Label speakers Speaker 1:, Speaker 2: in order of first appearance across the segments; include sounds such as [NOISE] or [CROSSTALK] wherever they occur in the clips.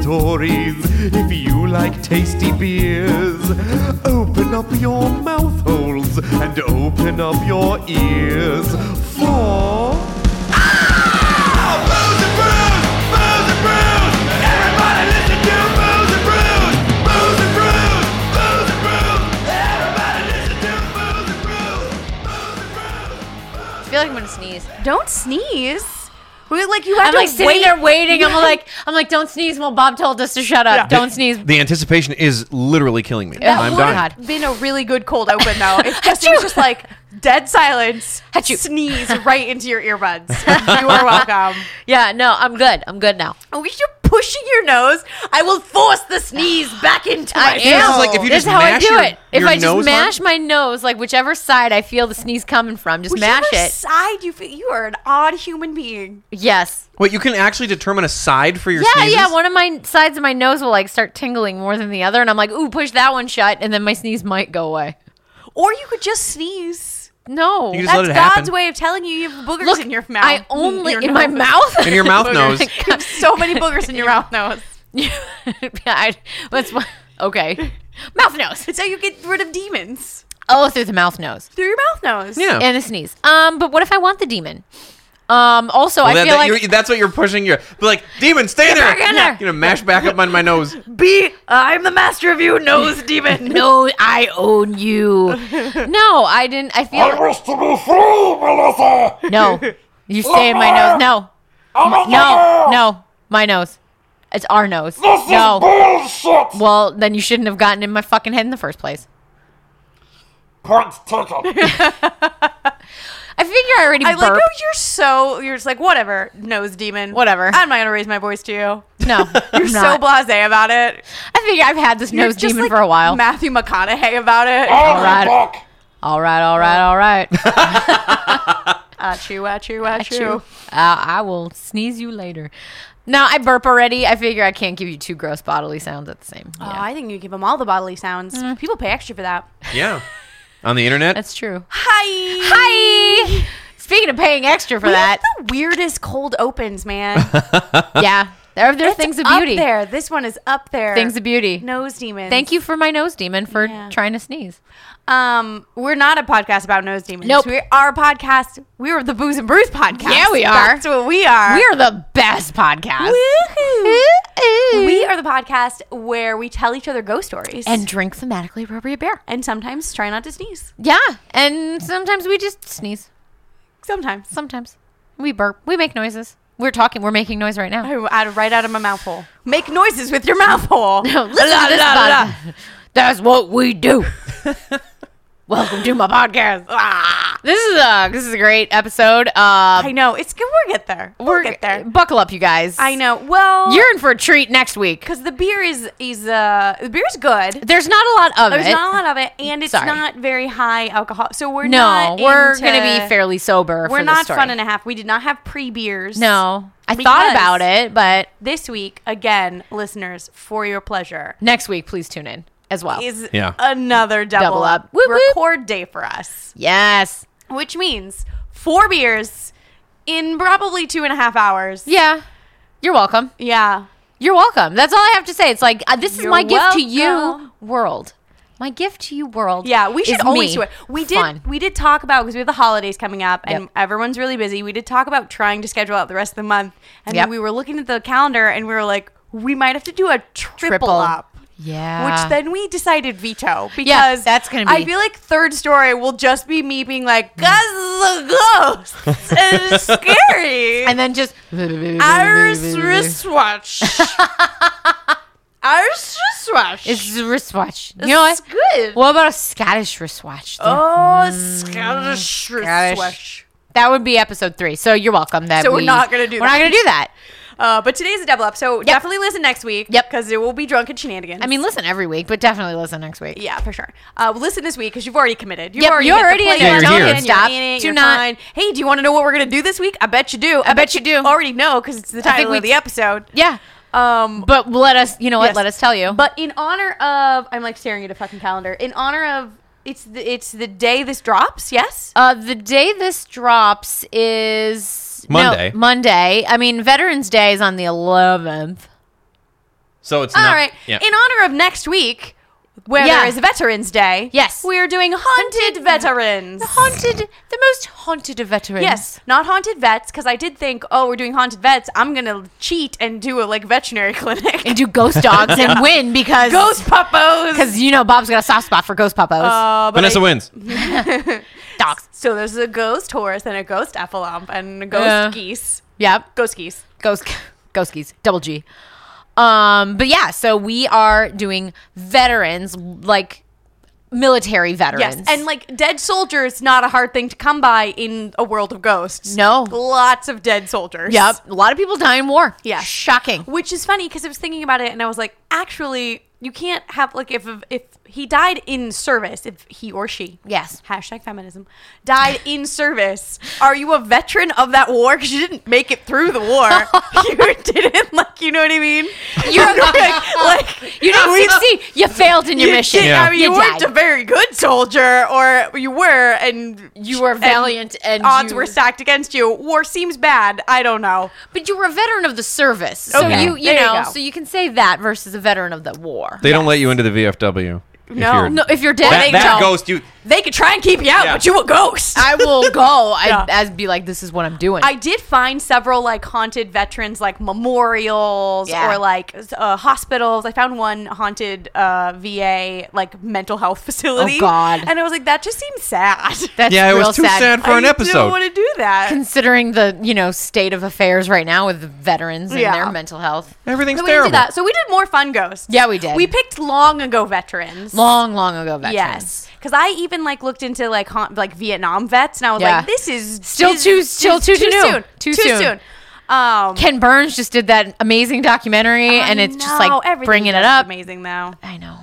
Speaker 1: stories. If you like tasty beers, open up your mouth holes and open up your ears for.
Speaker 2: I feel like I'm gonna sneeze.
Speaker 3: Don't sneeze. We like you have
Speaker 2: I'm
Speaker 3: to
Speaker 2: like sitting
Speaker 3: wait.
Speaker 2: there waiting. I'm like, I'm like, don't sneeze. Well, Bob told us to shut up. Don't sneeze.
Speaker 4: The anticipation is literally killing me.
Speaker 2: Yeah.
Speaker 4: I'm
Speaker 2: Oh,
Speaker 4: dying.
Speaker 2: God.
Speaker 3: Been a really good cold open though. It's just, it was just like dead silence.
Speaker 2: Achoo.
Speaker 3: Sneeze right into your earbuds. you are welcome.
Speaker 2: Yeah, no, I'm good. I'm good now.
Speaker 3: Oh, you're pushing your nose. I will force the sneeze back into my
Speaker 2: I am.
Speaker 4: is like if you
Speaker 2: this
Speaker 4: just
Speaker 2: is how I
Speaker 4: mash
Speaker 2: do
Speaker 4: your-
Speaker 2: it. If
Speaker 4: your
Speaker 2: I just
Speaker 4: nose
Speaker 2: mash
Speaker 4: hard-
Speaker 2: my nose, like whichever side I feel the sneeze coming from, just mash
Speaker 3: Whichever
Speaker 2: it.
Speaker 3: Side you feel you are an odd human being.
Speaker 2: Yes.
Speaker 4: Wait, you can actually determine a side for your
Speaker 2: Yeah,
Speaker 4: sneezes?
Speaker 2: yeah. One of my sides of my nose will like start tingling more than the other, and I'm like, ooh, push that one shut, and then my sneeze might go away.
Speaker 3: Or you could just sneeze.
Speaker 2: No,
Speaker 4: You just
Speaker 3: That's
Speaker 4: let
Speaker 3: God's
Speaker 4: it happen.
Speaker 3: way of telling you you have boogers
Speaker 2: look
Speaker 3: in your mouth.
Speaker 2: I only
Speaker 3: Your
Speaker 2: in my
Speaker 3: nose.
Speaker 2: mouth. Oh
Speaker 4: In your
Speaker 2: [LAUGHS]
Speaker 4: mouth nose.
Speaker 3: You have so many boogers in your mouth nose.
Speaker 2: yeah, [LAUGHS] I, that's why- okay. Mouth nose.
Speaker 3: It's how you get rid of demons
Speaker 2: Oh, through the mouth nose
Speaker 3: through your mouth nose.
Speaker 4: Yeah.
Speaker 2: and the sneeze. Um, but what if I want the demon? Um, also I
Speaker 4: Well, that-
Speaker 2: feel
Speaker 4: that-
Speaker 2: like
Speaker 4: you're- that's what you're pushing. You're but like, demon, stay there.
Speaker 2: back in there.
Speaker 4: You know, mash back up on my nose.
Speaker 3: Be I'm the master of you, nose
Speaker 2: [LAUGHS]
Speaker 3: demon.
Speaker 2: no, I own
Speaker 3: [LAUGHS]
Speaker 2: you. no, I didn't. I feel.
Speaker 5: I wish to be free, Melissa!
Speaker 2: No, you stay in my nose. No,
Speaker 5: I'm
Speaker 2: no, no, my nose. It's our nose.
Speaker 5: This is
Speaker 2: No.
Speaker 5: bullshit!
Speaker 2: Well, then you shouldn't have gotten in my fucking head in the first place.
Speaker 5: Points [LAUGHS] taken.
Speaker 2: I figure I already
Speaker 3: I like how
Speaker 2: burped.
Speaker 3: you're so you're just like whatever nose demon
Speaker 2: Whatever.
Speaker 3: I'm not gonna raise my voice to you.
Speaker 2: no,
Speaker 3: [LAUGHS] You're
Speaker 2: I'm
Speaker 3: so
Speaker 2: not.
Speaker 3: blasé about it.
Speaker 2: I figure I've had this
Speaker 3: You're
Speaker 2: nose
Speaker 3: just
Speaker 2: demon
Speaker 3: like
Speaker 2: for a while.
Speaker 3: Matthew McConaughey about it.
Speaker 5: I'll be
Speaker 2: right.
Speaker 5: back.
Speaker 2: all right, all right, all
Speaker 3: [LAUGHS]
Speaker 2: right.
Speaker 3: Achoo, achoo,
Speaker 2: True.
Speaker 3: achoo.
Speaker 2: Uh, I will sneeze you later. Now I burp already. I figure I can't give you two gross bodily sounds at the same.
Speaker 3: Oh,
Speaker 2: Yeah,
Speaker 3: I think you give them all the bodily sounds.
Speaker 2: Mm.
Speaker 3: People pay extra for that.
Speaker 4: Yeah. On the internet.
Speaker 2: that's true.
Speaker 3: Hi.
Speaker 2: Hi. Speaking of paying extra for
Speaker 3: We
Speaker 2: that,
Speaker 3: have [LAUGHS] the weirdest cold
Speaker 2: [LAUGHS]
Speaker 3: opens, man.
Speaker 2: yeah, there, there are
Speaker 3: It's
Speaker 2: things of
Speaker 3: up
Speaker 2: beauty.
Speaker 3: there. This one is up there.
Speaker 2: Things of beauty.
Speaker 3: nose demons.
Speaker 2: Thank you for my nose demon for
Speaker 3: Yeah.
Speaker 2: trying to sneeze.
Speaker 3: Um, we're not a podcast about nose demons.
Speaker 2: Nope.
Speaker 3: We are a podcast. We are the Booze and Brews podcast.
Speaker 2: Yeah, we are.
Speaker 3: That's what we are.
Speaker 2: We are the best podcast.
Speaker 3: Woohoo.
Speaker 2: Woo-hoo.
Speaker 3: we are the podcast where we tell each other ghost stories
Speaker 2: and drink thematically appropriate beer.
Speaker 3: and sometimes try not to sneeze.
Speaker 2: Yeah, and sometimes we just sneeze.
Speaker 3: Sometimes.
Speaker 2: Sometimes we burp. We make noises. We're talking. We're making noise right now.
Speaker 3: I, I, right out of my mouth hole. Make noises with your mouth hole.
Speaker 2: [LAUGHS] No, listen to this button. That's what we [LAUGHS] do. Welcome to my podcast.
Speaker 3: Ah,
Speaker 2: This is a this is a great episode. Uh,
Speaker 3: I know. It's good. We'll get there. We'll
Speaker 2: we're
Speaker 3: get there.
Speaker 2: Buckle up, you guys.
Speaker 3: I know. Well,
Speaker 2: You're in for a treat next week.
Speaker 3: because the beer is is uh the beer's good.
Speaker 2: There's not a lot of
Speaker 3: There's
Speaker 2: it.
Speaker 3: not a lot of it, and it's
Speaker 2: Sorry.
Speaker 3: not very high alcohol. So we're
Speaker 2: no,
Speaker 3: not
Speaker 2: we're
Speaker 3: into-
Speaker 2: gonna be fairly sober.
Speaker 3: We're
Speaker 2: for
Speaker 3: not
Speaker 2: this story.
Speaker 3: fun and a half. We did not have pre beers.
Speaker 2: No, I
Speaker 3: Because-
Speaker 2: thought about it, but
Speaker 3: this week again listeners for your pleasure
Speaker 2: next week, please tune in as well.
Speaker 3: is
Speaker 4: Yeah.
Speaker 3: another double,
Speaker 2: Double
Speaker 3: up,
Speaker 2: up. Whoop, whoop.
Speaker 3: record day for us
Speaker 2: yes.
Speaker 3: which means four beers in probably two and a half hours
Speaker 2: Yeah. You're welcome.
Speaker 3: yeah
Speaker 2: You're welcome. That's all I have to say. It's like uh, this is
Speaker 3: You're
Speaker 2: my gift to you,
Speaker 3: welcome.
Speaker 2: world. My gift to you, world.
Speaker 3: yeah we should
Speaker 2: is
Speaker 3: always
Speaker 2: me.
Speaker 3: do it we did
Speaker 2: Fun.
Speaker 3: we did talk about because we have the holidays coming up and
Speaker 2: Yep.
Speaker 3: everyone's really busy we did talk about trying to schedule out the rest of the month and
Speaker 2: Yep.
Speaker 3: we were looking at the calendar and we were like we might have to do a triple, up
Speaker 2: Yeah.
Speaker 3: which then we decided veto because
Speaker 2: Ah. that's gonna
Speaker 3: I
Speaker 2: be-
Speaker 3: feel like third story will just be me being like, "Guys, the ghosts
Speaker 2: [LAUGHS]
Speaker 3: is scary."
Speaker 2: and then just [LAUGHS]
Speaker 3: Iris wristwatch. Iris wristwatch.
Speaker 2: It's a wristwatch. You know what?
Speaker 3: It's good.
Speaker 2: What about a Scottish wristwatch?
Speaker 3: oh,
Speaker 2: Mm,
Speaker 3: Scottish wristwatch.
Speaker 2: That would be episode three. So you're welcome. That
Speaker 3: So we're
Speaker 2: we-
Speaker 3: not gonna do
Speaker 2: We're not
Speaker 3: that.
Speaker 2: gonna do that.
Speaker 3: Uh, but today's a double up, so definitely listen next week.
Speaker 2: Yep.
Speaker 3: because it will be drunken shenanigans.
Speaker 2: I mean, listen every week, but definitely listen next week.
Speaker 3: Yeah, for sure. Uh, listen this week because you've already committed. You've
Speaker 2: Yep,
Speaker 3: already
Speaker 2: you're
Speaker 3: hit
Speaker 2: already
Speaker 3: the
Speaker 2: in
Speaker 3: play
Speaker 4: it. You're
Speaker 3: button.
Speaker 4: here.
Speaker 3: in
Speaker 2: Stop.
Speaker 3: in it,
Speaker 2: Do
Speaker 3: you're
Speaker 2: not-
Speaker 3: fine. Hey, do you want to know what we're gonna do this week? I bet you do. I,
Speaker 2: bet you do.
Speaker 3: Already know because it's the title
Speaker 2: we-
Speaker 3: of the episode.
Speaker 2: Yeah.
Speaker 3: Um,
Speaker 2: But let us. You know what?
Speaker 3: Yes.
Speaker 2: Let us tell you.
Speaker 3: but in honor of, I'm like staring at a fucking calendar. In honor of, it's the it's the day this drops. Yes.
Speaker 2: uh, the day this drops is no,
Speaker 4: Monday.
Speaker 2: Monday. I mean, Veterans Day is on the 11th.
Speaker 4: So it's
Speaker 3: All
Speaker 4: not.
Speaker 3: right.
Speaker 4: Yeah.
Speaker 3: In honor of next week, where
Speaker 2: Yeah.
Speaker 3: there is Veterans Day.
Speaker 2: Yes.
Speaker 3: We're doing haunted veterans.
Speaker 2: haunted, the most haunted of veterans.
Speaker 3: Yes, not haunted vets, because I did think, oh, we're doing haunted vets. I'm gonna cheat and do a like veterinary [LAUGHS] clinic.
Speaker 2: and do ghost
Speaker 3: [LAUGHS]
Speaker 2: dogs and win because
Speaker 3: Ghost puppos.
Speaker 2: because you know Bob's got a soft spot for ghost puppos.
Speaker 3: Uh, but
Speaker 4: Vanessa
Speaker 3: I-
Speaker 4: wins.
Speaker 2: dogs.
Speaker 3: So there's a ghost horse and a ghost ephilomp and a ghost
Speaker 2: Yeah.
Speaker 3: geese.
Speaker 2: Yep.
Speaker 3: Ghost geese.
Speaker 2: Ghost Ghoskies, double G. Um, but yeah, so we are doing veterans, like military veterans.
Speaker 3: Yes, and like dead soldiers, not a hard thing to come by in a world of ghosts.
Speaker 2: No.
Speaker 3: lots of dead soldiers.
Speaker 2: yep, a lot of people die in war.
Speaker 3: Yeah. [LAUGHS]
Speaker 2: shocking.
Speaker 3: Which is funny because I was thinking about it and I was like, actually, you can't have like if if he died in service, if he or she,
Speaker 2: Yes.
Speaker 3: hashtag feminism, died
Speaker 2: [LAUGHS]
Speaker 3: in service, are you a veteran of that war? Because you didn't make it through the
Speaker 2: [LAUGHS]
Speaker 3: war. [LAUGHS] you didn't like, you know what I mean? [LAUGHS]
Speaker 2: You're a-
Speaker 3: like, like
Speaker 2: You didn't
Speaker 3: we-
Speaker 2: succeed. You failed in your
Speaker 3: you
Speaker 2: mission.
Speaker 3: didn't-
Speaker 4: Yeah.
Speaker 3: I mean, you,
Speaker 2: You
Speaker 3: weren't
Speaker 2: died.
Speaker 3: a very good soldier, or you were, and
Speaker 2: You were valiant and
Speaker 3: odds
Speaker 2: you-
Speaker 3: were stacked against you. War seems bad. I don't know.
Speaker 2: But you were a veteran of the service, so
Speaker 3: Okay.
Speaker 2: you you
Speaker 3: There you
Speaker 2: know,
Speaker 3: go.
Speaker 2: so you can say that versus a veteran of the war.
Speaker 4: They don't let you into the VFW. if
Speaker 3: No.
Speaker 4: you're-
Speaker 2: no, if you're dead,
Speaker 4: that,
Speaker 2: they
Speaker 4: that
Speaker 2: don't.
Speaker 4: ghost you.
Speaker 3: They could try and keep you out,
Speaker 4: Yeah.
Speaker 3: but you a ghost.
Speaker 2: I will
Speaker 3: [LAUGHS]
Speaker 2: go. I
Speaker 3: Yeah.
Speaker 2: as be like, this is what I'm doing.
Speaker 3: I did find several like haunted veterans like memorials
Speaker 2: Yeah.
Speaker 3: or like uh, hospitals. I found one haunted uh, VA like mental health [LAUGHS] facility.
Speaker 2: God.
Speaker 3: And I was like, that just seems sad.
Speaker 2: That's
Speaker 4: Yeah, it
Speaker 2: real
Speaker 4: was too sad, for an
Speaker 3: I
Speaker 4: episode.
Speaker 3: Don't want to do that.
Speaker 2: considering the you know state of affairs right now with the veterans
Speaker 3: Yeah.
Speaker 2: and their mental health.
Speaker 4: Everything's
Speaker 3: So we didn't
Speaker 4: terrible.
Speaker 3: do that. So we did more fun ghosts.
Speaker 2: Yeah, we did.
Speaker 3: We picked long ago veterans.
Speaker 2: long, long ago veterans.
Speaker 3: Yes, because I even like looked into like haunt, like Vietnam vets, and I was
Speaker 2: Yeah.
Speaker 3: like, this is
Speaker 2: Still
Speaker 3: this
Speaker 2: too-
Speaker 3: is
Speaker 2: still too
Speaker 3: too
Speaker 2: soon.
Speaker 3: soon,
Speaker 2: Too soon.
Speaker 3: Um,
Speaker 2: Ken Burns just did that amazing documentary, and
Speaker 3: I
Speaker 2: it's just
Speaker 3: know,
Speaker 2: like
Speaker 3: everything
Speaker 2: bringing
Speaker 3: he
Speaker 2: it
Speaker 3: does is
Speaker 2: up.
Speaker 3: Amazing though.
Speaker 2: I know.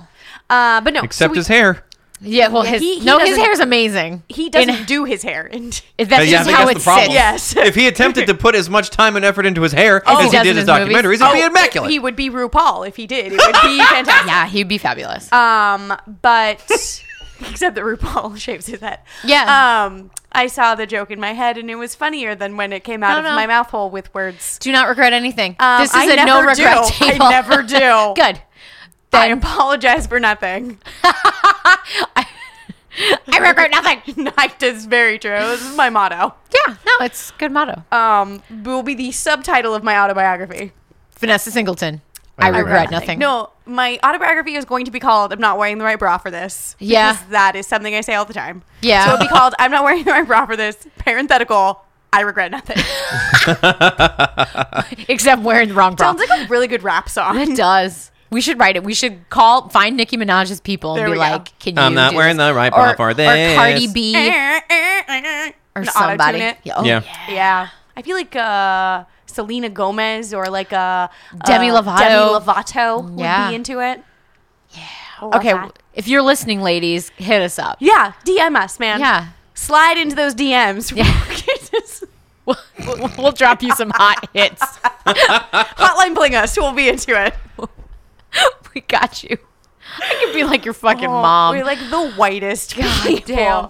Speaker 3: Uh, but no, so
Speaker 4: Except
Speaker 3: we-
Speaker 4: his hair.
Speaker 2: Yeah, well,
Speaker 3: Yeah,
Speaker 2: his
Speaker 3: he- he
Speaker 2: no, his
Speaker 3: doesn't-
Speaker 2: hair's amazing.
Speaker 3: he doesn't
Speaker 2: [LAUGHS] In-
Speaker 3: do his hair. [LAUGHS] And
Speaker 2: if that's
Speaker 4: Yeah, I
Speaker 2: just
Speaker 4: think
Speaker 2: how
Speaker 4: that's
Speaker 2: it
Speaker 4: the problem.
Speaker 2: sits. Oh,
Speaker 3: yes,
Speaker 4: If he attempted to put as much time and effort into his hair
Speaker 2: he
Speaker 4: as he
Speaker 2: does
Speaker 4: did
Speaker 2: in his
Speaker 4: his
Speaker 2: movies.
Speaker 4: documentaries,
Speaker 2: Oh,
Speaker 4: it'd be immaculate.
Speaker 3: he would be RuPaul if he did. It would [LAUGHS] be fantastic.
Speaker 2: Yeah, he'd be fabulous.
Speaker 3: Um, but [LAUGHS] except that RuPaul [LAUGHS] shaves his head.
Speaker 2: Yeah.
Speaker 3: Um, I saw the joke in my head, and it was funnier than when it came out
Speaker 2: No,
Speaker 3: of
Speaker 2: no.
Speaker 3: my mouth hole with words.
Speaker 2: do not regret anything.
Speaker 3: Um,
Speaker 2: this
Speaker 3: I
Speaker 2: is a no
Speaker 3: never
Speaker 2: regret
Speaker 3: do. I
Speaker 2: table. [LAUGHS]
Speaker 3: never do.
Speaker 2: Good.
Speaker 3: [LAUGHS] I
Speaker 2: Then
Speaker 3: apologize for nothing. [LAUGHS]
Speaker 2: I regret nothing.
Speaker 3: Night is very true. This is my motto.
Speaker 2: Yeah, no, it's a good motto.
Speaker 3: Um, will be the subtitle of my autobiography.
Speaker 2: Vanessa Singleton. I, regret, nothing.
Speaker 3: No, my autobiography is going to be called "I'm not wearing the right bra for this."
Speaker 2: Yeah.
Speaker 3: because that is something I say all the time.
Speaker 2: Yeah.
Speaker 3: so it'll be called "I'm not wearing the right bra for this." Parenthetical. I regret nothing.
Speaker 2: [LAUGHS] except wearing the wrong [LAUGHS] bra.
Speaker 3: Sounds like a really good rap song. [LAUGHS]
Speaker 2: It does. We should write it. We should call find Nicki Minaj's people and
Speaker 3: There
Speaker 2: be
Speaker 3: we go.
Speaker 2: like, "Can you?"
Speaker 4: I'm not
Speaker 2: do
Speaker 4: wearing
Speaker 2: this?
Speaker 4: the right
Speaker 2: or,
Speaker 4: bra for
Speaker 2: Or
Speaker 4: this.
Speaker 2: Cardi
Speaker 3: Eh,
Speaker 2: B or
Speaker 3: or
Speaker 2: somebody. Yeah. oh,
Speaker 4: Yeah.
Speaker 2: yeah.
Speaker 3: Yeah. I feel like uh, Selena Gomez or like uh,
Speaker 2: Demi
Speaker 3: uh,
Speaker 2: Lovato.
Speaker 3: Demi Lovato
Speaker 2: Yeah.
Speaker 3: would be into it. Yeah.
Speaker 2: Okay, if you're listening, ladies, hit us up.
Speaker 3: Yeah. DM us, man.
Speaker 2: Yeah. [LAUGHS]
Speaker 3: Slide into those DMs.
Speaker 2: We'll, we'll drop you some hot
Speaker 3: [LAUGHS]
Speaker 2: hits.
Speaker 3: [LAUGHS]
Speaker 2: [LAUGHS]
Speaker 3: Hotline bling us. We'll be into it.
Speaker 2: we got you. I could be like your fucking
Speaker 3: Oh,
Speaker 2: mom.
Speaker 3: We're like the [LAUGHS] whitest God people.
Speaker 2: damn.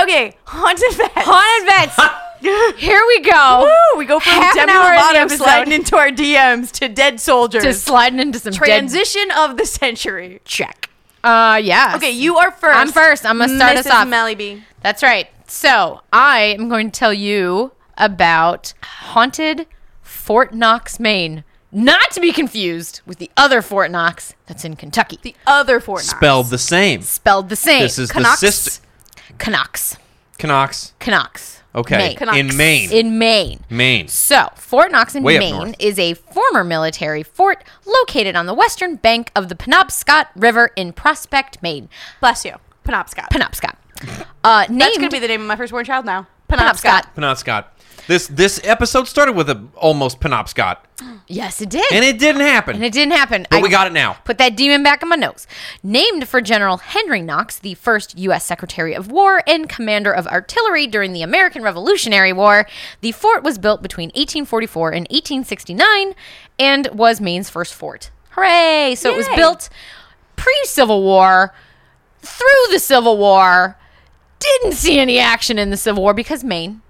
Speaker 3: Okay, haunted vets.
Speaker 2: Haunted
Speaker 4: [LAUGHS]
Speaker 2: vets. Here we go.
Speaker 3: Woo, we go from
Speaker 2: Half an
Speaker 3: Demi
Speaker 2: hour in the
Speaker 3: Lovato
Speaker 2: episode.
Speaker 3: sliding into our DMs to dead soldiers.
Speaker 2: Just sliding into some dead
Speaker 3: Transition of the century.
Speaker 2: check. Uh, yeah.
Speaker 3: Okay, you are first.
Speaker 2: I'm first. I'm gonna start
Speaker 3: Mrs.
Speaker 2: us off.
Speaker 3: Mellyby.
Speaker 2: That's right. So I am going to tell you about haunted Fort Knox, Maine. Not to be confused with the other Fort Knox that's in Kentucky.
Speaker 3: The other four. Knox.
Speaker 4: Spelled the same.
Speaker 2: Spelled the same.
Speaker 4: This is
Speaker 3: Canucks.
Speaker 4: the sister.
Speaker 2: Canucks.
Speaker 4: Canucks.
Speaker 2: Canucks.
Speaker 4: Okay.
Speaker 2: Maine.
Speaker 4: In Maine.
Speaker 2: In Maine.
Speaker 4: Maine.
Speaker 2: So, Fort Knox in
Speaker 4: Way up
Speaker 2: Maine
Speaker 4: north.
Speaker 2: is a former military fort located on the western bank of the Penobscot River in Prospect, Maine.
Speaker 3: Bless you, Penobscot.
Speaker 4: [LAUGHS]
Speaker 2: Penobscot. Uh, named
Speaker 3: That's gonna be the name of my firstborn child now.
Speaker 2: Penobscot.
Speaker 3: Penobscot.
Speaker 4: Penobscot. This this episode started with a almost Penobscot,
Speaker 2: Yes, it did.
Speaker 4: and it didn't happen.
Speaker 2: And it didn't happen.
Speaker 4: But we got it now.
Speaker 2: Put that demon back in my nose. Named for General Henry Knox, the first U.S. Secretary of War and commander of artillery during the American Revolutionary War, the fort was built between 1844 and 1869 and was Maine's first fort. Hooray! So it was
Speaker 3: Yay.
Speaker 2: built pre Civil War, through the Civil War, didn't see any action in the Civil War because Maine.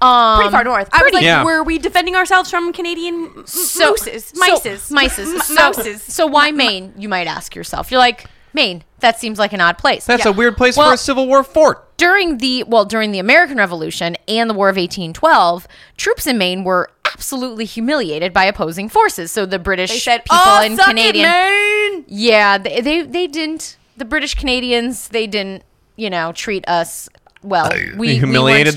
Speaker 2: Um,
Speaker 3: pretty far north. I was
Speaker 2: pretty-
Speaker 3: like,
Speaker 4: Yeah.
Speaker 3: were we defending ourselves from Canadian m-
Speaker 2: so,
Speaker 3: mooses,
Speaker 2: so-
Speaker 3: mices,
Speaker 2: mices,
Speaker 3: M-
Speaker 2: so,
Speaker 3: mouses?
Speaker 2: So why Maine? You might ask yourself. You're like Maine. That seems like an odd place.
Speaker 4: That's
Speaker 3: Yeah.
Speaker 4: a weird place
Speaker 2: Well-
Speaker 4: for a Civil War fort.
Speaker 2: during the well during the American Revolution and the War of 1812, troops in Maine were absolutely humiliated by opposing forces. So the British
Speaker 3: they said,
Speaker 2: people
Speaker 3: "Oh,
Speaker 2: and
Speaker 3: suck
Speaker 2: Canadian,
Speaker 3: it, Maine."
Speaker 2: yeah, they, they they didn't. The British Canadians, they didn't, you know, treat us well. We we
Speaker 4: humiliated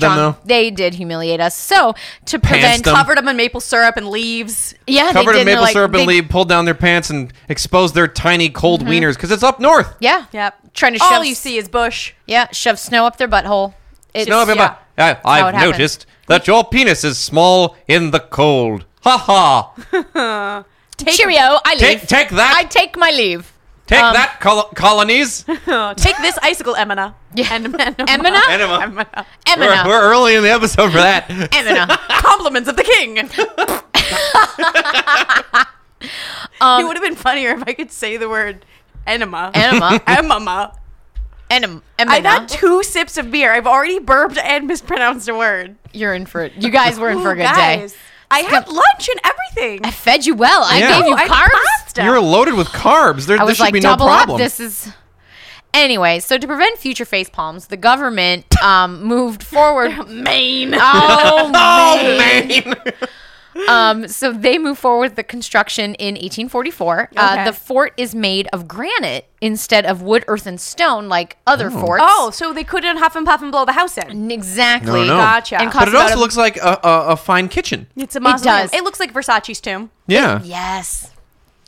Speaker 2: weren't
Speaker 4: them,
Speaker 2: strong.
Speaker 4: though?
Speaker 2: They did humiliate us. So to prevent,
Speaker 4: them.
Speaker 3: Covered them in maple syrup and leaves.
Speaker 2: yeah, they
Speaker 4: Covered
Speaker 2: did.
Speaker 4: in
Speaker 2: They're
Speaker 4: maple
Speaker 2: like-
Speaker 4: syrup
Speaker 2: they- Mm-hmm.
Speaker 4: and leave, pulled down their pants and exposed their tiny cold wieners because it's up north.
Speaker 2: Yeah,
Speaker 3: Yep.
Speaker 2: Trying to shove,
Speaker 3: all you see is [LAUGHS] bush.
Speaker 2: yeah, shove snow up their butthole. It's,
Speaker 4: No, but-
Speaker 3: yeah.
Speaker 4: I,
Speaker 2: how
Speaker 4: I've
Speaker 2: it happened.
Speaker 4: noticed that your penis is small in the cold. Ha ha!
Speaker 3: Take
Speaker 2: Cheerio! I leave.
Speaker 4: Take, take that!
Speaker 2: I take my leave.
Speaker 4: take
Speaker 2: um,
Speaker 4: that, col-
Speaker 2: [LAUGHS]
Speaker 4: colonies!
Speaker 3: Take this icicle, Emina.
Speaker 2: Yeah. [LAUGHS]
Speaker 3: And, and,
Speaker 2: Emina?
Speaker 4: Enema.
Speaker 3: [LAUGHS] Emina.
Speaker 4: We're,
Speaker 2: Emina.
Speaker 4: we're early in the episode
Speaker 2: [LAUGHS]
Speaker 4: for that. [LAUGHS]
Speaker 2: Emina.
Speaker 3: Compliments of the [LAUGHS] king. it would have been funnier if I could say the word enema. [LAUGHS]
Speaker 2: Enema.
Speaker 3: Enema.
Speaker 2: Enem-
Speaker 3: I've had
Speaker 2: Emina.
Speaker 3: two sips of beer. I've already burped and mispronounced a word.
Speaker 2: You're in for you guys were in for a good
Speaker 3: Guys,
Speaker 2: day.
Speaker 3: I had lunch and everything.
Speaker 2: I fed you well. I
Speaker 4: Yeah.
Speaker 2: gave you
Speaker 3: Oh, I had
Speaker 2: carbs.
Speaker 3: pasta.
Speaker 4: You're loaded with carbs. There,
Speaker 2: I
Speaker 4: this
Speaker 2: was
Speaker 4: should
Speaker 2: like,
Speaker 4: be no
Speaker 2: double
Speaker 4: problem.
Speaker 2: up. This is. Anyway, so to prevent future face palms, the government um, moved
Speaker 3: [LAUGHS]
Speaker 2: forward.
Speaker 3: Maine.
Speaker 2: oh,
Speaker 4: oh,
Speaker 2: man.
Speaker 4: [LAUGHS] man!
Speaker 2: Um, so they moved forward with the construction in 1844. Uh,
Speaker 3: Okay.
Speaker 2: the fort is made of granite instead of wood, earth, and stone like other forts.
Speaker 3: oh, so they couldn't huff and puff and blow the house in.
Speaker 2: exactly.
Speaker 4: No, no.
Speaker 3: Gotcha.
Speaker 2: And
Speaker 4: but
Speaker 2: cost
Speaker 4: it
Speaker 2: about
Speaker 4: also
Speaker 2: a-
Speaker 4: looks like a, a, a fine kitchen.
Speaker 3: It's a mausoleum.
Speaker 2: does.
Speaker 3: looks like Versace's tomb.
Speaker 4: Yeah.
Speaker 2: Yes.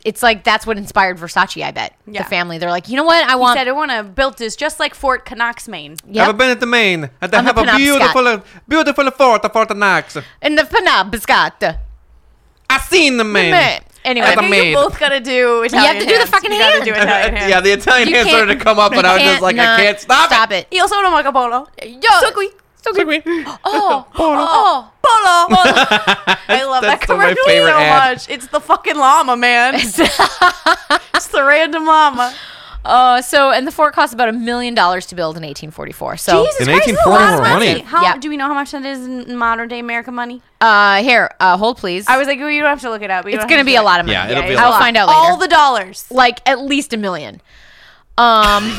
Speaker 2: It's like that's what inspired Versace, I bet.
Speaker 3: Yeah.
Speaker 2: The family. They're like, you know what? I want.
Speaker 3: Said I want to build this just like Fort Canucks, Maine.
Speaker 2: Yep.
Speaker 4: I've been at the Maine. And they
Speaker 2: On the
Speaker 4: have a
Speaker 2: Penobscot.
Speaker 4: beautiful, beautiful fort, the Fort Knox.
Speaker 2: in the Penobscot.
Speaker 4: I've seen the Maine.
Speaker 2: Meh. Anyway,
Speaker 4: At
Speaker 3: I
Speaker 4: the Maine.
Speaker 3: think you both gotta do Italian
Speaker 2: have to do the
Speaker 3: hands.
Speaker 2: fucking
Speaker 3: you gotta
Speaker 2: hand.
Speaker 3: do
Speaker 2: [LAUGHS]
Speaker 3: Italian hands.
Speaker 4: [LAUGHS] yeah, the Italian
Speaker 2: You
Speaker 4: hand started to
Speaker 2: can't-
Speaker 4: come up, and
Speaker 2: you
Speaker 4: I was just
Speaker 2: can't
Speaker 4: like,
Speaker 2: not
Speaker 4: I can't stop,
Speaker 2: stop it.
Speaker 3: Io sono Marco Polo.
Speaker 2: Yo,
Speaker 3: So qui.
Speaker 2: [GASPS] Oh, oh,
Speaker 3: Polo.
Speaker 2: [LAUGHS]
Speaker 3: I love that
Speaker 4: That's still my
Speaker 3: commercial
Speaker 4: favorite
Speaker 3: so
Speaker 4: ad.
Speaker 3: much. It's the fucking
Speaker 2: [LAUGHS]
Speaker 3: llama, man. it's the random llama.
Speaker 2: Uh, so, and the fort cost about a million dollars to build in 1844. So,
Speaker 3: Jesus
Speaker 4: In
Speaker 3: Christ, that's a lot of
Speaker 4: 1844
Speaker 3: money.
Speaker 4: money.
Speaker 3: How
Speaker 2: Yeah.
Speaker 3: do we know how much that is in modern day American money?
Speaker 2: uh, here, uh, hold please.
Speaker 3: I was like, well, you don't have to look it up.
Speaker 2: it's going to be a lot of money.
Speaker 4: Yeah, it'll be a
Speaker 2: I'll
Speaker 4: lot.
Speaker 2: find out later.
Speaker 3: All the dollars,
Speaker 2: like at least a million.
Speaker 4: [LAUGHS]
Speaker 2: Um,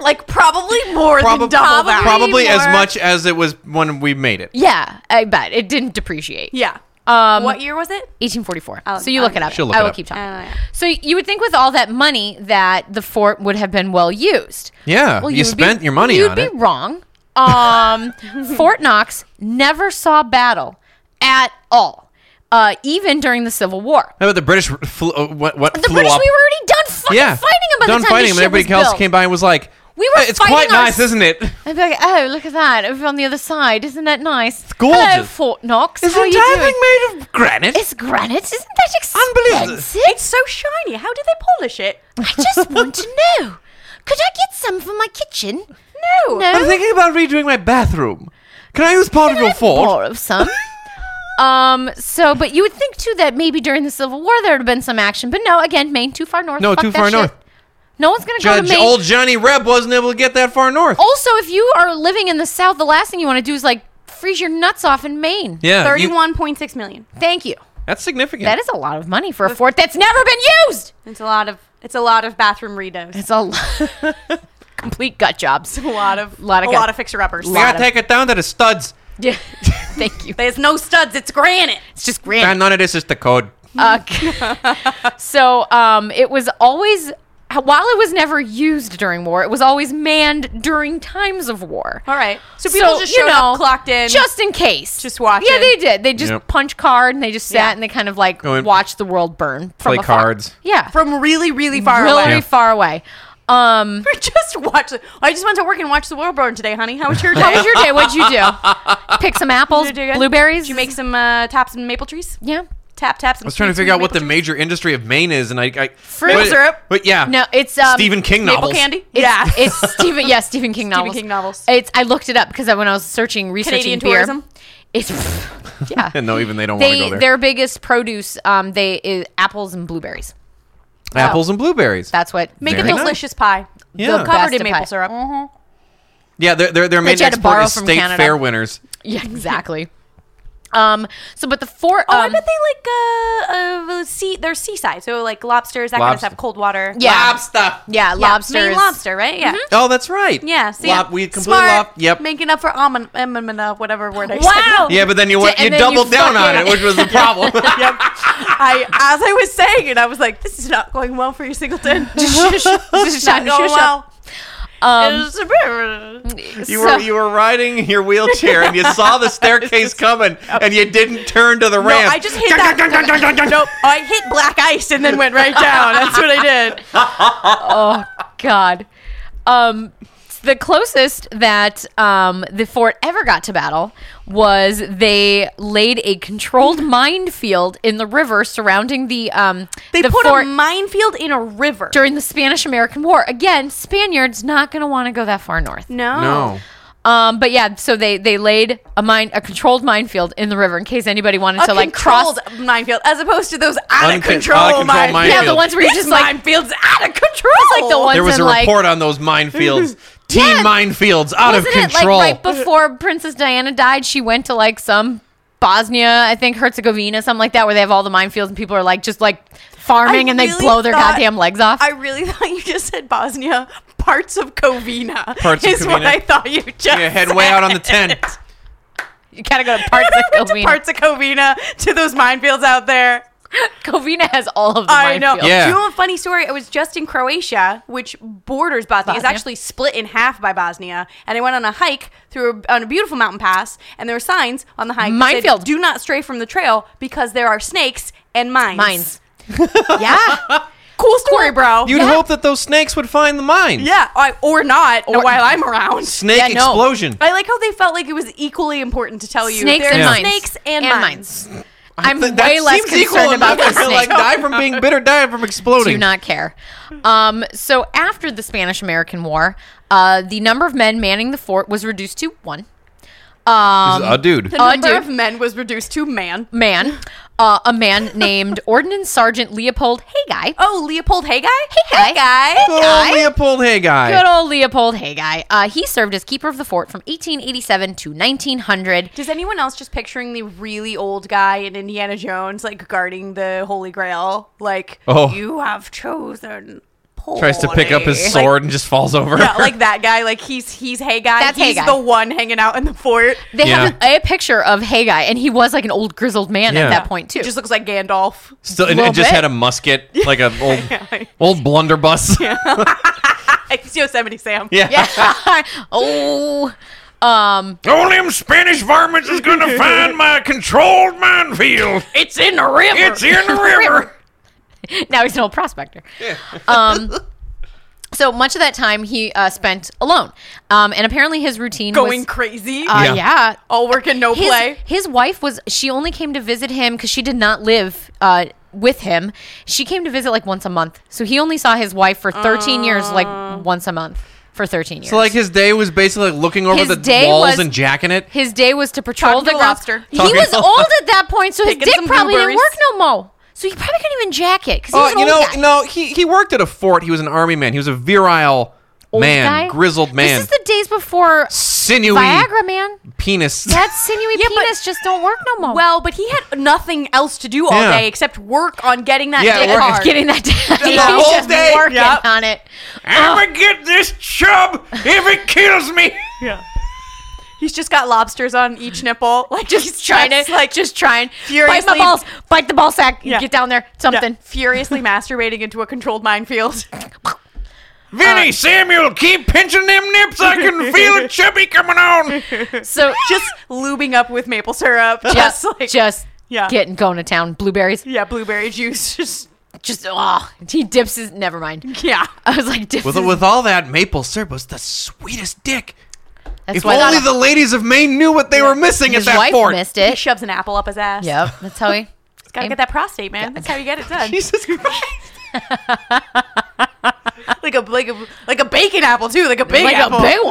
Speaker 3: like probably more
Speaker 4: Probably,
Speaker 3: than double that.
Speaker 4: probably as
Speaker 2: more.
Speaker 4: much as it was when we made it.
Speaker 2: yeah, I bet it didn't depreciate.
Speaker 3: Yeah.
Speaker 2: Um,
Speaker 3: what year was it?
Speaker 2: 1844.
Speaker 3: I'll-
Speaker 2: so you
Speaker 3: I'll
Speaker 2: look it up.
Speaker 4: She'll look
Speaker 2: I
Speaker 4: it
Speaker 2: will
Speaker 4: up.
Speaker 2: keep talking.
Speaker 3: I don't know.
Speaker 2: So you would think with all that money that the fort would have been well used.
Speaker 4: Yeah, you
Speaker 2: would
Speaker 4: spent your money
Speaker 2: You'd
Speaker 4: on
Speaker 2: be
Speaker 4: it.
Speaker 2: wrong. Um, Fort Knox never saw battle at all, uh, even during the Civil War.
Speaker 4: How about the British? Flew, uh, what what
Speaker 2: The
Speaker 4: flew
Speaker 2: British,
Speaker 4: up?
Speaker 2: we were already done fucking
Speaker 4: yeah,
Speaker 2: fighting them by
Speaker 4: done
Speaker 2: the time
Speaker 4: fighting.
Speaker 2: this
Speaker 4: and
Speaker 2: shit
Speaker 4: everybody
Speaker 2: was
Speaker 4: else
Speaker 2: built.
Speaker 4: came by and was like,
Speaker 2: We were
Speaker 4: "Eh, "It's
Speaker 2: fighting
Speaker 4: quite
Speaker 2: our-
Speaker 4: nice, isn't [LAUGHS] it?"
Speaker 2: I'd be like, oh, look at that. Over on the other side. Isn't that nice? It's
Speaker 4: gorgeous.
Speaker 2: Hello, Fort Knox.
Speaker 4: Is
Speaker 2: How are
Speaker 4: the
Speaker 2: you
Speaker 4: entire
Speaker 2: doing?
Speaker 4: thing made of granite?
Speaker 2: It's granite. Isn't that
Speaker 4: Unbelievable.
Speaker 2: expensive?
Speaker 3: It's so shiny. How did they polish it?
Speaker 2: I
Speaker 4: [LAUGHS]
Speaker 2: just want to know. Could I get some for my kitchen?
Speaker 3: No.
Speaker 2: No.
Speaker 4: I'm thinking about redoing my bathroom. Can I use part of your fort?
Speaker 2: Borrow
Speaker 4: [LAUGHS]
Speaker 2: some. um. So, but you would think too that maybe during the Civil War there would have been some action, but no. Again, Maine too far north.
Speaker 4: No,
Speaker 2: Fuck
Speaker 4: too
Speaker 2: that
Speaker 4: far
Speaker 2: shit.
Speaker 4: north.
Speaker 2: No one's gonna go to
Speaker 4: Judge,
Speaker 2: Maine.
Speaker 4: old Johnny Reb wasn't able to get that far north.
Speaker 2: also, if you are living in the South, the last thing you want to do is like freeze your nuts off in Maine.
Speaker 4: yeah, you-
Speaker 3: Thirty-one point six million.
Speaker 2: Thank you.
Speaker 4: that's significant.
Speaker 2: That is a lot of money for a fort that's never been used.
Speaker 3: It's a lot of. It's a lot of bathroom redos.
Speaker 2: It's a lo-
Speaker 3: [LAUGHS]
Speaker 2: complete gut jobs.
Speaker 3: A lot of.
Speaker 2: Lot of
Speaker 3: a
Speaker 2: good-
Speaker 3: lot of fixer uppers.
Speaker 4: we gotta take it down to the studs.
Speaker 2: Yeah. [LAUGHS] Thank you.
Speaker 3: There's no studs. It's granite.
Speaker 2: It's just
Speaker 4: And
Speaker 2: grand.
Speaker 4: none of this is the code.
Speaker 2: Uh, so um, it was always, while it was never used during war, it was always manned during times of war.
Speaker 3: All right. So people just showed up, clocked in.
Speaker 2: just in case,
Speaker 3: Just watching.
Speaker 2: Yeah, they did. They just
Speaker 4: Yep.
Speaker 2: punch card and they just sat
Speaker 3: Yeah.
Speaker 2: and they kind of like
Speaker 4: Go in.
Speaker 2: watched the world burn. From
Speaker 4: Play
Speaker 2: afar.
Speaker 4: cards.
Speaker 2: Yeah,
Speaker 3: from really, really far
Speaker 2: really
Speaker 3: away.
Speaker 2: far away. Um,
Speaker 3: [LAUGHS] just watch. it. I just went to work and watched the world burn today, honey. How was your day?
Speaker 2: how was your day? What'd you
Speaker 4: [LAUGHS]
Speaker 2: do? Pick some apples,
Speaker 3: Did you do good?
Speaker 2: blueberries.
Speaker 3: Did you make some uh, taps and maple trees?
Speaker 2: Yeah.
Speaker 3: Tap taps.
Speaker 4: I was trying to figure out what the major industry of Maine is, and I, I
Speaker 2: Fruit
Speaker 4: but-
Speaker 3: syrup.
Speaker 4: But yeah,
Speaker 2: No, it's um,
Speaker 4: Stephen King
Speaker 3: maple
Speaker 4: novels.
Speaker 3: candy.
Speaker 2: It's,
Speaker 3: yeah. [LAUGHS]
Speaker 2: it's Stephen. Yeah, Stephen King novels.
Speaker 3: King novels.
Speaker 2: It's. I looked it up because I, when I was searching, researching
Speaker 3: Canadian
Speaker 2: beer,
Speaker 3: tourism?
Speaker 2: It's. [LAUGHS] Yeah.
Speaker 4: And [LAUGHS] [LAUGHS] no, even they don't want
Speaker 2: they
Speaker 4: to go there.
Speaker 2: their biggest produce um they is apples and blueberries.
Speaker 4: Apples and blueberries.
Speaker 2: uh, That's what
Speaker 3: Make
Speaker 4: Very
Speaker 3: a
Speaker 4: nice.
Speaker 3: delicious pie. Mm-hmm.
Speaker 4: Yeah.
Speaker 3: Covered
Speaker 2: Best
Speaker 3: in
Speaker 2: of
Speaker 3: maple
Speaker 2: pie.
Speaker 3: syrup.
Speaker 4: Yeah, their their, their main
Speaker 2: That you had to
Speaker 4: export
Speaker 2: borrow
Speaker 4: is
Speaker 2: from
Speaker 4: state
Speaker 2: Canada.
Speaker 4: fair winners.
Speaker 2: Yeah,
Speaker 3: [LAUGHS]
Speaker 2: exactly. um. So, but the fort.
Speaker 3: Oh, I
Speaker 2: um,
Speaker 3: bet they like uh, uh sea. They're seaside, so like lobsters, that kind of
Speaker 4: Lobster.
Speaker 3: stuff, cold water. Mm-hmm.
Speaker 2: Yeah.
Speaker 4: Lobster.
Speaker 2: Yeah,
Speaker 3: yeah,
Speaker 2: lobsters.
Speaker 3: Maine lobster, right? Yeah.
Speaker 4: Oh, that's right.
Speaker 3: Yeah, see,
Speaker 4: Lop- we completely
Speaker 3: Smart,
Speaker 4: lop- Yep.
Speaker 3: Making up for almond, almond uh, whatever word I said.
Speaker 2: Wow.
Speaker 4: Yeah, but then you went,
Speaker 2: And
Speaker 4: you
Speaker 2: then
Speaker 4: doubled
Speaker 2: you
Speaker 4: down on it,
Speaker 2: fucking-
Speaker 4: which was
Speaker 2: [LAUGHS]
Speaker 4: the problem.
Speaker 3: Yep. [LAUGHS] I, as I was saying it, I was like, "This is not going well for you, Singleton.
Speaker 2: [LAUGHS] This
Speaker 3: Oh,
Speaker 2: is not going well. Um,
Speaker 4: you
Speaker 2: so-
Speaker 4: were you were riding your wheelchair and you
Speaker 2: [LAUGHS]
Speaker 4: saw the staircase coming and you didn't turn to the
Speaker 3: No,
Speaker 4: ramp.
Speaker 3: I just hit that. nope, [LAUGHS] I hit black ice and then went right down. That's what I did.
Speaker 2: God. Um, the closest that um, the fort ever got to battle was they laid a controlled minefield in the river surrounding the um,
Speaker 3: They
Speaker 2: the
Speaker 3: put
Speaker 2: fort
Speaker 3: a minefield in a river.
Speaker 2: during the Spanish American War. Again, Spaniards not going to want to go that far north.
Speaker 3: no.
Speaker 4: no.
Speaker 2: Um, but yeah, so they they laid a mine a controlled minefield in the river in case anybody wanted
Speaker 3: A
Speaker 2: to like cross.
Speaker 3: controlled minefield, as opposed to those out
Speaker 4: Uncon-
Speaker 3: of control,
Speaker 4: out of control
Speaker 3: minefields.
Speaker 4: minefield.
Speaker 2: Yeah, the ones where you
Speaker 3: This
Speaker 2: just like
Speaker 3: minefield's out of control.
Speaker 2: It's like the one-
Speaker 4: There was a
Speaker 2: and, like-
Speaker 4: report on those
Speaker 2: [LAUGHS]
Speaker 4: minefields. Teen
Speaker 2: Yeah.
Speaker 4: minefields out of
Speaker 2: wasn't it like
Speaker 4: control.
Speaker 2: right before Princess Diana died? She went to like some Bosnia, I think Herzegovina, something like that, where they have all the minefields and people are like just like farming
Speaker 3: I
Speaker 2: and they
Speaker 3: really
Speaker 2: blow their
Speaker 3: thought-
Speaker 2: goddamn legs off.
Speaker 3: I really [LAUGHS] thought you just said Bosnia. Parts of Covina
Speaker 4: Parts of
Speaker 3: is what
Speaker 4: Covina.
Speaker 3: I thought you just.
Speaker 4: You head way out on the
Speaker 3: said.
Speaker 4: 10.
Speaker 2: you gotta go to [LAUGHS]
Speaker 3: [LAUGHS]
Speaker 2: parts of
Speaker 3: to
Speaker 2: Covina.
Speaker 3: parts of Covina to those minefields out there.
Speaker 2: Covina has all of the
Speaker 3: I know.
Speaker 2: minefields.
Speaker 4: Yeah.
Speaker 3: Do you know a funny story? I was just in Croatia, which borders Bosnia. It's
Speaker 2: Bosnia.
Speaker 3: actually split in half by Bosnia. And I went on a hike through a, on a beautiful mountain pass, and there were signs on the hike. that said,
Speaker 2: Minefield.
Speaker 3: Do not stray from the trail because there are snakes and mines.
Speaker 2: Mines. yeah.
Speaker 3: [LAUGHS] Cool story, bro.
Speaker 4: You'd
Speaker 2: Yeah.
Speaker 4: hope that those snakes would find the mine.
Speaker 3: yeah, I, or not
Speaker 2: Or-
Speaker 3: while I'm around.
Speaker 4: Snake
Speaker 2: Yeah, no.
Speaker 4: explosion.
Speaker 3: I like how they felt like it was equally important to tell you
Speaker 2: Snakes
Speaker 3: there
Speaker 2: and
Speaker 3: are
Speaker 2: mines.
Speaker 3: snakes and, mines.
Speaker 2: I'm
Speaker 4: Th-
Speaker 2: way less
Speaker 4: seems equal
Speaker 2: concerned about the
Speaker 4: enough.
Speaker 2: snake.
Speaker 4: Like, die from being bitter, die from exploding.
Speaker 2: do not care. Um, so after the Spanish American War, uh, the number of men manning the fort was reduced to one. Um,
Speaker 4: a dude.
Speaker 3: The number
Speaker 2: dude.
Speaker 3: of men was reduced to man.
Speaker 2: man, uh, a man [LAUGHS] named Ordnance Sergeant Leopold Hayguy.
Speaker 3: Oh, Leopold Hey Oh, guy.
Speaker 2: Hey, guy.
Speaker 3: guy.
Speaker 2: guy.
Speaker 4: Good old Oh, Leopold Hay guy.
Speaker 2: Good old Leopold Hayguy. Uh, he served as keeper of the fort from 1887 to 1900.
Speaker 3: Does anyone else just picturing the really old guy in Indiana Jones, like guarding the Holy Grail? Like,
Speaker 4: Oh.
Speaker 3: you have chosen. Poorly.
Speaker 4: Tries to pick up his
Speaker 3: Like,
Speaker 4: sword and just falls over.
Speaker 3: yeah, like that guy. Like he's he's hey guy.
Speaker 2: That's Hey
Speaker 3: he's
Speaker 2: Guy.
Speaker 3: the one hanging out in the fort.
Speaker 2: They have
Speaker 4: Yeah.
Speaker 2: a, a picture of Hayguy, and he was like an old grizzled man at
Speaker 4: Yeah.
Speaker 2: that point too.
Speaker 3: Just looks like Gandalf.
Speaker 4: [LAUGHS]
Speaker 3: [LAUGHS]
Speaker 4: Still, and,
Speaker 2: Little
Speaker 4: and just
Speaker 2: bit.
Speaker 4: had a musket, like
Speaker 2: [LAUGHS]
Speaker 4: an old old blunderbuss. Yeah.
Speaker 3: It's Yosemite Sam.
Speaker 2: yeah. oh. Um,
Speaker 5: All them Spanish varmints is
Speaker 4: [LAUGHS]
Speaker 5: gonna find my controlled minefield.
Speaker 3: It's in the river.
Speaker 5: It's in the
Speaker 2: [LAUGHS]
Speaker 5: river.
Speaker 2: now he's an old prospector. Um, so much of that time he uh, spent alone, um, and apparently his routine
Speaker 3: going
Speaker 2: was,
Speaker 3: crazy.
Speaker 2: Uh, yeah.
Speaker 4: Yeah.
Speaker 3: all work and no
Speaker 2: His,
Speaker 3: play.
Speaker 2: his wife was she only came to visit him because she did not live uh, with him. She came to visit like once a month, so he only saw his wife for thirteen years,
Speaker 3: Oh.
Speaker 2: like once a month for thirteen years.
Speaker 4: So [LAUGHS] like his day was basically like looking over
Speaker 2: His
Speaker 4: the
Speaker 2: day
Speaker 4: walls
Speaker 2: was-
Speaker 4: and jacking it.
Speaker 2: his day was to patrol
Speaker 3: Talking to
Speaker 2: the
Speaker 3: a
Speaker 2: grounds.
Speaker 3: lobster.
Speaker 2: He
Speaker 4: Talking
Speaker 2: was
Speaker 4: to a-
Speaker 2: old at that point, so his
Speaker 3: Picking
Speaker 2: dick
Speaker 3: some
Speaker 2: probably didn't
Speaker 3: blueberries.
Speaker 2: work no more. So he probably couldn't even jack it because he
Speaker 4: Oh,
Speaker 2: was an
Speaker 4: you
Speaker 2: old
Speaker 4: know,
Speaker 2: guy.
Speaker 4: no, he he worked at a fort. He was an army man. He was a virile
Speaker 2: Old
Speaker 4: man,
Speaker 2: guy?
Speaker 4: grizzled man,
Speaker 2: This is the days before
Speaker 4: sinewy
Speaker 2: Viagra, man. [LAUGHS]
Speaker 4: penis.
Speaker 2: That sinewy
Speaker 3: Yeah, but-
Speaker 2: penis just don't work no more.
Speaker 3: Well, but he had nothing else to do all
Speaker 4: Yeah.
Speaker 3: day except work on getting that
Speaker 4: Yeah,
Speaker 3: dick
Speaker 4: work-
Speaker 3: hard.
Speaker 2: getting that [LAUGHS] down.
Speaker 4: The whole
Speaker 2: just
Speaker 4: day.
Speaker 2: working
Speaker 3: Yep.
Speaker 2: on it.
Speaker 5: I'ma get this chub if it kills me.
Speaker 3: He's just got lobsters on each nipple, [LAUGHS] like just he's
Speaker 2: Trying to like just trying bite my
Speaker 3: furiously-
Speaker 2: balls, bite the ball sack,
Speaker 3: [LAUGHS] Yeah.
Speaker 2: get down there, something.
Speaker 3: furiously masturbating into a controlled [LAUGHS] minefield.
Speaker 2: uh,
Speaker 5: Vinny, Samuel, keep pinching them nips.
Speaker 4: [LAUGHS]
Speaker 5: I can feel a chubby coming on.
Speaker 2: So
Speaker 3: [LAUGHS] just lubing up with maple
Speaker 2: [LAUGHS]
Speaker 3: syrup.
Speaker 2: just
Speaker 3: Just [LAUGHS] like
Speaker 2: just
Speaker 3: Yeah.
Speaker 2: getting going to town. Blueberries,
Speaker 3: yeah, blueberry juice. [LAUGHS] Just
Speaker 2: just oh, he dips his. Never
Speaker 3: [LAUGHS]
Speaker 2: mind.
Speaker 3: yeah.
Speaker 2: I was like, dips
Speaker 4: with
Speaker 2: his-
Speaker 4: with all that maple syrup was the sweetest dick.
Speaker 2: that's
Speaker 4: if only
Speaker 2: that-
Speaker 4: the ladies of Maine knew what they were missing
Speaker 2: his
Speaker 4: at that
Speaker 2: wife
Speaker 4: fort.
Speaker 2: missed
Speaker 3: He
Speaker 2: it.
Speaker 3: shoves an apple up his ass.
Speaker 2: Yep, that's how he.
Speaker 3: Just gotta get that prostate, man. That's how you [LAUGHS] get it done.
Speaker 4: [LAUGHS] Jesus Christ!
Speaker 3: like a like a like a bacon apple too, like a [LAUGHS] big
Speaker 2: Like
Speaker 3: apple.
Speaker 2: a big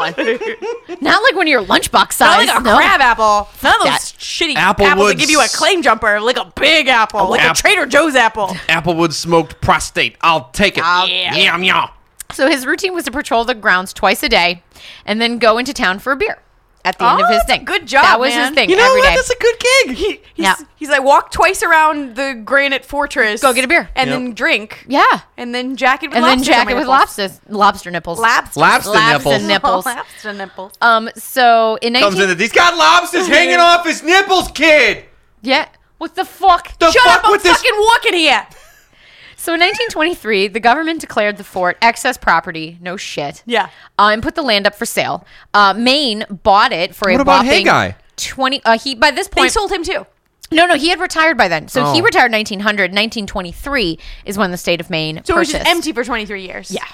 Speaker 2: one,
Speaker 3: [LAUGHS]
Speaker 2: not like when you're lunchbox
Speaker 3: Not
Speaker 2: size.
Speaker 3: like a
Speaker 2: no.
Speaker 3: crab apple. None of those
Speaker 2: that.
Speaker 3: shitty
Speaker 4: Applewood
Speaker 3: apples that give you a
Speaker 4: s-
Speaker 3: claim jumper. Like a big apple. Like
Speaker 2: [LAUGHS]
Speaker 4: app-
Speaker 3: a Trader Joe's apple.
Speaker 4: Applewood smoked prostate. I'll take it.
Speaker 3: yeah.
Speaker 4: Yum yum.
Speaker 2: So his routine was to patrol the grounds twice a day and then go into town for a beer at the end of
Speaker 3: Oh,
Speaker 2: his
Speaker 3: that's a
Speaker 2: thing.
Speaker 3: good job,
Speaker 2: That was
Speaker 3: man.
Speaker 2: his thing
Speaker 4: You know
Speaker 2: every
Speaker 4: what?
Speaker 2: day.
Speaker 4: That's a good gig.
Speaker 3: He, he's,
Speaker 2: Yeah.
Speaker 3: he's like walk twice around the granite fortress.
Speaker 2: Go get a beer.
Speaker 3: and
Speaker 4: Yep.
Speaker 3: then drink.
Speaker 2: yeah.
Speaker 3: and then jacket with
Speaker 2: And then
Speaker 3: lobsters on
Speaker 2: jacket
Speaker 3: my
Speaker 2: with
Speaker 3: nipples.
Speaker 2: lobsters, lobster nipples.
Speaker 3: Lobster.
Speaker 4: Lobster
Speaker 2: Lobster
Speaker 4: nipples.
Speaker 2: nip- nipples.
Speaker 3: [LAUGHS] Lobster [LAUGHS] nipples.
Speaker 2: Um. So in
Speaker 4: Comes
Speaker 2: 19-
Speaker 4: in that he's got lobsters hanging off his nipples, kid.
Speaker 2: yeah. What the fuck?
Speaker 4: The
Speaker 3: Shut
Speaker 4: fuck
Speaker 3: up! I'm
Speaker 4: with this?
Speaker 3: fucking walking here.
Speaker 2: So in 1923, the government declared the fort excess property. No shit.
Speaker 3: Yeah.
Speaker 2: Uh, and put the land up for sale. Uh, Maine bought it for
Speaker 4: What
Speaker 2: a
Speaker 4: about
Speaker 2: whopping
Speaker 4: Haggai?
Speaker 2: twenty. Uh, he by this
Speaker 3: They
Speaker 2: point.
Speaker 3: sold him too.
Speaker 2: no, no, he had retired by then. So he
Speaker 4: Oh.
Speaker 2: retired 1900. 1923 is when the state of Maine
Speaker 3: So it was
Speaker 2: purchased.
Speaker 3: just empty for 23 years.
Speaker 2: Yeah.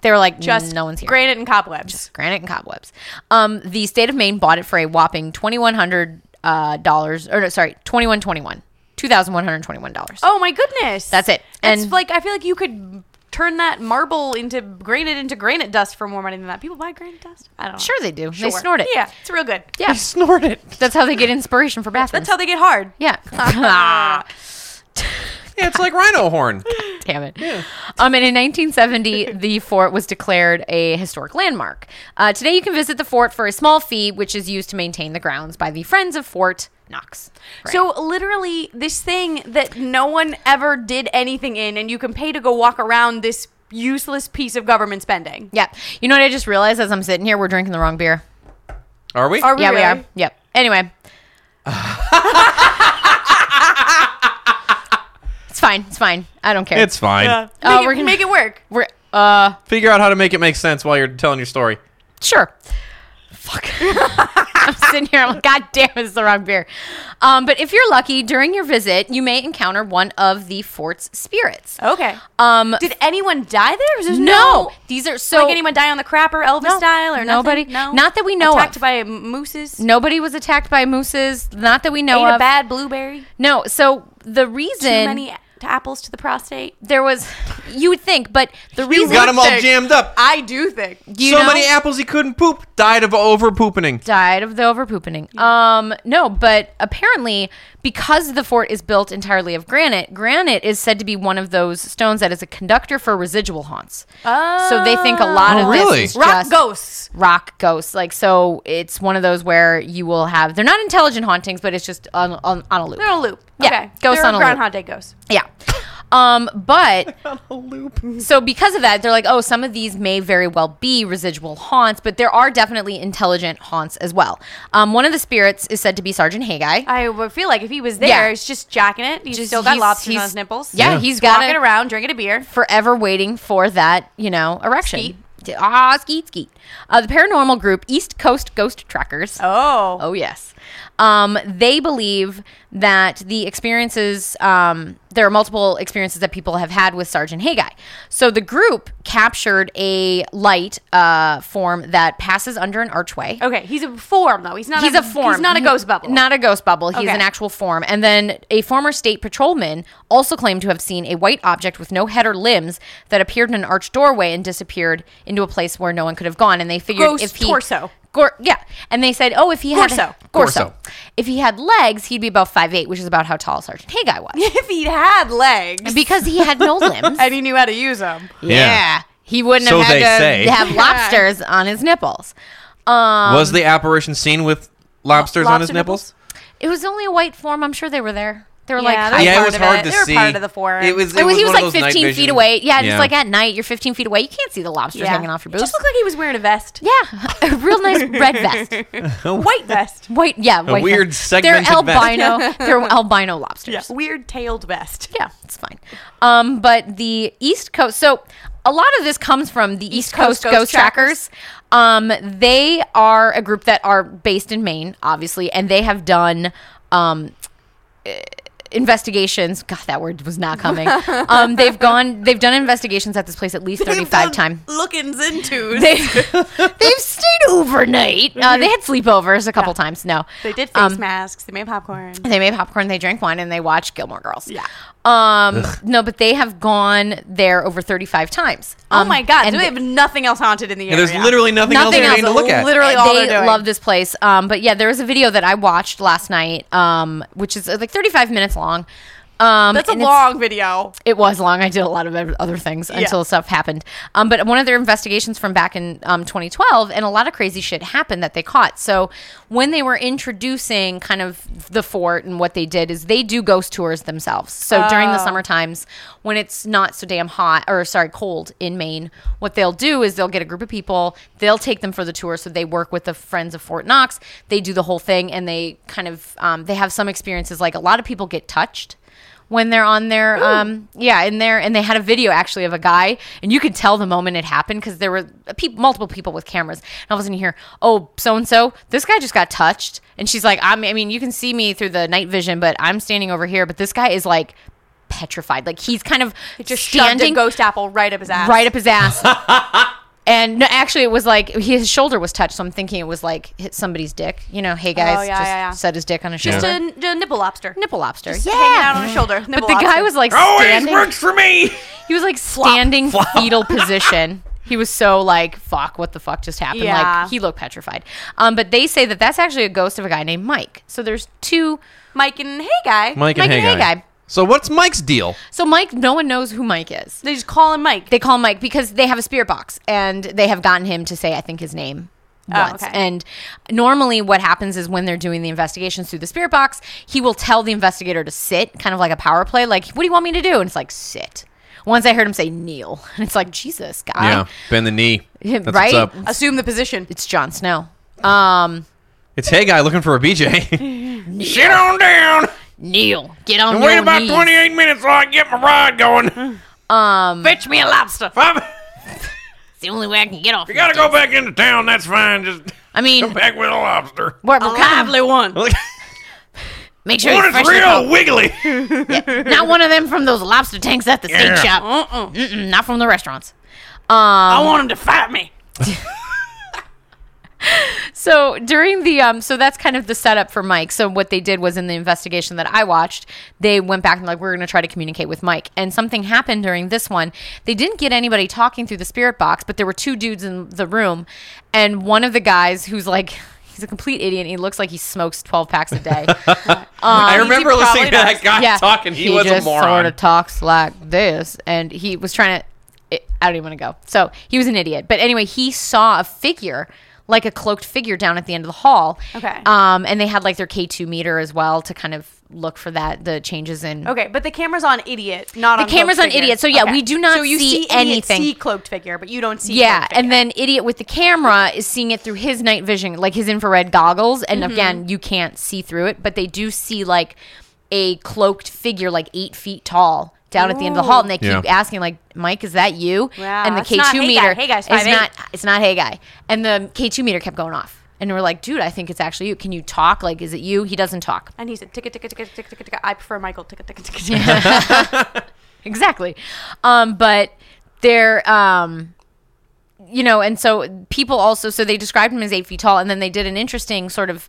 Speaker 2: They were like,
Speaker 3: Just
Speaker 2: no one's here.
Speaker 3: granite and cobwebs.
Speaker 2: granite and cobwebs. Um, the state of Maine bought it for a whopping twenty one hundred uh, dollars, or no, sorry, twenty one twenty one, two thousand one hundred twenty one dollars.
Speaker 3: Oh my goodness.
Speaker 2: That's it.
Speaker 3: That's
Speaker 2: And-
Speaker 3: like I feel like you could turn that marble into granite into granite dust for more money than that. People buy granite dust? I don't know.
Speaker 2: Sure they do. They
Speaker 3: Sure.
Speaker 2: snort it.
Speaker 3: Yeah, it's real good.
Speaker 2: yeah, snort it. That's how they get inspiration for bathrooms.
Speaker 3: That's how they get hard. [LAUGHS]
Speaker 2: yeah. [LAUGHS]
Speaker 4: Yeah, it's like rhino horn.
Speaker 2: Damn it. Um, and in 1970, the fort was declared a historic landmark. Uh, today, you can visit the fort for a small fee, which is used to maintain the grounds by the Friends of Fort Knox. Right.
Speaker 3: So literally this thing that no one ever did anything in and you can pay to go walk around this useless piece of government spending.
Speaker 2: yeah. You know what I just realized as I'm sitting here? We're drinking the wrong beer.
Speaker 4: Are we?
Speaker 3: Are we
Speaker 2: Yeah, we
Speaker 3: really?
Speaker 2: are. Yep.
Speaker 3: [LAUGHS]
Speaker 2: Anyway. it's fine. It's fine. I don't care.
Speaker 4: It's fine.
Speaker 2: Oh,
Speaker 3: Make,
Speaker 2: we're
Speaker 3: it,
Speaker 2: gonna-
Speaker 3: make it
Speaker 2: [LAUGHS]
Speaker 3: work.
Speaker 2: We're uh
Speaker 4: Figure out how to make it make sense while you're telling your story.
Speaker 2: sure. Fuck. [LAUGHS] I'm sitting here. I'm like, God damn, it's the wrong beer. Um, but if you're lucky, during your visit, you may encounter one of the fort's spirits.
Speaker 3: Okay.
Speaker 2: Um,
Speaker 3: Did anyone die there? Was there
Speaker 2: no,
Speaker 3: no
Speaker 2: these are so.
Speaker 3: like anyone die on the crapper Elvis
Speaker 2: No.
Speaker 3: style or nothing?
Speaker 2: Nobody.
Speaker 3: No.
Speaker 2: Not that we know
Speaker 3: Attacked
Speaker 2: of.
Speaker 3: by mooses.
Speaker 2: nobody was attacked by mooses. Not that we know
Speaker 3: Ate
Speaker 2: of.
Speaker 3: a bad blueberry.
Speaker 2: no. So the
Speaker 3: Too
Speaker 2: reason
Speaker 3: many apples to the prostate.
Speaker 2: there was, you would think, but the
Speaker 4: You
Speaker 2: reason
Speaker 4: got them all jammed up.
Speaker 3: I do think.
Speaker 2: you
Speaker 4: so
Speaker 2: know-
Speaker 4: many apples he couldn't poop. Died of over pooping.
Speaker 2: died of the overpooping. Um, no, but apparently because the fort is built entirely of granite, granite is said to be one of those stones that is a conductor for residual haunts. So they think a lot
Speaker 4: Oh,
Speaker 2: of
Speaker 4: really?
Speaker 2: this is
Speaker 3: Rock
Speaker 2: just
Speaker 3: ghosts.
Speaker 2: rock ghosts. Like so, it's one of those where you will have they're not intelligent hauntings, but it's just on on, on a loop.
Speaker 3: They're on a loop.
Speaker 2: Yeah,
Speaker 3: Okay.
Speaker 2: ghosts
Speaker 3: They're
Speaker 2: on a loop.
Speaker 3: Groundhog Day ghosts.
Speaker 2: Yeah. Um, but so because of that, they're like, oh, some of these may very well be residual haunts, but there are definitely intelligent haunts as well. Um, one of the spirits is said to be Sergeant Haggai.
Speaker 3: I would feel like if he was there,
Speaker 2: Yeah.
Speaker 3: it's just jacking it. He's
Speaker 2: Just-
Speaker 3: still got
Speaker 2: he's-
Speaker 3: lobsters on
Speaker 2: he's-
Speaker 3: his nipples.
Speaker 2: yeah,
Speaker 4: Yeah.
Speaker 2: he's
Speaker 3: walking
Speaker 2: got it
Speaker 3: around, drinking a beer.
Speaker 2: forever waiting for that, you know, erection.
Speaker 3: Skeet.
Speaker 2: Ah, skeet skeet. Uh, the paranormal group East Coast Ghost Trackers.
Speaker 3: Oh,
Speaker 2: Oh yes, um, they believe that the experiences um, there are multiple experiences that people have had with Sergeant Haggai. So the group captured a light uh, form that passes under an archway.
Speaker 3: okay. He's a form though. He's not.
Speaker 2: He's a form.
Speaker 3: He's not a ghost bubble.
Speaker 2: Not a ghost bubble. He's
Speaker 3: Okay.
Speaker 2: an actual form. And then a former state patrolman also claimed to have seen a white object with no head or limbs that appeared in an arched doorway and disappeared into a place where no one could have gone. And they figured
Speaker 3: Ghost
Speaker 2: if he
Speaker 3: torso.
Speaker 2: Gor- yeah. And they said, oh, if he had
Speaker 3: Gorso.
Speaker 2: Gorso.
Speaker 4: Gorso.
Speaker 2: If he had legs, he'd be about five eight, which is about how tall Sergeant Haggai
Speaker 3: [LAUGHS]
Speaker 2: was,
Speaker 3: [LAUGHS] if he had legs
Speaker 2: because he had no limbs.
Speaker 3: [LAUGHS] and he knew how to use them.
Speaker 2: yeah. He wouldn't
Speaker 4: So
Speaker 2: have had
Speaker 4: they
Speaker 2: to
Speaker 3: [LAUGHS]
Speaker 4: say.
Speaker 2: have lobsters on his nipples. Um,
Speaker 4: was the apparition seen with lobsters on his
Speaker 3: Lobster
Speaker 4: nipples?
Speaker 2: it was only a white form. I'm sure they were there. They were like,
Speaker 3: Yeah,
Speaker 2: "Hi,
Speaker 3: they-
Speaker 4: Yeah,
Speaker 3: part
Speaker 4: it was
Speaker 3: of
Speaker 4: hard
Speaker 3: it.
Speaker 4: to
Speaker 3: They were
Speaker 4: see.
Speaker 3: part of the forum.
Speaker 4: It was. It
Speaker 2: It was, Oh, he was
Speaker 4: one of
Speaker 2: like
Speaker 4: those night
Speaker 2: 15 feet
Speaker 4: vision-
Speaker 2: away. Yeah, just
Speaker 4: Yeah.
Speaker 2: like at night, you're 15 feet away. You can't see the lobsters hanging off your
Speaker 3: It
Speaker 2: boots.
Speaker 3: just looked like he was wearing a vest.
Speaker 2: yeah, [LAUGHS] a real nice red vest.
Speaker 3: [LAUGHS] White vest.
Speaker 2: White, yeah, white
Speaker 4: weird
Speaker 2: vest.
Speaker 4: segmented
Speaker 2: They're
Speaker 4: vest.
Speaker 2: albino. They're albino lobsters.
Speaker 3: [LAUGHS] Yeah. Weird tailed vest.
Speaker 2: Yeah, it's fine. Um, but the East Coast. So a lot of this comes from the East, Coast,
Speaker 3: Coast
Speaker 2: Ghost,
Speaker 3: Ghost
Speaker 2: Trackers. Um, they are a group that are based in Maine, obviously, and they have done um, eh, investigations. God, that word was not coming. [LAUGHS] um, they've gone. They've done investigations at this place at least thirty-five times.
Speaker 3: Lookings into.
Speaker 2: They, they've [LAUGHS] stayed overnight. Uh, they [LAUGHS] had sleepovers a couple times. No,
Speaker 3: They did face
Speaker 2: Um,
Speaker 3: masks. They made popcorn.
Speaker 2: they made popcorn, they drank wine, and they watched Gilmore Girls.
Speaker 3: Yeah.
Speaker 2: Um. No, but they have gone there over thirty-five times.
Speaker 3: Oh
Speaker 2: Um,
Speaker 3: my god!
Speaker 2: and
Speaker 3: Do they have nothing else haunted in the
Speaker 4: Yeah,
Speaker 3: area?
Speaker 4: there's literally nothing,
Speaker 2: nothing
Speaker 4: else,
Speaker 2: else.
Speaker 4: else to look at.
Speaker 3: Literally all
Speaker 2: they
Speaker 3: they're doing.
Speaker 2: love this place. Um. But yeah, there was a video that I watched last night. Um. Which is uh, like thirty-five minutes long. Um,
Speaker 3: That's a
Speaker 2: and it's-
Speaker 3: long video.
Speaker 2: It was long. I did a lot of ev- other things until stuff happened. Um, but one of their investigations from back in um, 2012, and a lot of crazy shit happened that they caught. So when they were introducing kind of the fort and what they did is they do ghost tours themselves. So during the summer times when it's not so damn hot or sorry cold in Maine, what they'll do is they'll get a group of people, they'll take them for the tour. So they work with the friends of Fort Knox. They do the whole thing, and they kind of um, they have some experiences. Like a lot of people get touched when they're on their um yeah in there and they had a video actually of a guy and you could tell the moment it happened because there were uh, peop multiple people with cameras and all of a sudden you hear oh so and so this guy just got touched and she's like I'm, i mean you can see me through the night vision but i'm standing over here but this guy is like petrified like he's kind of
Speaker 3: Just shoved a
Speaker 2: standing
Speaker 3: ghost apple right up his ass.
Speaker 2: right up his
Speaker 3: [LAUGHS]
Speaker 2: ass And no, actually, it was like he- his shoulder was touched, so I'm thinking it was like hit somebody's dick. You know, hey guys,
Speaker 3: Oh, yeah,
Speaker 2: just
Speaker 3: yeah, yeah.
Speaker 2: set his dick on his
Speaker 3: Just
Speaker 2: shoulder.
Speaker 3: a, a nipple lobster. Oh,
Speaker 2: nipple lobster.
Speaker 3: Just
Speaker 2: yeah,
Speaker 3: Hanging out on his shoulder.
Speaker 2: but
Speaker 3: Nipple
Speaker 2: the guy
Speaker 3: lobster.
Speaker 2: was like
Speaker 4: Oh,
Speaker 5: Always
Speaker 2: standing.
Speaker 5: works for me.
Speaker 2: He was like standing fetal position. He was so like, fuck, what the fuck just happened?
Speaker 3: Yeah.
Speaker 2: Like, he looked petrified. Um, but they say that that's actually a ghost of a guy named Mike. So there's two.
Speaker 3: Mike and Hey Guy.
Speaker 2: and Mike
Speaker 4: Mike
Speaker 2: and Hey Guy. Guy.
Speaker 4: So what's Mike's deal?
Speaker 2: So Mike, no one knows who Mike is.
Speaker 3: They just call him Mike.
Speaker 2: They call him Mike because they have a spirit box and they have gotten him to say, I think, his name.
Speaker 3: Oh,
Speaker 2: Once.
Speaker 3: okay.
Speaker 2: And normally, what happens is when they're doing the investigations through the spirit box, he will tell the investigator to sit, kind of like a power play, like, What do you want me to do? And it's like, Sit. Once I heard him say, Kneel. [LAUGHS] And it's like, Jesus, guy.
Speaker 4: yeah, bend the knee.
Speaker 2: Yeah,
Speaker 4: That's
Speaker 2: [LAUGHS]
Speaker 4: what's
Speaker 2: right?
Speaker 4: up.
Speaker 3: Assume the position.
Speaker 2: It's Jon Snow. Um,
Speaker 4: It's hey guy looking for
Speaker 2: [LAUGHS]
Speaker 4: a BJ.
Speaker 5: Sit on down
Speaker 2: Neil, get on
Speaker 5: and
Speaker 2: your
Speaker 5: wait about
Speaker 2: knees.
Speaker 5: 28 minutes while I get my rod going.
Speaker 2: Um,
Speaker 3: Fetch me a lobster.
Speaker 5: If I'm-
Speaker 2: it's the only way I can get off.
Speaker 5: you gotta go back into town, that's fine. Just
Speaker 2: I
Speaker 5: come
Speaker 2: mean,
Speaker 5: back with a lobster.
Speaker 2: what,
Speaker 3: A lively one.
Speaker 2: make sure
Speaker 5: What
Speaker 2: you're fresh.
Speaker 5: is real wiggly?
Speaker 2: Not one of them from those lobster tanks at the
Speaker 5: Yeah.
Speaker 2: steak shop.
Speaker 3: Uh-uh.
Speaker 2: Mm-mm, not from the restaurants.
Speaker 3: I want him to fight me.
Speaker 2: So during the um, so that's kind of the setup for Mike. So what they did was in the investigation that I watched, they went back and like we're going to try to communicate with Mike. And something happened during this one. They didn't get anybody talking through the spirit box, but there were two dudes in the room, and one of the guys who's like. [LAUGHS] He's a complete idiot. and He looks like he smokes 12 packs a day. um,
Speaker 4: I remember listening to that guy
Speaker 2: yeah.
Speaker 4: talking. He, was a
Speaker 2: just
Speaker 4: moron.
Speaker 2: sort of talks like this, and he was trying to. It, I don't even want to go. So he was an idiot. But anyway, he saw a figure, like a cloaked figure, down at the end of the hall.
Speaker 3: Okay.
Speaker 2: Um, and they had like their K two meter as well to kind of look for that the changes in.
Speaker 3: Okay, but the camera's on idiot, not
Speaker 2: The
Speaker 3: on
Speaker 2: camera's
Speaker 3: cloaked
Speaker 2: on
Speaker 3: figure.
Speaker 2: idiot, so yeah,
Speaker 3: Okay.
Speaker 2: we do not
Speaker 3: so you
Speaker 2: see
Speaker 3: see, idiot,
Speaker 2: anything.
Speaker 3: See cloaked figure, but you don't see.
Speaker 2: Yeah,
Speaker 3: cloaked
Speaker 2: and
Speaker 3: figure.
Speaker 2: then idiot with the camera is seeing it through his night vision, like his infrared goggles, and
Speaker 3: Mm-hmm.
Speaker 2: again, you can't see through it, but they do see like a cloaked figure, like eight feet tall, down at the end of the hall, and they keep
Speaker 4: Yeah.
Speaker 2: asking, like, "Mike, is that you?"
Speaker 3: Wow,
Speaker 2: and the
Speaker 3: it's
Speaker 2: K
Speaker 3: not,
Speaker 2: two
Speaker 3: "Hey,
Speaker 2: meter,
Speaker 3: guy. Hey, guy,
Speaker 2: it's
Speaker 3: 5'8".
Speaker 2: not, it's not, hey guy, and the K two meter kept going off, and we're like, "Dude, I think it's actually you. Can you talk? Like, is it you?" He doesn't talk.
Speaker 3: and he said, "Ticket, ticket, ticket, ticket, ticket, ticket." I prefer Michael. Ticket, ticket, ticket, ticket.
Speaker 2: exactly um but they're um you know and so people also so they described him as eight feet tall and then they did an interesting sort of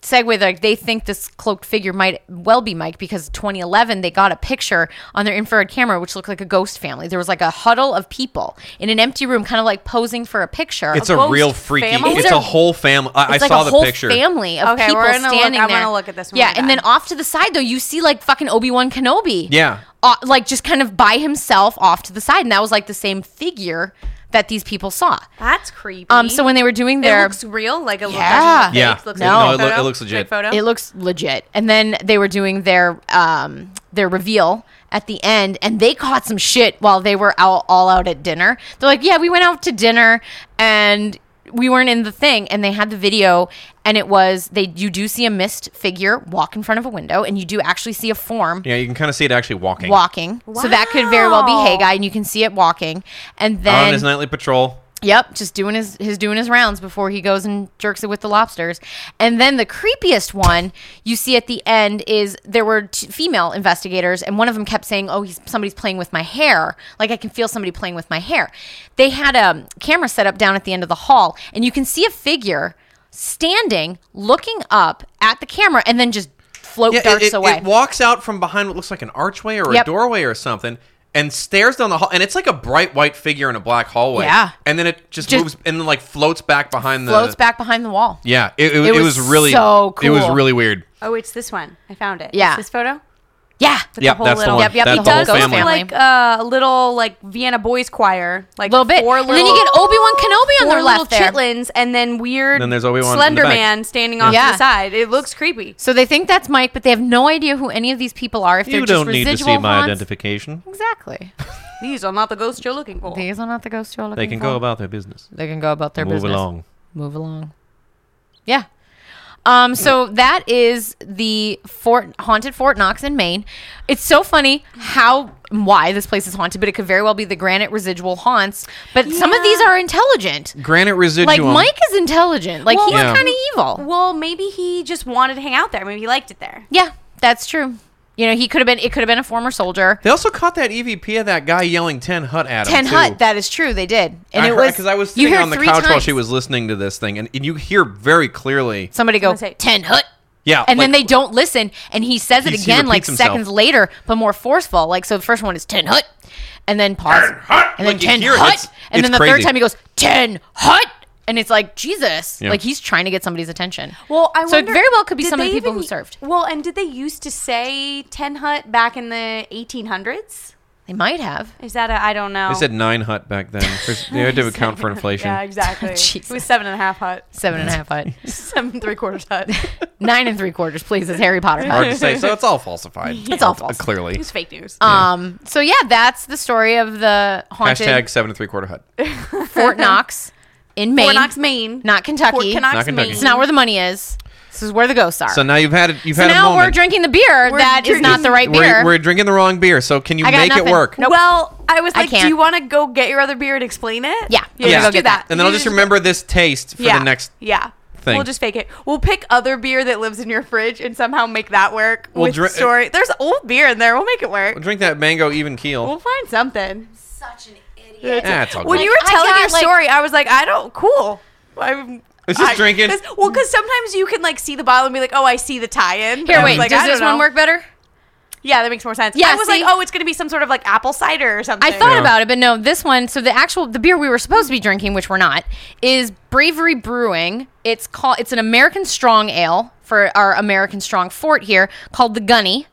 Speaker 2: segue like they think this cloaked figure might well be mike because 2011 they got a picture on their infrared camera which looked like a ghost family there was like a huddle of people in an empty room kind of like posing for a picture
Speaker 4: it's
Speaker 2: of-
Speaker 4: a
Speaker 3: ghost
Speaker 4: real freaky.
Speaker 3: family?
Speaker 4: It's
Speaker 2: It's
Speaker 4: a
Speaker 2: a-
Speaker 4: whole family. I, I
Speaker 2: it's like
Speaker 4: saw
Speaker 2: a
Speaker 4: the
Speaker 2: whole
Speaker 4: picture.
Speaker 2: family of
Speaker 3: Okay,
Speaker 2: people
Speaker 3: we're gonna look-
Speaker 2: standing
Speaker 3: I'm
Speaker 2: there.
Speaker 3: gonna look at this when
Speaker 2: Yeah,
Speaker 3: we're
Speaker 2: and
Speaker 3: done.
Speaker 2: then off to the side though, you see like fucking Obi Wan Kenobi.
Speaker 4: Yeah.
Speaker 2: uh, like just kind of by himself off to the side, and that was like the same figure that these people saw.
Speaker 3: That's creepy.
Speaker 2: Um, so when they were doing
Speaker 3: it
Speaker 2: their,
Speaker 3: looks real, like a
Speaker 2: Yeah.
Speaker 3: yeah,
Speaker 4: Yeah.
Speaker 3: Looks
Speaker 4: No.
Speaker 3: like
Speaker 4: No,
Speaker 3: a
Speaker 4: it loo-
Speaker 3: photo,
Speaker 4: it looks legit.
Speaker 3: fake photo.
Speaker 2: it looks legit, and then they were doing their um their reveal at the end, and they caught some shit while they were out all out at dinner. They're like, yeah, we went out to dinner and. We weren't in the thing, and they had the video, and it was they. You do see a mist figure walk in front of a window, and you do actually see a form
Speaker 4: Yeah, you can kind of see it actually walking.
Speaker 2: walking. So that could very well be
Speaker 3: Wow.
Speaker 2: Haggai, and you can see it walking. And
Speaker 4: on
Speaker 2: then,
Speaker 4: his nightly patrol.
Speaker 2: yep, just doing his his doing his rounds before he goes and jerks it with the lobsters. And then the creepiest one you see at the end is there were t- female investigators, and one of them kept saying, "Oh, he's somebody's playing with my hair. Like I can feel somebody playing with my hair." They had a um, camera set up down at the end of the hall, and you can see a figure standing, looking up at the camera, and then just float
Speaker 4: Yeah, it,
Speaker 2: darts
Speaker 4: it-
Speaker 2: away.
Speaker 4: it walks out from behind what looks like an archway or
Speaker 2: Yep.
Speaker 4: a doorway or something, and stares down the hall. And it's like a bright white figure in a black hallway.
Speaker 2: Yeah.
Speaker 4: and then it just,
Speaker 2: Just-
Speaker 4: moves and then like floats back behind the.
Speaker 2: floats back behind the wall.
Speaker 4: Yeah, it, it,
Speaker 2: It
Speaker 4: it
Speaker 2: was
Speaker 4: was really
Speaker 2: so
Speaker 4: It was
Speaker 2: cool.
Speaker 4: really weird.
Speaker 3: Oh, it's this one. I found it.
Speaker 2: Yeah.
Speaker 3: It's this photo.
Speaker 2: Yeah.
Speaker 3: With
Speaker 4: Yep,
Speaker 3: the whole
Speaker 4: that's the
Speaker 3: little,
Speaker 4: one.
Speaker 2: Yep, yep,
Speaker 4: That's
Speaker 2: he
Speaker 4: the whole
Speaker 3: does
Speaker 2: ghost
Speaker 3: look
Speaker 4: family.
Speaker 2: family.
Speaker 3: like uh, a little like Vienna boys choir, like
Speaker 2: A little bit.
Speaker 3: Four
Speaker 2: and
Speaker 3: little,
Speaker 2: then you get Obi Wan Kenobi on
Speaker 3: four
Speaker 2: their left
Speaker 3: little
Speaker 2: there.
Speaker 3: chitlins, and then weird.
Speaker 4: Then there's Obi-Wan in the
Speaker 3: Slender
Speaker 4: back.
Speaker 3: Man standing off
Speaker 2: Yeah.
Speaker 3: to the side. It looks creepy.
Speaker 2: So they think that's Mike, but they have no idea who any of these people are. If they're
Speaker 4: You
Speaker 2: just
Speaker 4: don't need to
Speaker 2: residual
Speaker 4: see my
Speaker 2: haunts.
Speaker 4: identification.
Speaker 2: Exactly.
Speaker 3: These are not the ghosts you're looking for.
Speaker 2: These are not the ghosts you're looking
Speaker 4: They can
Speaker 2: for.
Speaker 4: go about their business.
Speaker 2: They can go about Mm-hmm. their
Speaker 4: Move
Speaker 2: business.
Speaker 4: along.
Speaker 2: Move along. Yeah. Um, so that is the Fort haunted Fort Knox in Maine. It's so funny how why this place is haunted, but it could very well be the granite residual haunts. But some of these
Speaker 3: Yeah.
Speaker 2: are intelligent.
Speaker 4: Granite residuum.
Speaker 2: Like Mike is intelligent. Like he's
Speaker 4: Yeah.
Speaker 2: kind of evil.
Speaker 3: Well, maybe he just wanted to hang out there. Maybe he liked it there.
Speaker 2: Yeah, that's true. You know, he could have been. It could have been a former soldier.
Speaker 4: They also caught that EVP of that guy yelling "Ten Hut" at him.
Speaker 2: Ten
Speaker 4: too.
Speaker 2: Hut. That is true. They did, and it
Speaker 4: I heard-
Speaker 2: was
Speaker 4: because I was
Speaker 2: you
Speaker 4: sitting
Speaker 2: hear
Speaker 4: on the
Speaker 2: three
Speaker 4: couch while
Speaker 2: times.
Speaker 4: she was listening to this thing, and, and you hear very clearly.
Speaker 2: Somebody go
Speaker 3: Someone say,
Speaker 2: ten hut.
Speaker 4: Yeah,
Speaker 2: and then
Speaker 4: like-
Speaker 2: they don't listen, and he says it
Speaker 4: He- he
Speaker 2: again like
Speaker 4: repeats himself.
Speaker 2: seconds later, but more forceful. Like so, the first one is ten hut, and then pause,
Speaker 4: hut!
Speaker 2: and then
Speaker 4: Like, you
Speaker 2: ten
Speaker 4: hear it.
Speaker 2: hut,
Speaker 4: It's-
Speaker 2: and
Speaker 4: it's
Speaker 2: then the third
Speaker 4: crazy.
Speaker 2: time he goes ten hut, and it's like Jesus,
Speaker 4: Yeah.
Speaker 2: like he's trying to get somebody's attention.
Speaker 3: Well, I
Speaker 2: so
Speaker 3: wonder,
Speaker 2: it very well could be
Speaker 3: did
Speaker 2: some of the
Speaker 3: they
Speaker 2: people
Speaker 3: even-
Speaker 2: who served.
Speaker 3: Well, and did they used to say ten hut back in the 1800s?
Speaker 2: They might have.
Speaker 3: Is that a I don't know?
Speaker 4: They
Speaker 2: Oh.
Speaker 4: said nine hut back
Speaker 2: [LAUGHS]
Speaker 4: then. There's- They had to account for inflation.
Speaker 3: yeah, [LAUGHS] exactly.
Speaker 2: Jesus.
Speaker 3: It was seven and a half hut, [LAUGHS]
Speaker 2: Seven and a half hut,
Speaker 3: seven and three quarters [LAUGHS] hut. it
Speaker 2: nine and three quarters, please. It's Harry Potter.
Speaker 4: Hard to say. So it's all falsified.
Speaker 2: [LAUGHS] It's all
Speaker 4: Uh,
Speaker 2: false.
Speaker 4: Clearly.
Speaker 3: was fake news.
Speaker 2: Um. So yeah, that's the story of the haunted
Speaker 4: Hashtag seven and three
Speaker 2: [LAUGHS]
Speaker 4: quarter hut.
Speaker 2: Fort Knox in Maine,
Speaker 3: Fort Knox, Maine.
Speaker 2: not
Speaker 3: Fort
Speaker 2: Kentucky.
Speaker 3: Knox,
Speaker 4: Not Kentucky.
Speaker 3: Maine.
Speaker 2: It's not where the money is. This is where the ghosts are.
Speaker 4: So now you've had it. You've
Speaker 2: So
Speaker 4: had a
Speaker 2: now
Speaker 4: moment.
Speaker 2: we're drinking the beer
Speaker 3: We're
Speaker 2: that is not the right
Speaker 4: We're-
Speaker 2: beer.
Speaker 4: We're, drinking the wrong beer. So can you
Speaker 2: I got
Speaker 4: make
Speaker 2: nothing.
Speaker 4: it work?
Speaker 2: Nope.
Speaker 3: Well, I was
Speaker 2: I
Speaker 3: like, do
Speaker 2: can't.
Speaker 3: you want to go get your other beer and explain it?
Speaker 2: Yeah.
Speaker 3: You
Speaker 2: Yeah.
Speaker 3: just
Speaker 2: Go
Speaker 3: do
Speaker 2: get
Speaker 3: that.
Speaker 4: And then I'll
Speaker 3: You
Speaker 4: just remember this taste for the next.
Speaker 3: yeah
Speaker 4: thing.
Speaker 3: We'll just fake it. We'll pick other beer that lives in your fridge and somehow make that work
Speaker 4: We'll
Speaker 3: with
Speaker 4: dri-
Speaker 3: story. There's old beer in there. We'll make it work.
Speaker 4: Drink that mango even
Speaker 3: We'll
Speaker 4: keel.
Speaker 3: find something.
Speaker 2: such an idiot.
Speaker 4: That's all.
Speaker 3: When
Speaker 4: good.
Speaker 3: you were
Speaker 2: I
Speaker 3: telling
Speaker 2: got,
Speaker 3: your
Speaker 2: like-
Speaker 3: story, I was like, I don't. Cool. I'm.
Speaker 4: This is
Speaker 3: I-
Speaker 4: drinking.
Speaker 3: 'cause- well, because sometimes you can like see the bottle and be like, "Oh, I see the tie-in." I
Speaker 2: Here,
Speaker 3: was
Speaker 2: wait.
Speaker 3: Like,
Speaker 2: does
Speaker 3: I don't
Speaker 2: this one
Speaker 3: know.
Speaker 2: work better?
Speaker 3: Yeah, that makes more sense.
Speaker 2: Yeah,
Speaker 3: I was
Speaker 2: see?
Speaker 3: like, "Oh, it's gonna be some sort of like apple cider or something."
Speaker 2: I thought
Speaker 4: Yeah.
Speaker 2: about it, but no. This one. So the actual the beer we were supposed to be drinking, which we're not, is Bravery Brewing. It's called. It's an American Strong Ale for our American Strong Fort here, called the Gunny.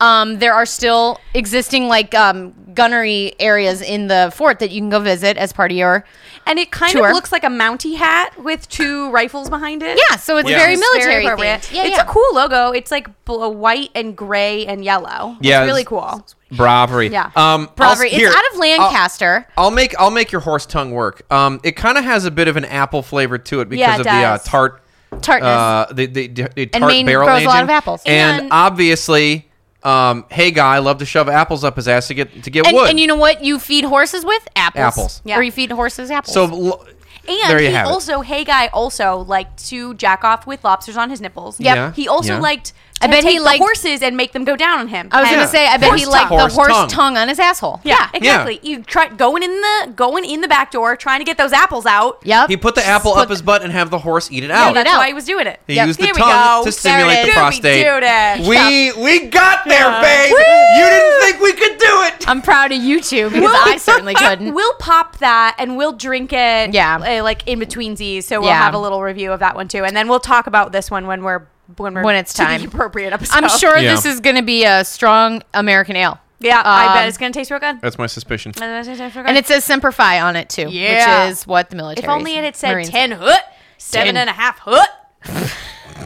Speaker 2: Um, there are still existing like um, gunnery areas in the fort that you can go visit as part of your
Speaker 3: and it kind
Speaker 2: Sure.
Speaker 3: of looks like a Mounty hat with two rifles behind it.
Speaker 2: yeah. So it's
Speaker 4: Yeah.
Speaker 2: very
Speaker 3: It's
Speaker 2: military.
Speaker 3: appropriate.
Speaker 2: themed. Yeah,
Speaker 3: it's
Speaker 2: yeah.
Speaker 3: a cool logo. It's like bl- white and gray and yellow.
Speaker 4: Yeah,
Speaker 3: it's really
Speaker 4: it's-
Speaker 3: cool.
Speaker 4: Bravery.
Speaker 3: Yeah.
Speaker 4: Um, I'll-
Speaker 2: Bravery. It's
Speaker 4: here,
Speaker 2: out of Lancaster.
Speaker 4: I'll, I'll make I'll make your horse tongue work. Um, it kind of has a bit of an apple flavor to it because
Speaker 3: Yeah, it
Speaker 4: of the uh,
Speaker 3: does.
Speaker 4: tart
Speaker 2: Tartness.
Speaker 4: Uh, the, the, the, the tart
Speaker 2: Maine
Speaker 4: barrel
Speaker 2: grows a
Speaker 4: aging.
Speaker 2: lot of apples.
Speaker 4: And,
Speaker 3: And-
Speaker 4: obviously, um, hey guy, love to shove apples up his ass to get to get
Speaker 2: and,
Speaker 4: wood.
Speaker 2: and you know what you feed horses with? Apples.
Speaker 4: Apples.
Speaker 3: Yeah.
Speaker 2: Or you feed horses apples.
Speaker 4: so l-
Speaker 3: And
Speaker 4: there you
Speaker 3: he
Speaker 4: have it.
Speaker 3: also, hey guy, also liked to jack off with lobsters on his nipples.
Speaker 2: Yep.
Speaker 4: Yeah,
Speaker 3: He also
Speaker 4: yeah.
Speaker 3: liked.
Speaker 2: I
Speaker 3: To
Speaker 2: bet he
Speaker 3: take the
Speaker 2: liked-
Speaker 3: horses and make them go down on him.
Speaker 2: I was
Speaker 3: And-
Speaker 2: gonna say, I bet he
Speaker 3: Horse
Speaker 2: liked
Speaker 3: tongue.
Speaker 2: the
Speaker 4: Horse
Speaker 2: horse tongue.
Speaker 4: tongue.
Speaker 2: on his asshole.
Speaker 3: Yeah, exactly.
Speaker 4: Yeah.
Speaker 3: You try going in the going in the back door, trying to get those apples out.
Speaker 2: Yep.
Speaker 4: he put the apple
Speaker 2: Put
Speaker 4: up his butt and have the horse eat it
Speaker 3: Yeah,
Speaker 4: out.
Speaker 2: it
Speaker 3: that's
Speaker 2: out.
Speaker 3: why he was doing it.
Speaker 4: He
Speaker 2: Yep.
Speaker 4: used the
Speaker 3: Here we
Speaker 4: tongue
Speaker 3: go.
Speaker 4: to
Speaker 3: There it
Speaker 4: stimulate
Speaker 3: is.
Speaker 4: the prostate.
Speaker 3: Dude, it.
Speaker 4: We we got there,
Speaker 3: Yeah.
Speaker 4: babe. You didn't think we could do it.
Speaker 2: I'm proud of you two because I [LAUGHS] certainly couldn't.
Speaker 3: We'll pop that and we'll drink it.
Speaker 2: Yeah.
Speaker 3: uh, like in between Z's. So we'll
Speaker 2: Yeah.
Speaker 3: have a little review of that one too, and then we'll talk about this one when we're when we're
Speaker 2: When it's
Speaker 3: to the
Speaker 2: time.
Speaker 3: appropriate episode.
Speaker 2: I'm sure
Speaker 4: Yeah.
Speaker 2: this is gonna be a strong American ale.
Speaker 3: Yeah, I bet
Speaker 2: Um,
Speaker 3: it's gonna taste real good.
Speaker 4: That's my suspicion.
Speaker 2: And
Speaker 3: And
Speaker 2: it says Semper Fi on it too,
Speaker 3: Yeah.
Speaker 2: which is what the military.
Speaker 3: if only it had said
Speaker 2: Marines-
Speaker 3: ten hoot, seven and a half hoot.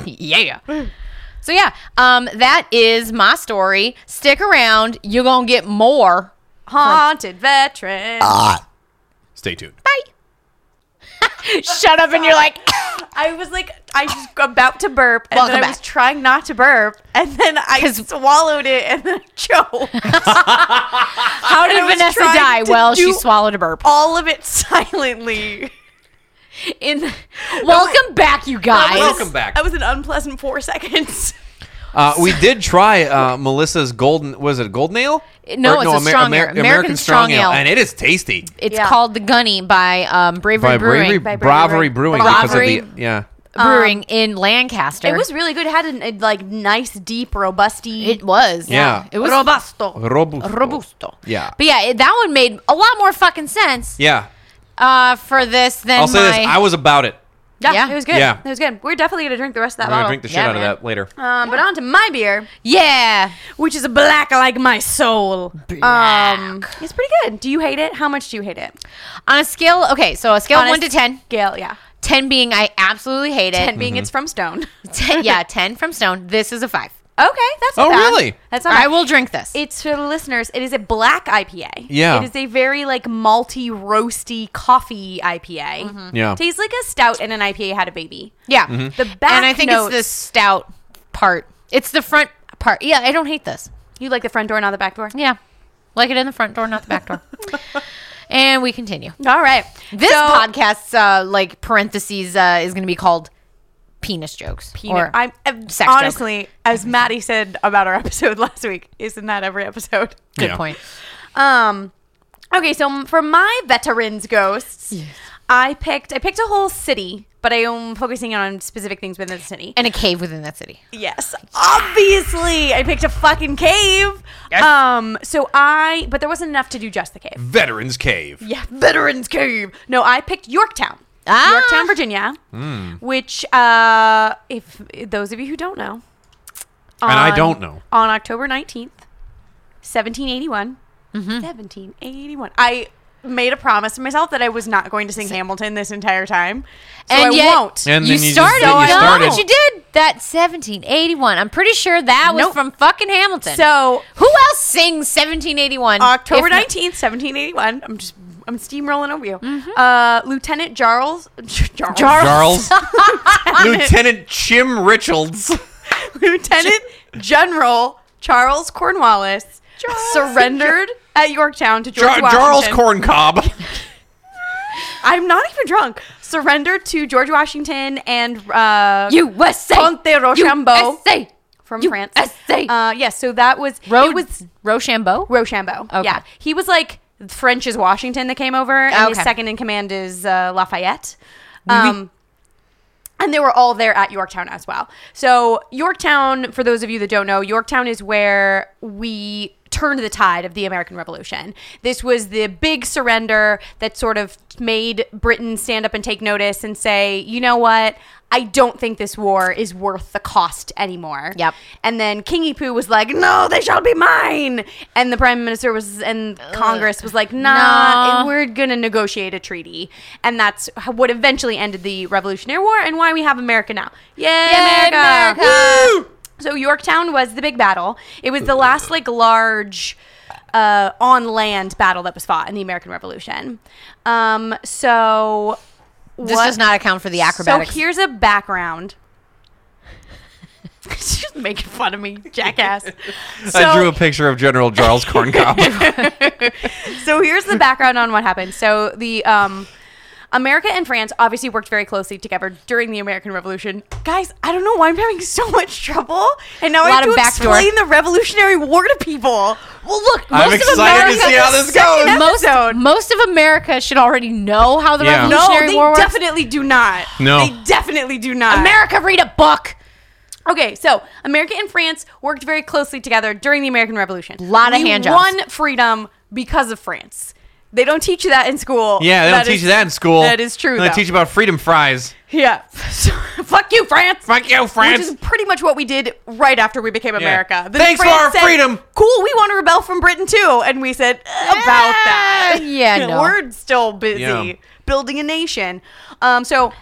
Speaker 2: Yeah. So yeah, um, that is my story. Stick around; you're gonna get more.
Speaker 3: Haunted veteran.
Speaker 4: Stay tuned.
Speaker 2: Shut up, and you're like,
Speaker 3: I was like, I was [LAUGHS] about to burp, and
Speaker 2: Welcome
Speaker 3: then I
Speaker 2: back.
Speaker 3: was trying not to burp, and then I
Speaker 2: 'Cause-
Speaker 3: swallowed it and then [LAUGHS] choked
Speaker 2: "How
Speaker 3: I
Speaker 2: did
Speaker 3: was
Speaker 2: Vanessa
Speaker 3: trying
Speaker 2: die?"
Speaker 3: to
Speaker 2: Well, she
Speaker 3: do-
Speaker 2: swallowed a burp.
Speaker 3: all of it silently.
Speaker 2: In [LAUGHS] welcome back, you guys.
Speaker 4: Welcome back.
Speaker 3: That was an unpleasant four [LAUGHS] seconds.
Speaker 4: Uh, we did try uh, Melissa's golden. Was it golden ale?
Speaker 2: No, it's a strong ale.
Speaker 4: American,
Speaker 2: American strong
Speaker 4: strong, ale,
Speaker 2: ale.
Speaker 4: and it is tasty.
Speaker 2: It's
Speaker 3: Yeah.
Speaker 2: called the Gunny by um, Bravery
Speaker 4: By
Speaker 2: Brewing.
Speaker 4: bravery,
Speaker 3: By Bravery
Speaker 4: bravery
Speaker 3: Brewing.
Speaker 4: brewing
Speaker 2: Bravery.
Speaker 4: because of the yeah.
Speaker 2: Brewing in Lancaster.
Speaker 3: It was really good. It had an, a like nice, deep, robusty.
Speaker 2: It was.
Speaker 4: Yeah.
Speaker 2: It was
Speaker 3: robusto.
Speaker 4: Robusto.
Speaker 2: robusto.
Speaker 4: Yeah.
Speaker 2: But yeah, it, that one made a lot more fucking sense
Speaker 4: Yeah.
Speaker 2: uh, for this than
Speaker 4: I'll say
Speaker 2: my.
Speaker 4: this. I was about it.
Speaker 3: Yeah,
Speaker 2: Yeah.
Speaker 3: it was good.
Speaker 4: Yeah.
Speaker 3: It was good. We're definitely going to drink the rest of that
Speaker 4: I'm gonna
Speaker 3: bottle.
Speaker 4: drink the shit
Speaker 2: Yeah,
Speaker 4: out
Speaker 2: man.
Speaker 4: of that [LAUGHS] later.
Speaker 3: um, but on to my beer,
Speaker 2: Yeah.
Speaker 3: which is black like my soul. Um, it's pretty good. Do you hate it? How much do you hate it?
Speaker 2: On a scale, okay, so a scale of
Speaker 3: On a
Speaker 2: 1 to 10,
Speaker 3: Gail, yeah.
Speaker 2: 10 being I absolutely hate it.
Speaker 3: 10 being
Speaker 4: Mm-hmm.
Speaker 3: it's from Stone. [LAUGHS]
Speaker 2: [LAUGHS]
Speaker 3: okay,
Speaker 2: 10 yeah, 10 from Stone. This is a 5.
Speaker 3: that's not
Speaker 4: Oh,
Speaker 3: bad.
Speaker 4: really?
Speaker 3: That's not
Speaker 2: I
Speaker 3: bad.
Speaker 2: will drink this.
Speaker 3: It's for the listeners. It is a black IPA.
Speaker 4: Yeah.
Speaker 3: It is a very like malty, roasty coffee IPA.
Speaker 4: Mm-hmm. Yeah.
Speaker 3: Tastes like a stout and an IPA had a baby.
Speaker 2: yeah.
Speaker 4: Mm-hmm.
Speaker 3: The back
Speaker 2: and I think
Speaker 3: notes,
Speaker 2: it's the stout part. It's the front part. Yeah, I don't hate this.
Speaker 3: You like the front door, not the back door.
Speaker 2: Yeah. Like it in the front door, not the back
Speaker 3: [LAUGHS]
Speaker 2: door. and we continue.
Speaker 3: All right.
Speaker 2: This
Speaker 3: So-
Speaker 2: podcast's uh, like parentheses uh, is going to be called penis jokes.
Speaker 3: peanut. I'm, I'm-
Speaker 2: sex joke.
Speaker 3: honestly, as Maddie said about our [LAUGHS] episode last week, isn't that every episode?
Speaker 2: good
Speaker 4: Yeah.
Speaker 2: point.
Speaker 3: Um, okay, so m- for my veterans ghosts, I picked I picked a whole city, but I am focusing on specific things within the city.
Speaker 2: And a cave within that city.
Speaker 3: Yes, obviously, I picked a fucking cave. Um, so I, but there wasn't enough to do just the cave.
Speaker 5: Veterans Cave.
Speaker 4: [LAUGHS]
Speaker 3: Yeah, Veterans Cave. No, I picked Yorktown.
Speaker 2: Ah.
Speaker 3: Yorktown, Virginia,
Speaker 5: Hmm.
Speaker 3: which, uh, if those of you who don't know,
Speaker 5: And I
Speaker 3: on-
Speaker 5: don't know.
Speaker 3: on October 19th, 1781,
Speaker 2: Mm-hmm.
Speaker 3: 1781, I made a promise to myself that I was not going to sing Hamilton this entire time. So
Speaker 2: and
Speaker 3: I
Speaker 2: yet,
Speaker 3: won't.
Speaker 4: And
Speaker 2: you
Speaker 4: then you just
Speaker 2: started.
Speaker 4: did- you
Speaker 2: no,
Speaker 4: started.
Speaker 2: but you did that 1781. I'm pretty sure that was
Speaker 3: Nope.
Speaker 2: from fucking Hamilton.
Speaker 3: so
Speaker 2: who else sings 1781?
Speaker 3: October
Speaker 2: if not-
Speaker 3: 19th, 1781, I'm just. I'm steamrolling over you,
Speaker 2: Mm-hmm.
Speaker 3: uh, Lieutenant Charles. [LAUGHS] Charles.
Speaker 4: Charles.
Speaker 2: [LAUGHS]
Speaker 4: Lieutenant Jim [LAUGHS] Richards.
Speaker 3: Lieutenant General Charles Cornwallis surrendered at Yorktown to George
Speaker 4: Jar-
Speaker 3: Washington.
Speaker 4: Charles Corncob. [LAUGHS]
Speaker 3: I'm not even drunk. Surrendered to George Washington and uh,
Speaker 2: USA.
Speaker 3: Comte Rochambeau
Speaker 2: USA.
Speaker 3: from France.
Speaker 2: USA.
Speaker 3: Uh, yes, so that was
Speaker 2: Ro-
Speaker 3: it was
Speaker 2: Rochambeau.
Speaker 3: Rochambeau.
Speaker 2: Okay.
Speaker 3: Yeah, he was like French is Washington that came over, and his
Speaker 2: Okay.
Speaker 3: second in command is uh, Lafayette. Um, and they were all there at Yorktown as well. So Yorktown, for those of you that don't know, Yorktown is where we turned the tide of the American Revolution. This was the big surrender that sort of made Britain stand up and take notice and say, you know what? I don't think this war is worth the cost anymore.
Speaker 2: Yep.
Speaker 3: And then Kingy Poo was like, "No, they shall be mine." And the prime minister was, and Congress was like, "Nah,
Speaker 2: No.
Speaker 3: we're gonna negotiate a treaty." And that's h- what eventually ended the Revolutionary War and why we have America now. Yay, America!
Speaker 2: America.
Speaker 3: Woo! So Yorktown was the big battle. It was the last like large uh, on land battle that was fought in the American Revolution. Um, so
Speaker 2: This does not account for the acrobatics.
Speaker 3: so here's a background. [LAUGHS] She's making fun of me, jackass. So,
Speaker 4: [LAUGHS] I drew a picture of General [LAUGHS] Charles Corncob.
Speaker 3: so here's the background on what happened. So the um, America and France obviously worked very closely together during the American Revolution. Guys, I don't know why I'm having so much trouble, and now I
Speaker 2: Lot
Speaker 3: have to
Speaker 2: of backdoor.
Speaker 3: explain the Revolutionary War to people. Well, look,
Speaker 4: I'm
Speaker 3: most of
Speaker 4: excited to
Speaker 3: America-
Speaker 4: see how this
Speaker 3: second
Speaker 4: goes.
Speaker 2: most,
Speaker 3: episode.
Speaker 2: most of America should already know how the
Speaker 4: Yeah. No,
Speaker 2: Revolutionary
Speaker 3: no, they
Speaker 2: War works.
Speaker 3: definitely do not.
Speaker 4: No.
Speaker 3: they definitely do not.
Speaker 2: America, read a book.
Speaker 3: Okay, so America and France worked very closely together during the American Revolution. A
Speaker 2: Lot of hand jobs.
Speaker 3: won freedom because of France. They don't teach you that in school.
Speaker 4: Yeah, they don't teach
Speaker 3: is-
Speaker 4: you that in school.
Speaker 3: That is true.
Speaker 4: And They
Speaker 3: though.
Speaker 4: teach you about freedom fries.
Speaker 3: yeah. [LAUGHS] So, fuck you, France.
Speaker 5: Fuck you,
Speaker 3: Which
Speaker 5: France.
Speaker 3: is pretty much what we did right after we became America. Then
Speaker 4: Thanks for
Speaker 3: France
Speaker 4: our
Speaker 3: said,
Speaker 4: freedom.
Speaker 3: Cool, we want to rebel from Britain too, and we said about that.
Speaker 2: yeah, no.
Speaker 3: [LAUGHS] we're still busy
Speaker 4: Yeah.
Speaker 3: building a nation. Um, so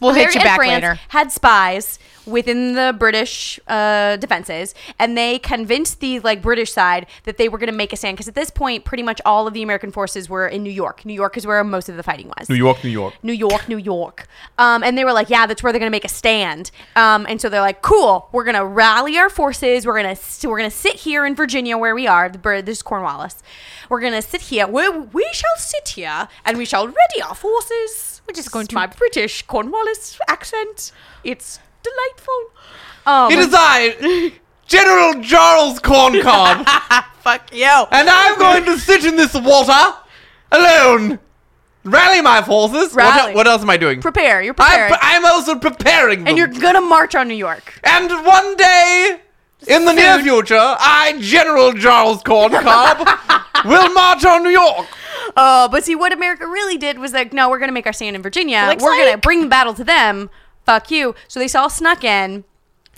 Speaker 2: We'll hit
Speaker 3: America
Speaker 2: you
Speaker 3: and
Speaker 2: back
Speaker 3: France
Speaker 2: later.
Speaker 3: Had spies within the British uh, defenses, and they convinced the like British side that they were going to make a stand because at this point, pretty much all of the American forces were in New York. New York is where most of the fighting was.
Speaker 4: York, New York.
Speaker 3: New York, New York. Um, and they were like, yeah, that's where they're going to make a stand. Um, and so they're like, cool, we're going to rally our forces. We're going to we're going to sit here in Virginia where we are. The bird, this is Cornwallis. We're going to sit here. We, we shall sit here and we shall ready our forces. Which is
Speaker 2: going to-
Speaker 3: my British Cornwallis accent. It's delightful. Um,
Speaker 4: It is [LAUGHS] I, General Charles [LAUGHS] Corncob,
Speaker 3: fuck you.
Speaker 4: and I'm going to sit in this water alone. Rally my forces. What
Speaker 3: Rally.
Speaker 4: el- What, else am I doing?
Speaker 3: Prepare. You're prepared.
Speaker 4: I'm, I'm also preparing them.
Speaker 3: and you're going to march on New York.
Speaker 4: And one day In the near future, I, General Charles
Speaker 3: [LAUGHS]
Speaker 4: Corncob, will march on New York.
Speaker 3: Uh, but see, what America really did was like, no, we're going to make our stand in Virginia.
Speaker 2: Like,
Speaker 3: we're going to
Speaker 2: psych.
Speaker 3: bring the battle to them. Fuck you. So they saw
Speaker 2: [LAUGHS]
Speaker 3: snuck in.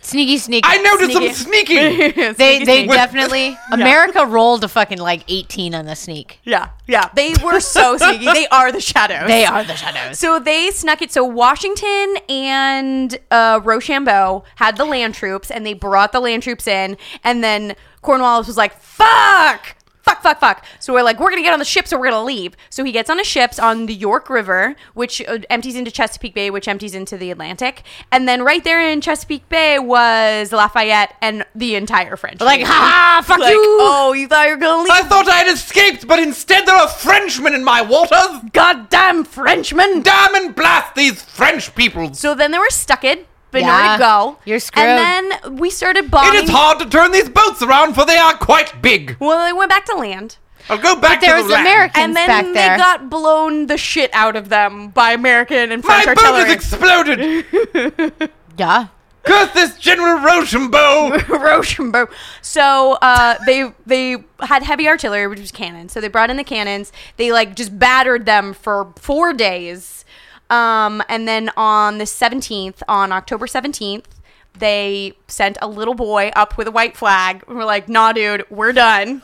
Speaker 2: Sneaky, sneaky.
Speaker 4: I noticed
Speaker 3: [LAUGHS]
Speaker 4: some sneaking.
Speaker 2: They, they
Speaker 4: sneaky. [LAUGHS]
Speaker 2: definitely America rolled a fucking like 18 on the sneak.
Speaker 3: yeah, yeah. They were so sneaky. They are the shadows.
Speaker 2: They are [LAUGHS] the shadows.
Speaker 3: So they snuck it. So Washington and uh, Rochambeau had the land troops, and they brought the land troops in. And then Cornwallis was like, "Fuck, fuck, fuck, fuck." So we're like, "We're gonna get on the ships, or we're gonna leave." So he gets on a ships on the York River, which uh, empties into Chesapeake Bay, which empties into the Atlantic. And then right there in Chesapeake Bay was Lafayette and the entire French.
Speaker 2: like, ha ha, fuck
Speaker 3: Like,
Speaker 2: you.
Speaker 3: oh, you thought you were gonna leave?
Speaker 4: I thought I had escaped, but instead there are Frenchmen in my waters.
Speaker 3: Goddamn Frenchmen!
Speaker 4: Damn and blast these French people.
Speaker 3: So then they were stucked, but
Speaker 2: Yeah.
Speaker 3: nowhere to go.
Speaker 2: You're screwed.
Speaker 3: And then we started bombing.
Speaker 4: It is hard to turn these boats around, for they are quite big.
Speaker 3: Well, they went back to land.
Speaker 4: I'll go back
Speaker 2: there
Speaker 4: to
Speaker 2: was
Speaker 4: the land.
Speaker 2: Americans
Speaker 3: And then
Speaker 2: back
Speaker 3: they
Speaker 2: there.
Speaker 3: got blown the shit out of them by American and French
Speaker 4: My boat
Speaker 3: artillery.
Speaker 4: has
Speaker 3: [LAUGHS]
Speaker 4: exploded.
Speaker 2: yeah.
Speaker 4: Curse this General
Speaker 3: [LAUGHS]
Speaker 4: Rochambeau.
Speaker 3: Rochambeau. So uh, they they had heavy artillery, which was cannons. So they brought in the cannons. They like just battered them for four days, um, and then on the seventeenth, on October seventeenth, they sent a little boy up with a white flag. We're like, nah, dude, we're done.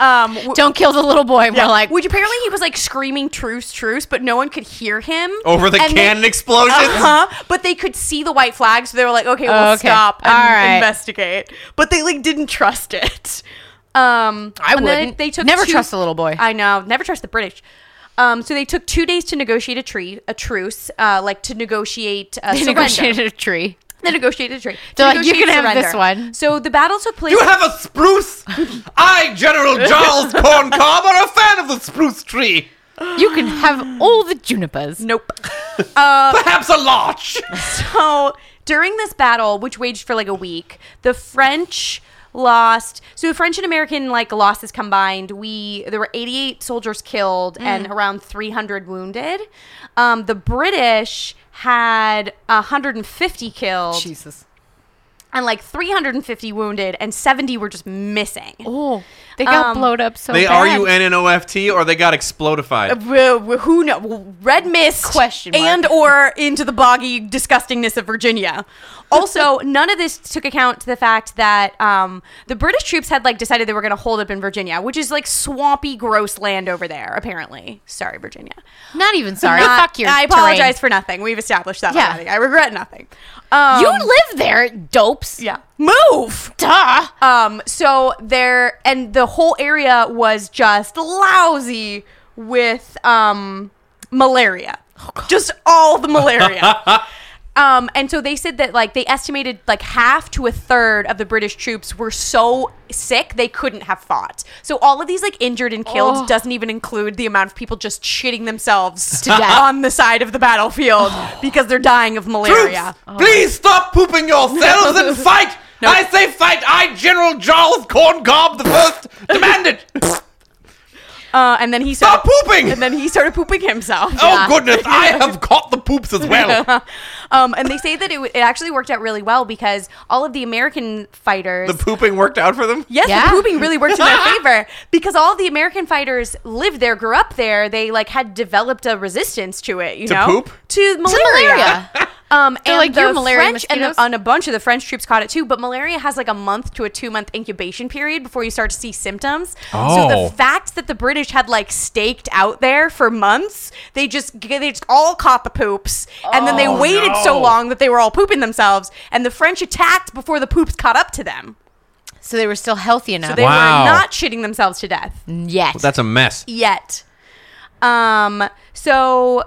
Speaker 3: um, w-
Speaker 2: Don't kill the little boy. We're like,
Speaker 3: which apparently he was like screaming truce, truce, but no one could hear him
Speaker 4: Over the
Speaker 3: And they-
Speaker 4: cannon explosions.
Speaker 3: uh-huh. But they could see the white flag, so they were like, "Okay, we'll
Speaker 2: Okay.
Speaker 3: stop and
Speaker 2: All right.
Speaker 3: investigate." But they like didn't trust it. Um,
Speaker 2: I
Speaker 3: and then
Speaker 2: wouldn't. Never trust a little boy.
Speaker 3: I know, never trust the British. Um, so they took two days to negotiate a tree, a truce, uh, like to negotiate. Uh,
Speaker 2: they
Speaker 3: surrender.
Speaker 2: negotiated a tree.
Speaker 3: They negotiated a tree.
Speaker 2: They're
Speaker 3: To
Speaker 2: like, "You
Speaker 3: negotiate
Speaker 2: can have this one."
Speaker 3: So the battle took place.
Speaker 4: You have a spruce? I,
Speaker 2: [LAUGHS]
Speaker 4: General Charles Corncob, are a fan of the spruce tree.
Speaker 2: You can have all the junipers.
Speaker 3: nope.
Speaker 4: Perhaps a larch.
Speaker 3: So during this battle, which waged for like a week, the French lost. So the French and American like losses combined, we there were 88 soldiers killed
Speaker 2: Mm.
Speaker 3: and around 300 wounded. Um, the British had 150 killed
Speaker 2: Jesus.
Speaker 3: and like 350 wounded, and 70 were just missing.
Speaker 2: Oh, they got
Speaker 3: Um,
Speaker 2: blowed up [LAUGHS] so
Speaker 5: They
Speaker 2: bad. Uh,
Speaker 5: are you N N O F T or they got explodified?
Speaker 3: Wh- wh- Who knows? Red mist
Speaker 2: Question mark.
Speaker 3: and or into the boggy disgustingness of Virginia.
Speaker 2: [LAUGHS]
Speaker 3: Also, none of this took account to the fact that um, the British troops had like decided they were going to hold up in Virginia, which is like swampy, gross land over there. Apparently, sorry, Virginia.
Speaker 2: Not even sorry.
Speaker 3: Not-
Speaker 2: Fuck your
Speaker 3: I
Speaker 2: terrain.
Speaker 3: apologize for nothing. We've established that
Speaker 2: Yeah.
Speaker 3: already. I regret nothing. Um,
Speaker 2: you live there, dopes.
Speaker 3: yeah, move.
Speaker 2: Duh.
Speaker 3: Um, so there, and the whole area was just lousy with um, malaria,
Speaker 2: Oh,
Speaker 3: just all the malaria.
Speaker 2: [LAUGHS]
Speaker 3: um, and so they said that like they estimated like half to a third of the British troops were so sick they couldn't have fought. So all of these like injured and killed
Speaker 2: Oh.
Speaker 3: doesn't even include the amount of people just shitting themselves
Speaker 2: [LAUGHS] To death.
Speaker 3: on the side of
Speaker 2: [GASPS]
Speaker 3: the battlefield because they're dying of
Speaker 4: Troops,
Speaker 3: malaria.
Speaker 2: Oh.
Speaker 4: please stop pooping yourselves
Speaker 2: [LAUGHS]
Speaker 4: and fight. I say fight. I, General Charles Corncob
Speaker 2: [LAUGHS]
Speaker 4: the First, demand it.
Speaker 3: Uh, and then he started,
Speaker 4: Stop
Speaker 3: [LAUGHS]
Speaker 4: pooping.
Speaker 3: and then he started pooping himself.
Speaker 4: Oh goodness, I have caught the poops as
Speaker 3: [LAUGHS]
Speaker 4: well.
Speaker 3: Um, and they say that it, w- it actually worked out really well because all of the American fighters.
Speaker 5: The pooping worked out for them?
Speaker 3: Yes,
Speaker 2: Yeah.
Speaker 3: the pooping really
Speaker 2: [LAUGHS]
Speaker 3: worked in their favor because all the American fighters lived there, grew up there. They like had developed a resistance to it, you
Speaker 5: To
Speaker 3: know,
Speaker 5: poop?
Speaker 3: to malaria.
Speaker 2: malaria.
Speaker 3: [LAUGHS] um, and
Speaker 2: like,
Speaker 3: the
Speaker 2: "You're malaria
Speaker 3: French and,
Speaker 2: mosquitoes."
Speaker 3: the, and a bunch of the French troops caught it too. But malaria has like a month to a two month incubation period before you start to see symptoms. So
Speaker 5: Oh.
Speaker 3: the fact that the British had like staked out there for months, they just they just all caught the poops, and then they waited so
Speaker 5: Oh, no.
Speaker 3: long that they were all pooping themselves, and the French attacked before the poops caught up to them.
Speaker 2: So they were still healthy enough.
Speaker 3: They
Speaker 5: Wow.
Speaker 3: were not shitting themselves to death
Speaker 2: yes.
Speaker 5: That's a mess.
Speaker 3: yet. Um, so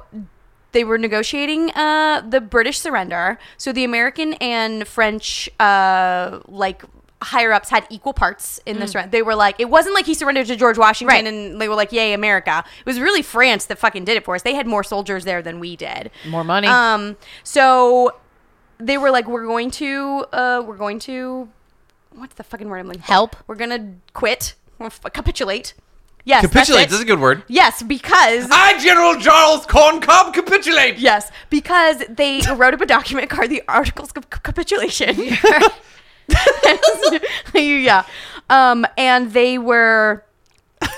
Speaker 3: they were negotiating uh, the British surrender. So the American and French, uh, like higher ups, had equal parts in this. They were like, it wasn't like he surrendered to George Washington,
Speaker 2: Mm. Right.
Speaker 3: and they were like, "Yay, America!" It was really France that fucking did it for us. They had more soldiers there than we did.
Speaker 2: More money.
Speaker 3: Um, so they were like, "We're going to, uh, we're going to." What's the fucking word I'm looking for?
Speaker 2: Help.
Speaker 3: We're gonna quit. We're f- capitulate. Yes. that's
Speaker 5: Capitulate
Speaker 3: it.
Speaker 5: is a good word.
Speaker 3: Yes, because
Speaker 4: I, General Charles Corncob, capitulate.
Speaker 3: yes, because they wrote up a document called the Articles of Capitulation. [LAUGHS] yeah. Um, and they were.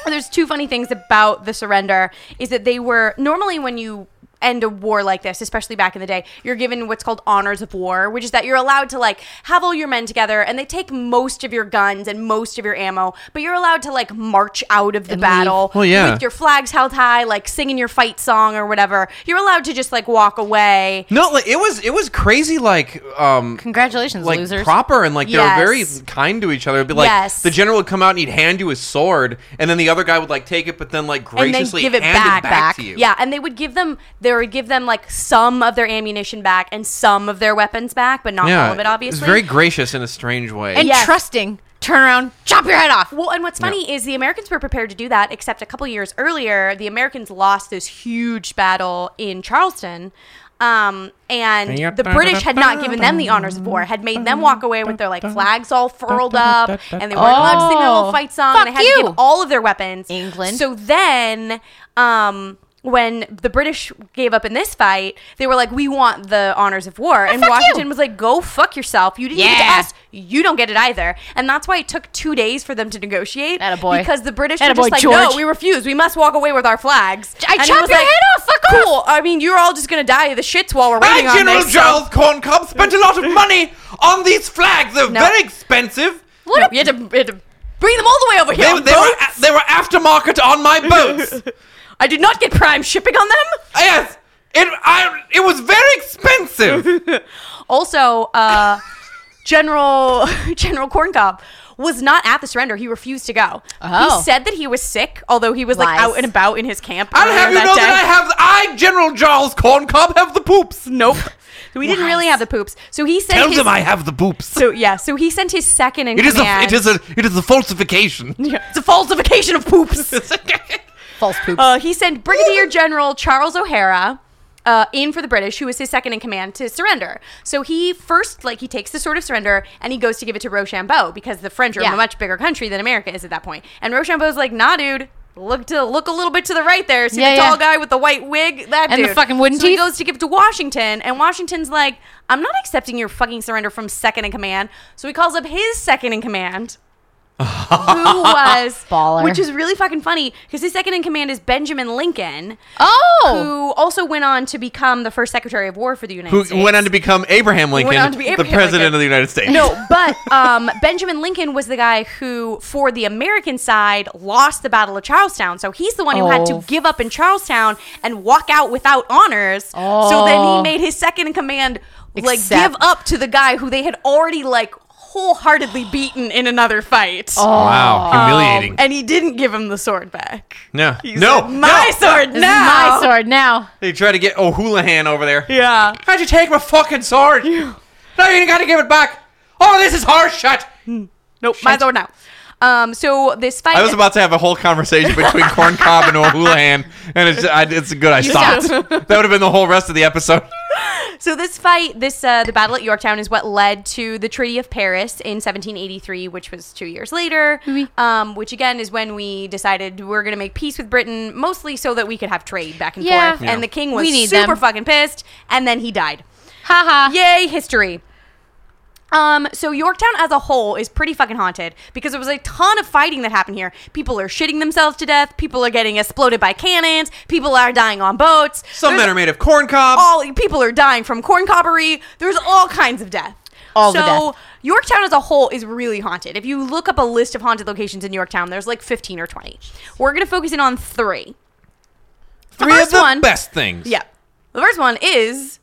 Speaker 3: There's two funny things about the surrender is that they were normally when you end a war like this, especially back in the day, you're given what's called honors of war, which is that you're allowed to like have all your men together and they take most of your guns and most of your ammo, but you're allowed to like march out of the
Speaker 2: And leave.
Speaker 3: battle
Speaker 4: Well, yeah.
Speaker 3: with your flags held high, like singing your fight song or whatever. You're allowed to just like walk away.
Speaker 4: No, like, it was it was crazy. Like um,
Speaker 2: Congratulations,
Speaker 4: like
Speaker 2: losers.
Speaker 4: proper and like they were very
Speaker 3: Yes.
Speaker 4: kind to each other. It'd be like
Speaker 3: Yes.
Speaker 4: the general would come out and he'd hand you his sword, and then the other guy would like take it, but then like
Speaker 3: and then
Speaker 4: graciously
Speaker 3: give it
Speaker 4: hand
Speaker 3: back,
Speaker 4: it back to you.
Speaker 3: Yeah, and they would give them they would give them like some of their ammunition back and some of their weapons back, but not all of it obviously.
Speaker 4: It's very gracious in a strange way.
Speaker 2: and
Speaker 3: Yes.
Speaker 2: trusting. Turn around, chop your head off.
Speaker 3: well, and what's funny is the Americans were prepared to do that, except a couple years earlier, the Americans lost this huge battle in Charleston. Um, and the British had not given them the honors of war, had made them walk away with their like flags all furled up, and they weren't allowed to sing their
Speaker 2: Oh.
Speaker 3: little fight song. and
Speaker 2: Fuck
Speaker 3: they had to
Speaker 2: you.
Speaker 3: give all of their weapons.
Speaker 2: England.
Speaker 3: So then, um, when the British gave up in this fight, they were like, "We want the honors of war," and
Speaker 2: Oh, fuck you.
Speaker 3: Washington was like, "Go fuck yourself. You didn't give
Speaker 2: Yeah.
Speaker 3: it to us. You don't get it either." And that's why it took two days for them to negotiate.
Speaker 2: Attaboy.
Speaker 3: Because the British were
Speaker 2: Attaboy,
Speaker 3: just like,
Speaker 2: George.
Speaker 3: "No, we refuse. We must walk away with our flags."
Speaker 2: I
Speaker 3: And it
Speaker 2: chop
Speaker 3: was
Speaker 2: your head off. Fuck off.
Speaker 3: cool. I mean, you're all just gonna die of the shits while we're waiting
Speaker 4: I,
Speaker 3: on
Speaker 4: General
Speaker 3: this. so-
Speaker 4: Charles Corncob, spent a lot of money on these flags. They're
Speaker 3: No.
Speaker 4: very expensive.
Speaker 3: No, you, had to, you had to bring them all the way over here.
Speaker 4: They,
Speaker 3: on
Speaker 4: they, were,
Speaker 3: boats.
Speaker 4: they were aftermarket on
Speaker 3: [LAUGHS]
Speaker 4: my boats.
Speaker 3: I did not get prime shipping on them.
Speaker 4: yes, it I, it was very
Speaker 3: [LAUGHS]
Speaker 4: expensive.
Speaker 3: Also,
Speaker 2: [LAUGHS]
Speaker 3: uh, General [LAUGHS] General Corncob was not at the surrender. He refused to go.
Speaker 2: Oh.
Speaker 3: He said that he was sick, although he was
Speaker 2: Lies.
Speaker 3: like out and about in his camp.
Speaker 4: I'll
Speaker 3: earlier
Speaker 4: have you know
Speaker 3: day.
Speaker 4: that I have I General Charles Corncob have the poops.
Speaker 3: Nope. So [LAUGHS] we didn't really have the poops. So he sent
Speaker 4: Tell
Speaker 3: his,
Speaker 4: them I have the poops.
Speaker 3: So yeah, so he sent his second in
Speaker 4: It is a
Speaker 3: command.
Speaker 4: it is a it is a falsification.
Speaker 3: Yeah, [LAUGHS] it's a falsification of
Speaker 4: [LAUGHS]
Speaker 3: poops.
Speaker 2: False poops.
Speaker 3: Uh, he sent Brigadier General Charles O'Hara uh, in for the British, who was his second in command, to surrender. So he first, like, he takes the sword of surrender and he goes to give it to Rochambeau because the French are
Speaker 2: Yeah.
Speaker 3: a much bigger country than America is at that point. And Rochambeau's like, nah, dude. Look to look a little bit to the right there. See
Speaker 2: Yeah,
Speaker 3: the
Speaker 2: yeah.
Speaker 3: tall guy with the white wig? That
Speaker 2: And the
Speaker 3: dude.
Speaker 2: fucking wooden
Speaker 3: so he
Speaker 2: teeth?
Speaker 3: goes to give it to Washington, and Washington's like, "I'm not accepting your fucking surrender from second in command." So he calls up his second in command,
Speaker 4: [LAUGHS]
Speaker 3: who was
Speaker 2: Baller.
Speaker 3: which is really fucking funny because his second in command is Benjamin Lincoln,
Speaker 2: oh,
Speaker 3: who also went on to become the first Secretary of War for the United
Speaker 4: Who
Speaker 3: States.
Speaker 4: went on to become Abraham Lincoln,
Speaker 3: on to be Abraham
Speaker 4: the
Speaker 3: Lincoln.
Speaker 4: president of the United States?
Speaker 3: no, but um, [LAUGHS] Benjamin Lincoln was the guy who, for the American side, lost the Battle of Charlestown. So he's the one who had
Speaker 2: Oh.
Speaker 3: to give up in Charlestown and walk out without honors. So then
Speaker 4: Oh.
Speaker 3: he made his second in command like
Speaker 2: Accept.
Speaker 3: give up to the guy who they had already like wholeheartedly beaten in another fight.
Speaker 4: Oh. Wow, humiliating.
Speaker 3: Um, and he didn't give him the sword back.
Speaker 4: no,
Speaker 3: He
Speaker 4: no,
Speaker 3: said, my sword
Speaker 2: this
Speaker 3: now.
Speaker 2: is my sword now.
Speaker 4: They try to get O'Houlihan over there.
Speaker 3: Yeah.
Speaker 4: How'd you take my fucking sword? No, you gotta give it back. Oh, this is harsh shit.
Speaker 3: Nope. My sword now. Um. So this fight.
Speaker 4: I was about to have a whole
Speaker 3: [LAUGHS]
Speaker 4: conversation between Corn Cob and O'Houlihan, and it's, I, it's good I stopped. [LAUGHS] that would have been the whole rest of
Speaker 3: [LAUGHS]
Speaker 4: the episode.
Speaker 3: so this fight, this uh, the battle at Yorktown, is what led to the Treaty of Paris in 1783, which was two years later. Um. Which again is when we decided we're gonna make peace with Britain, mostly so that we could have trade back and
Speaker 2: Yeah.
Speaker 3: forth.
Speaker 2: Yeah.
Speaker 3: And the king was
Speaker 2: We need
Speaker 3: super
Speaker 2: them.
Speaker 3: fucking pissed, and then he died.
Speaker 2: Haha.
Speaker 3: Yay, history. Um, so Yorktown as a whole is pretty fucking haunted because there was a ton of fighting that happened here. People are shitting themselves to death. People are getting exploded by cannons. People are dying on boats.
Speaker 4: Some
Speaker 3: There's
Speaker 4: men are made of corn cobs.
Speaker 3: all people are dying from corn cobbery. There's all kinds of death.
Speaker 2: All
Speaker 3: so
Speaker 2: the death.
Speaker 3: Yorktown as a whole is really haunted. If you look up a list of haunted locations in Yorktown, there's like 15 or 20. We're gonna focus in on three. The
Speaker 4: Three of
Speaker 3: first
Speaker 4: the
Speaker 3: one-
Speaker 4: best things.
Speaker 3: Yeah, the first one is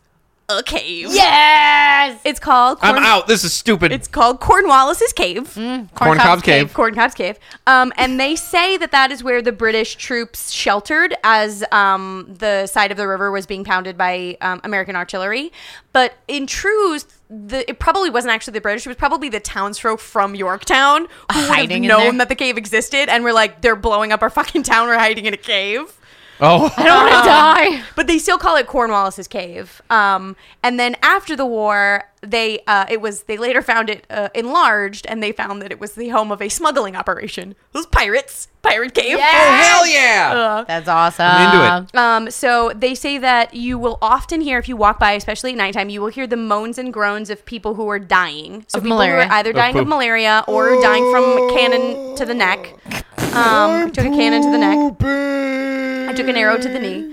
Speaker 3: a cave.
Speaker 2: Yes.
Speaker 3: It's called.
Speaker 4: I'm
Speaker 3: Corn-
Speaker 4: out. This is stupid.
Speaker 3: It's called Cornwallis's Cave.
Speaker 4: corn
Speaker 2: Corn Cob's
Speaker 4: cobs cave.
Speaker 3: Corncob's Mm, Cave. Um, and they say that that is where the British troops sheltered as um, the side of the river was being pounded by um, American artillery. But in truth, the, it probably wasn't actually the British. It was probably the townsfolk from Yorktown who would have
Speaker 2: Hiding in
Speaker 3: known
Speaker 2: there.
Speaker 3: that the cave existed and were like, they're blowing up our fucking town. We're hiding in a cave.
Speaker 4: Oh.
Speaker 2: I don't want to die.
Speaker 3: but they still call it Cornwallis's Cave. Um, and then after the war, they uh, it was they later found it uh, enlarged, and they found that it was the home of a smuggling operation. Those pirates, pirate cave. Oh,
Speaker 4: Hell yeah!
Speaker 2: That's awesome. Uh,
Speaker 1: I'm into
Speaker 3: Um, so they say that you will often hear, if you walk by, especially at nighttime, you will hear the moans and groans of people who are dying. So
Speaker 2: Of
Speaker 3: people
Speaker 2: malaria.
Speaker 3: who are either dying of,
Speaker 1: poop.
Speaker 3: malaria or dying from cannon to the neck. Um, I took a cannon to the neck. I took an arrow to the knee.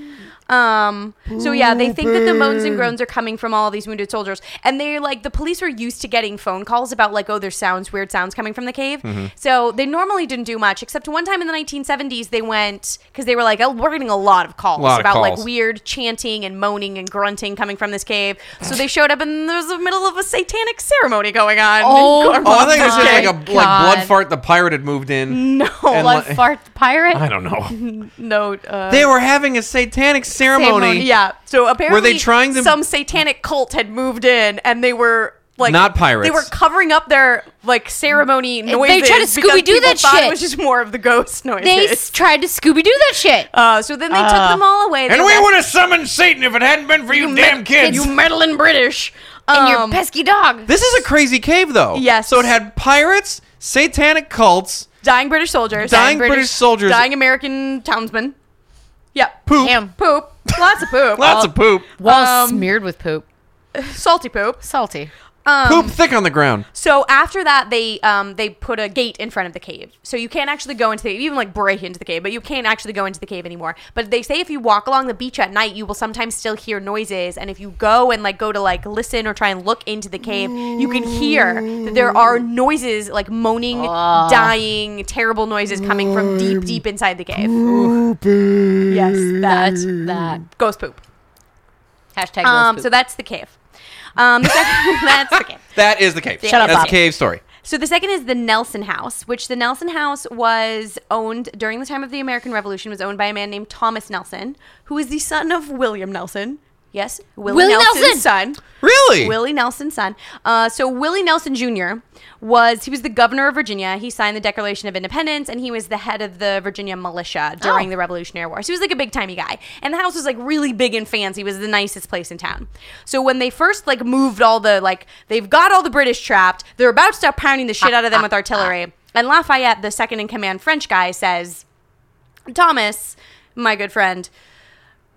Speaker 3: Um, so yeah, they think that the moans and groans are coming from all these wounded soldiers, and they're like the police were used to getting phone calls about like oh there's sounds weird sounds coming from the cave,
Speaker 4: Mm-hmm.
Speaker 3: so they normally didn't do much except one time in the 1970s they went because they were like oh we're getting a lot of calls
Speaker 4: Lot of
Speaker 3: about like
Speaker 4: calls.
Speaker 3: weird chanting and moaning and grunting coming from this cave, so they showed up and there was the middle of a satanic ceremony going [LAUGHS] on. in
Speaker 2: Oh,
Speaker 4: Oh, I
Speaker 3: Cornwall.
Speaker 4: think this is like a like
Speaker 2: God.
Speaker 4: blood fart the pirate had moved in.
Speaker 3: no,
Speaker 4: And
Speaker 2: Blood
Speaker 4: li-
Speaker 2: fart
Speaker 4: [LAUGHS]
Speaker 2: pirate.
Speaker 4: I don't know.
Speaker 3: no, uh,
Speaker 4: They were having a satanic ceremony.
Speaker 3: Ceremony, Yeah. So apparently,
Speaker 4: trying to-
Speaker 3: Some satanic cult had moved in, and they were like
Speaker 4: Not pirates.
Speaker 3: They were covering up their like ceremony noises.
Speaker 2: tried to
Speaker 3: because
Speaker 2: Scooby-Doo
Speaker 3: people
Speaker 2: that
Speaker 3: thought
Speaker 2: shit.
Speaker 3: It was just more of the ghost noises.
Speaker 2: They Ah. s- tried to Scooby Doo that shit.
Speaker 3: uh, so then they took them all away.
Speaker 5: And
Speaker 3: They
Speaker 5: we
Speaker 3: left-
Speaker 5: would have summoned Satan if it hadn't been for you, damn kids.
Speaker 3: You meddling British.
Speaker 2: and your
Speaker 3: Um,
Speaker 2: pesky dog.
Speaker 4: This is a crazy cave, though.
Speaker 3: Yes.
Speaker 4: So it had pirates, satanic cults,
Speaker 3: dying British soldiers.
Speaker 4: Dying British soldiers.
Speaker 3: Dying American townsmen. Yep.
Speaker 4: poop,
Speaker 2: Damn.
Speaker 3: Poop. Lots of poop.
Speaker 4: lots of poop,
Speaker 2: Well,
Speaker 3: Um,
Speaker 2: smeared with poop.
Speaker 3: salty poop.
Speaker 2: Salty.
Speaker 4: poop thick on the ground.
Speaker 3: So after that, they um, they put a gate in front of the cave, so you can't actually go into the even like break into the cave, but you can't actually go into the cave anymore. But they say if you walk along the beach at night, you will sometimes still hear noises, and if you go and like go to like listen or try and look into the cave, you can hear that there are noises like moaning,
Speaker 2: Ah.
Speaker 3: dying, terrible noises coming from deep, deep inside the cave. Yes, that
Speaker 2: That's that.
Speaker 3: ghost poop.
Speaker 2: Hashtag
Speaker 3: Um,
Speaker 2: ghost
Speaker 3: so
Speaker 2: poop.
Speaker 3: that's the cave. Um, [LAUGHS] the second- that's the cave.
Speaker 4: That is the cave.
Speaker 2: Shut up,
Speaker 4: That's
Speaker 2: Bob.
Speaker 4: the cave story.
Speaker 3: So the second is the Nelson House, which the Nelson House was owned during the time of the American Revolution was owned by a man named Thomas Nelson, who is the son of William Nelson. Yes, Willie
Speaker 2: Willie
Speaker 3: Nelson's
Speaker 2: Nelson!
Speaker 3: son.
Speaker 4: Really?
Speaker 3: Willie Nelson's son. Uh, so Willie Nelson Jr. was he was the governor of Virginia. He signed the Declaration of Independence, and he was the head of the Virginia militia during
Speaker 2: Oh.
Speaker 3: the Revolutionary War. So he was like a big timey guy, and the house was like really big and fancy. It was the nicest place in town. So when they first like moved all the like they've got all the British trapped, they're about to start pounding the shit out of them with artillery. And Lafayette, the second in command French guy, says, "Thomas, my good friend."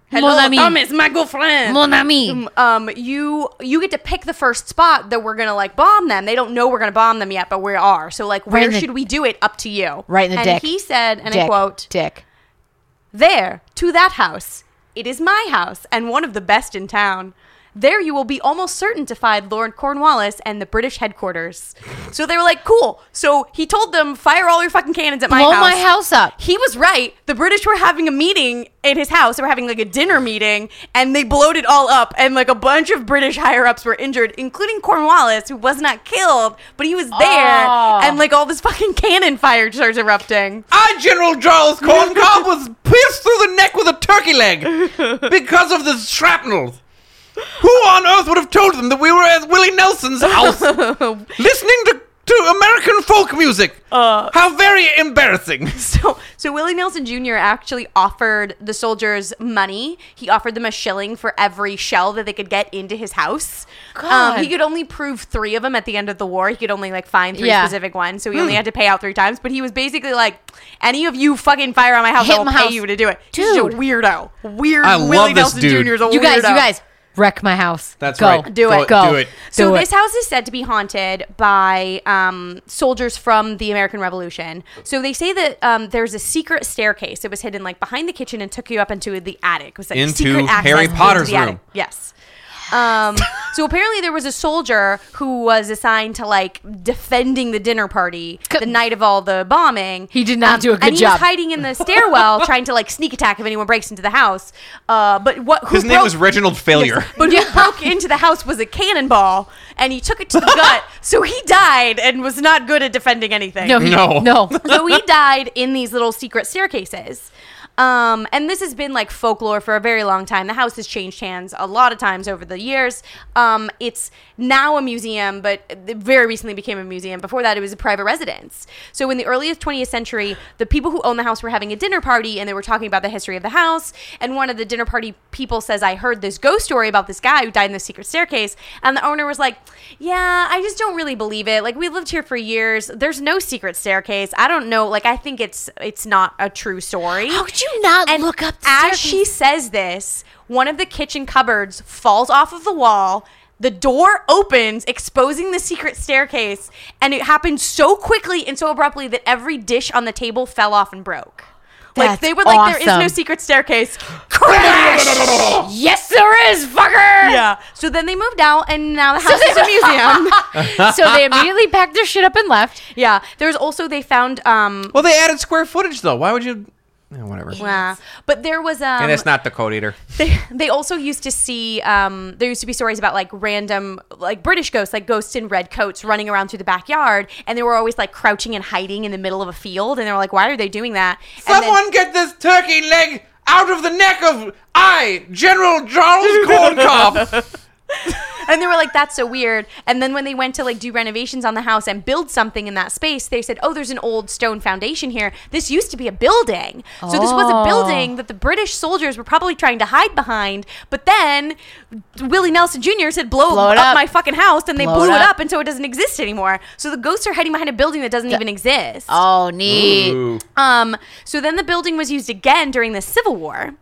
Speaker 3: Hello,
Speaker 2: ami.
Speaker 3: Thomas, my good friend
Speaker 2: Mon ami.
Speaker 3: um, you you get to pick the first spot that we're gonna like bomb them. They don't know we're gonna bomb them yet, but we are. So like, where
Speaker 2: in the-
Speaker 3: should we do it? Up to you.
Speaker 2: Right in the
Speaker 3: and
Speaker 2: dick.
Speaker 3: he said, and I
Speaker 2: Dick.
Speaker 3: quote,
Speaker 2: Dick.
Speaker 3: "There to that house. It is my house and one of the best in town." There you will be almost certain to find Lord Cornwallis and the British headquarters. So they were like, cool. So he told them, fire all your fucking cannons at my
Speaker 2: Blow
Speaker 3: house.
Speaker 2: my house up.
Speaker 3: He was right. The British were having a meeting in his house. They were having like a dinner meeting, and they blowed it all up. And like a bunch of British higher ups were injured, including Cornwallis, who was not killed, but he was there.
Speaker 2: Oh.
Speaker 3: And like all this fucking cannon fire starts erupting.
Speaker 4: I, General Charles
Speaker 3: [LAUGHS]
Speaker 4: Corncob, was pierced through the neck with a turkey leg because of the shrapnel. Who on earth would have told them that we were at Willie
Speaker 3: [LAUGHS]
Speaker 4: Nelson's house listening to, to American folk music?
Speaker 3: Uh,
Speaker 4: How very
Speaker 3: [LAUGHS]
Speaker 4: embarrassing.
Speaker 3: So, so Willie Nelson Jr. actually offered the soldiers money. He offered them a shilling for every shell that they could get into his house. Um,
Speaker 2: God.
Speaker 3: he could only prove three of them at the end of the war. He could only like find three
Speaker 2: Yeah. Hmm.
Speaker 3: specific ones, so he only had to pay out three times. But he was basically like, "Any of you fucking fire on my house,
Speaker 2: Hit
Speaker 3: I will
Speaker 2: my
Speaker 3: pay
Speaker 2: house."
Speaker 3: you to do it." He's just
Speaker 2: Dude.
Speaker 3: a weirdo. Weird.
Speaker 4: I
Speaker 3: Willie
Speaker 4: love this
Speaker 3: Nelson
Speaker 4: dude.
Speaker 3: Jr. is a
Speaker 2: You guys, you
Speaker 3: weirdo.
Speaker 2: guys, wreck my house.
Speaker 4: That's
Speaker 2: Go.
Speaker 4: right.
Speaker 3: Do
Speaker 4: Go-
Speaker 3: it.
Speaker 2: Go.
Speaker 4: do it.
Speaker 3: So
Speaker 2: Do it.
Speaker 3: this house is said to be haunted by um, soldiers from the American Revolution. So they say that um, there's a secret staircase that was hidden like behind the kitchen and took you up into the attic. It was like
Speaker 4: Into
Speaker 3: secret access
Speaker 4: Harry
Speaker 3: into
Speaker 4: Potter's
Speaker 3: the attic.
Speaker 4: room.
Speaker 3: Yes. Um, so apparently there was a soldier who was assigned to like defending the dinner party
Speaker 2: Good.
Speaker 3: the night of all the bombing.
Speaker 2: He did not do a good
Speaker 3: and he
Speaker 2: job.
Speaker 3: was hiding in
Speaker 2: [LAUGHS]
Speaker 3: the stairwell trying to like sneak attack if anyone breaks into the house. Uh, but what? Who
Speaker 4: His name
Speaker 3: broke-
Speaker 4: was Reginald Failure.
Speaker 3: but who broke into the house was a cannonball, and he took it to the gut. So he died and was not good at defending anything.
Speaker 2: No, he,
Speaker 4: No.
Speaker 2: no.
Speaker 3: So he died in these little secret staircases. Um, and this has been like folklore for a very long time. The house has changed hands a lot of times over the years. Um, it's now a museum, but it very recently became a museum. Before that, it was a private residence. So in the earliest 20th century, the people who owned the house were having a dinner party and they were talking about the history of the house. And one of the dinner party people says, I heard this ghost story about this guy who died in the secret staircase. And the owner was like, Yeah, I just don't really believe it. Like, we lived here for years. There's no secret staircase. I don't know. Like, I think it's it's not a true story.
Speaker 2: How could you not
Speaker 3: And
Speaker 2: look up the staircase?
Speaker 3: as she says this, one of the kitchen cupboards falls off of the wall. The door opens, exposing the secret staircase, and it happened so quickly and so abruptly that every dish on the table fell off and broke.
Speaker 2: That's
Speaker 3: like they were like, there is no
Speaker 2: awesome.
Speaker 3: secret staircase. Crash!
Speaker 2: [LAUGHS] Yes, there is, fucker.
Speaker 3: yeah. So then they moved out, and now the house
Speaker 2: [LAUGHS]
Speaker 3: is a museum. [LAUGHS]
Speaker 2: so they immediately packed their shit up and left.
Speaker 3: yeah. There's also they found um.
Speaker 4: Well, they added square footage though. Why would you? Eh, whatever.
Speaker 3: uh, but there was um.
Speaker 4: and it's not the code eater.
Speaker 3: they, they also used to see um, there used to be stories about like random like british ghosts like ghosts in red coats running around through the backyard and they were always like crouching and hiding in the middle of a field and they were like why are they doing that And then-
Speaker 4: Someone get this turkey leg out of the neck of I, General Charles [LAUGHS] Corncob.
Speaker 3: and they were like that's so weird and then when they went to like do renovations on the house and build something in that space they said oh there's an old stone foundation here this used to be a building so this was
Speaker 2: Oh.
Speaker 3: a building that the british soldiers were probably trying to hide behind but then willie nelson jr said blow,
Speaker 2: Blow it
Speaker 3: up,
Speaker 2: up.
Speaker 3: my fucking house and they
Speaker 2: Blow
Speaker 3: blew
Speaker 2: it
Speaker 3: it
Speaker 2: up.
Speaker 3: up and so it doesn't exist anymore so the ghosts are hiding behind a building that doesn't even exist
Speaker 2: Oh, neat.
Speaker 3: um, so then the building was used again during the Civil War.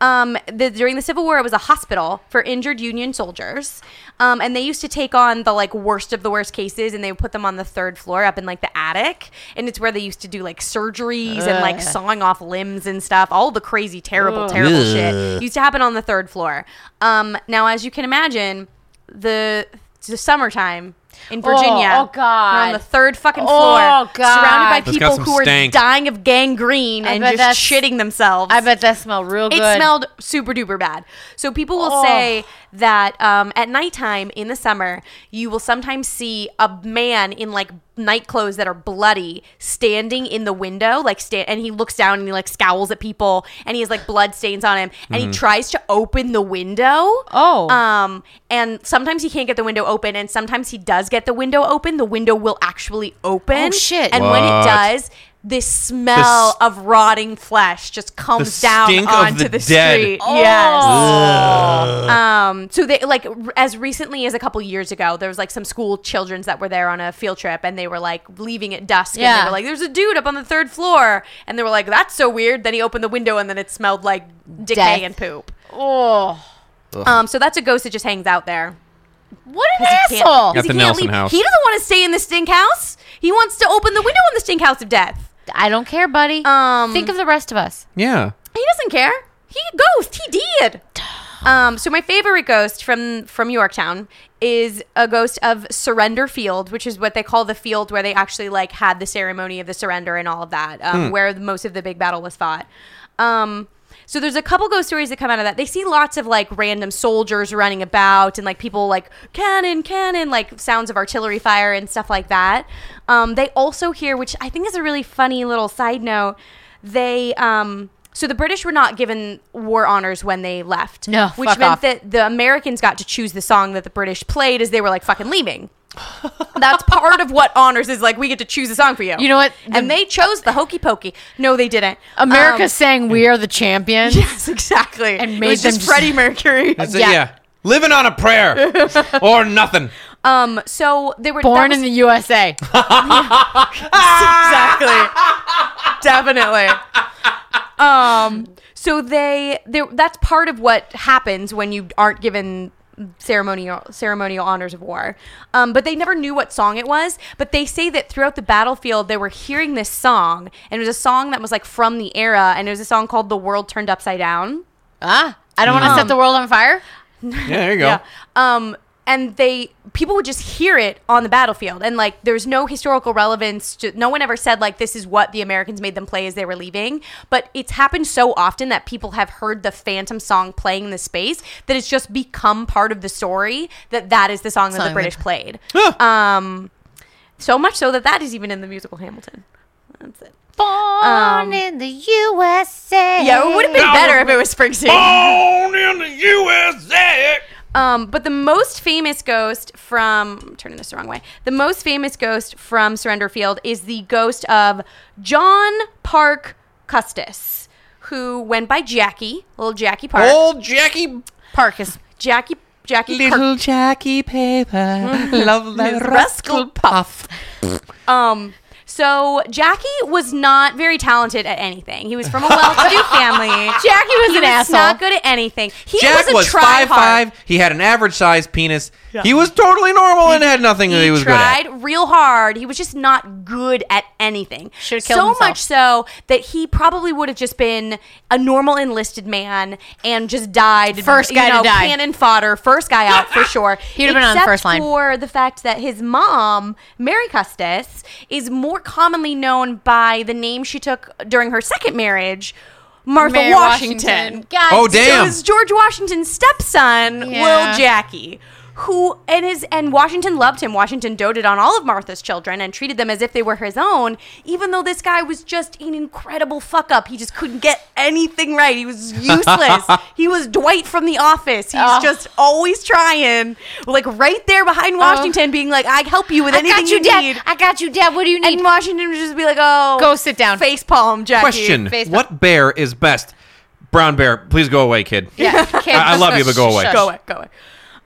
Speaker 3: Um, the, during the Civil War, it was a hospital for injured Union soldiers, um, and they used to take on the like worst of the worst cases, and they would put them on the third floor, up in like the attic, and it's where they used to do like surgeries and like sawing off limbs and stuff, all the crazy, terrible, terrible shit used to happen on the third floor. Um, now, as you can imagine, the, the summertime in Virginia,
Speaker 2: oh, God.
Speaker 3: we're on the third fucking
Speaker 2: Oh,
Speaker 3: floor,
Speaker 2: God.
Speaker 3: surrounded by
Speaker 2: That's
Speaker 4: got
Speaker 3: people
Speaker 4: some
Speaker 3: who are
Speaker 4: stank.
Speaker 3: dying of gangrene
Speaker 2: I
Speaker 3: and
Speaker 2: bet
Speaker 3: just
Speaker 2: that's-
Speaker 3: shitting themselves.
Speaker 2: I bet that smelled real
Speaker 3: it
Speaker 2: good.
Speaker 3: smelled super duper bad. So people will
Speaker 2: Oh.
Speaker 3: say that um, at nighttime in the summer, you will sometimes see a man in like night clothes that are bloody standing in the window, like stand, and he looks down and he like scowls at people, and he has like blood stains on him, and he tries to open the window.
Speaker 2: Oh.
Speaker 3: Um, and sometimes he can't get the window open, and sometimes he does get the window open. The window will actually open.
Speaker 2: Oh, shit.
Speaker 3: And when it
Speaker 4: What?
Speaker 3: does, this smell
Speaker 4: s-
Speaker 3: of rotting flesh just comes down
Speaker 4: stink of
Speaker 3: onto the,
Speaker 4: the dead.
Speaker 3: street.
Speaker 2: Oh.
Speaker 3: Yes. Um. So they like r- as recently as a couple years ago, there was like some school childrens that were there on a field trip, and they were like leaving at dusk, and
Speaker 2: Yeah.
Speaker 3: they were like, "There's a dude up on the third floor," and they were like, "That's so weird." Then he opened the window, and then it smelled like decay
Speaker 2: Death.
Speaker 3: and poop.
Speaker 2: Oh.
Speaker 3: Um. So that's a ghost that just hangs out there.
Speaker 2: What an
Speaker 3: 'Cause he can't-
Speaker 2: asshole.
Speaker 3: 'cause
Speaker 4: At the
Speaker 3: he can't
Speaker 4: Nelson
Speaker 3: leave.
Speaker 4: house.
Speaker 3: He doesn't want to stay in the stink house. He wants to open the window in the stink house of death.
Speaker 2: I don't care, buddy.
Speaker 3: oh. Um,
Speaker 2: Think of the rest of us.
Speaker 4: yeah.
Speaker 3: He doesn't care. He a ghost. He did. Um, so my favorite ghost from from Yorktown is a ghost of Surrender Field, which is what they call the field where they actually like had the ceremony of the surrender and all of that, um, where the- most of the big battle was fought. Um, so there's a couple ghost stories that come out of that. They see lots of like random soldiers running about and like people like cannon, cannon, like sounds of artillery fire and stuff like that. Um, they also hear, which I think is a really funny little side note. They um, so the British were not given war honors when they left.
Speaker 2: No,
Speaker 3: which
Speaker 2: fuck
Speaker 3: meant
Speaker 2: off.
Speaker 3: that the Americans got to choose the song that the British played as they were like fucking leaving. [LAUGHS] That's part of what honors is like. We get to choose a song for you.
Speaker 2: You know what? The-
Speaker 3: and they chose the Hokey Pokey. No, they didn't.
Speaker 2: America
Speaker 3: Um, [LAUGHS]
Speaker 2: sang "We Are the Champions."
Speaker 3: Yes, exactly.
Speaker 2: And
Speaker 3: It
Speaker 2: made
Speaker 3: was
Speaker 2: them
Speaker 3: just
Speaker 2: just-
Speaker 3: Freddie Mercury.
Speaker 4: That's it,
Speaker 2: Yeah.
Speaker 4: yeah. Living on
Speaker 3: [LAUGHS]
Speaker 4: a prayer or nothing.
Speaker 3: Um, so they were
Speaker 2: Born
Speaker 3: that
Speaker 2: in the
Speaker 3: was- [LAUGHS]
Speaker 2: USA.
Speaker 3: exactly, definitely. Um, so they they that's part of what happens when you aren't given ceremonial ceremonial honors of war. Um, but they never knew what song it was. But they say that throughout the battlefield they were hearing this song, and it was a song that was like from the era, and it was a song called "The World Turned Upside Down."
Speaker 2: ah, I don't want
Speaker 3: Um,
Speaker 2: to set the world on fire.
Speaker 4: Yeah, there you go.
Speaker 3: Yeah. Um, and they people would just hear it on the battlefield, and like there's no historical relevance. To, no one ever said like this is what the Americans made them play as they were leaving. But it's happened so often that people have heard the phantom song playing in the space that it's just become part of the story that that is the song that
Speaker 2: Song
Speaker 3: the
Speaker 2: that-
Speaker 3: British played.
Speaker 4: Huh.
Speaker 3: Um, so much so that that is even in the musical Hamilton. That's it.
Speaker 2: Born
Speaker 3: Um,
Speaker 2: in the USA.
Speaker 3: Yeah, it would have been better if it was Springsteen.
Speaker 5: Born in the USA.
Speaker 3: Um, but the most famous ghost from I'm turning this the wrong way. The most famous ghost from Surrender Field is the ghost of John Park Custis, who went by Jackie, little Jackie Park.
Speaker 4: Old Jackie
Speaker 2: Parkus.
Speaker 3: Jackie Jackie Park.
Speaker 4: Little
Speaker 3: [LAUGHS]
Speaker 4: Jackie Paper, Uh, love that rascal puff.
Speaker 3: Um, so Jackie was not very talented at anything. He was from a well-to-do family.
Speaker 2: Jackie was
Speaker 3: he
Speaker 2: an
Speaker 3: was
Speaker 2: asshole.
Speaker 3: Not good at anything. He
Speaker 4: Jack
Speaker 3: was a
Speaker 4: was
Speaker 3: try
Speaker 4: five five. He had an average sized penis.
Speaker 3: Yeah.
Speaker 4: He was totally normal and had nothing that he was good at.
Speaker 3: tried real hard. He was just not good at anything.
Speaker 2: Should've
Speaker 3: so
Speaker 2: killed himself.
Speaker 3: much so that he probably would have just been a normal enlisted man and just died.
Speaker 2: First guy
Speaker 3: you
Speaker 2: to
Speaker 3: know,
Speaker 2: die.
Speaker 3: Cannon fodder, first guy
Speaker 2: [LAUGHS]
Speaker 3: out for sure.
Speaker 2: He'd have been on
Speaker 3: Except
Speaker 2: first line.
Speaker 3: for the fact that his mom, Mary Custis, is more commonly known by the name she took during her second marriage. Martha Washington.
Speaker 2: God,
Speaker 4: Oh, damn.
Speaker 3: So it's George Washington's stepson,
Speaker 2: Yeah.
Speaker 3: Will Jackie, who and his and Washington loved him. Washington doted on all of Martha's children and treated them as if they were his own, even though this guy was just an incredible fuck up. He just couldn't get anything right. He
Speaker 2: [LAUGHS]
Speaker 3: was useless. he was Dwight from the office. He's
Speaker 2: Oh.
Speaker 3: just always trying, like right there behind Washington, being like, "I help you with
Speaker 2: I
Speaker 3: anything
Speaker 2: got you,
Speaker 3: you
Speaker 2: Dad.
Speaker 3: need."
Speaker 2: I got you, Dad. What do you need?
Speaker 3: and Washington would just be like, "Oh,
Speaker 2: Go sit down.
Speaker 3: face palm, Jackie."
Speaker 4: Question:
Speaker 2: Face down.
Speaker 4: What bear is best? Brown bear. Please go away, kid.
Speaker 2: [LAUGHS]
Speaker 3: [LAUGHS]
Speaker 2: yeah, kid,
Speaker 4: I- I love you, but go
Speaker 2: shush,
Speaker 4: away.
Speaker 2: shush.
Speaker 3: go away, go away.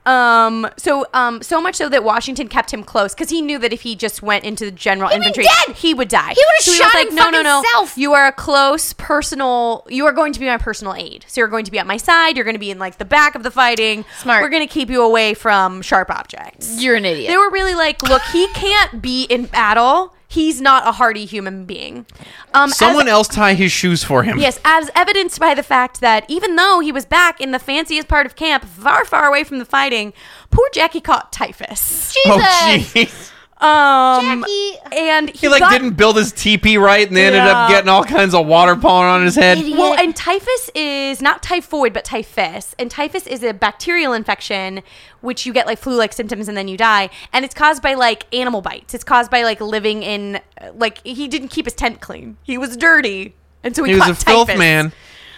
Speaker 3: Um, so, um, so much so that Washington kept him close because he knew that if he just went into the general
Speaker 2: be
Speaker 3: infantry,
Speaker 2: dead!
Speaker 3: he would die.
Speaker 2: He would've
Speaker 3: So was
Speaker 2: shot him fucking self."
Speaker 3: You are a close personal. You are going to be my personal aide. So you're going to be at my side. You're going to be in like the back of the fighting.
Speaker 2: Smart.
Speaker 3: We're going to keep you away from sharp objects.
Speaker 2: You're an idiot.
Speaker 3: They were really like, look, he can't be in battle. He's not a hardy human being. Um, as
Speaker 4: [LAUGHS] Someone else tie his shoes for him.
Speaker 3: Yes, as evidenced by the fact that even though he was back in the fanciest part of camp, far, far away from the fighting, poor Jackie caught typhus.
Speaker 4: [LAUGHS] Oh
Speaker 2: Jesus.
Speaker 4: jeez.
Speaker 3: Um,
Speaker 2: Jackie.
Speaker 3: and he,
Speaker 4: [LAUGHS] He like
Speaker 3: got-
Speaker 4: didn't build his teepee right, and they ended up
Speaker 3: Yeah.
Speaker 4: getting all kinds of water pouring on his head.
Speaker 2: Idiot.
Speaker 3: Well, and typhus is not typhoid, but typhus. And typhus is a bacterial infection, which you get like flu like symptoms and then you die. And it's caused by like animal bites. It's caused by like living in, uh, like, he didn't keep his tent clean. He was dirty. And so he,
Speaker 4: He was
Speaker 3: caught
Speaker 4: a filth
Speaker 3: typhus.
Speaker 4: man.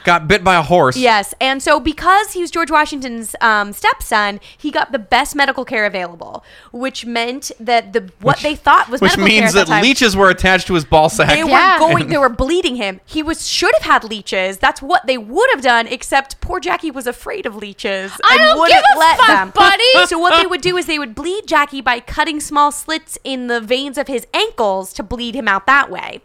Speaker 4: Got bit by a horse.
Speaker 3: Yes, and so because he was George Washington's um, stepson, he got the best medical care available, which meant that the what they thought was
Speaker 4: Which
Speaker 3: medical care
Speaker 4: means
Speaker 3: at that
Speaker 4: that
Speaker 3: time,
Speaker 4: leeches were attached to his ball sack.
Speaker 3: They
Speaker 2: Yeah.
Speaker 3: were going. They
Speaker 4: [LAUGHS]
Speaker 3: were bleeding him. He was should have had leeches. That's what they would have done. Except poor Jackie was afraid of leeches
Speaker 2: I
Speaker 3: and
Speaker 2: don't
Speaker 3: wouldn't
Speaker 2: give a
Speaker 3: let
Speaker 2: fuck,
Speaker 3: them.
Speaker 2: buddy.
Speaker 3: [LAUGHS] So what they would do is they would bleed Jackie by cutting small slits in the veins of his ankles to bleed him out that way.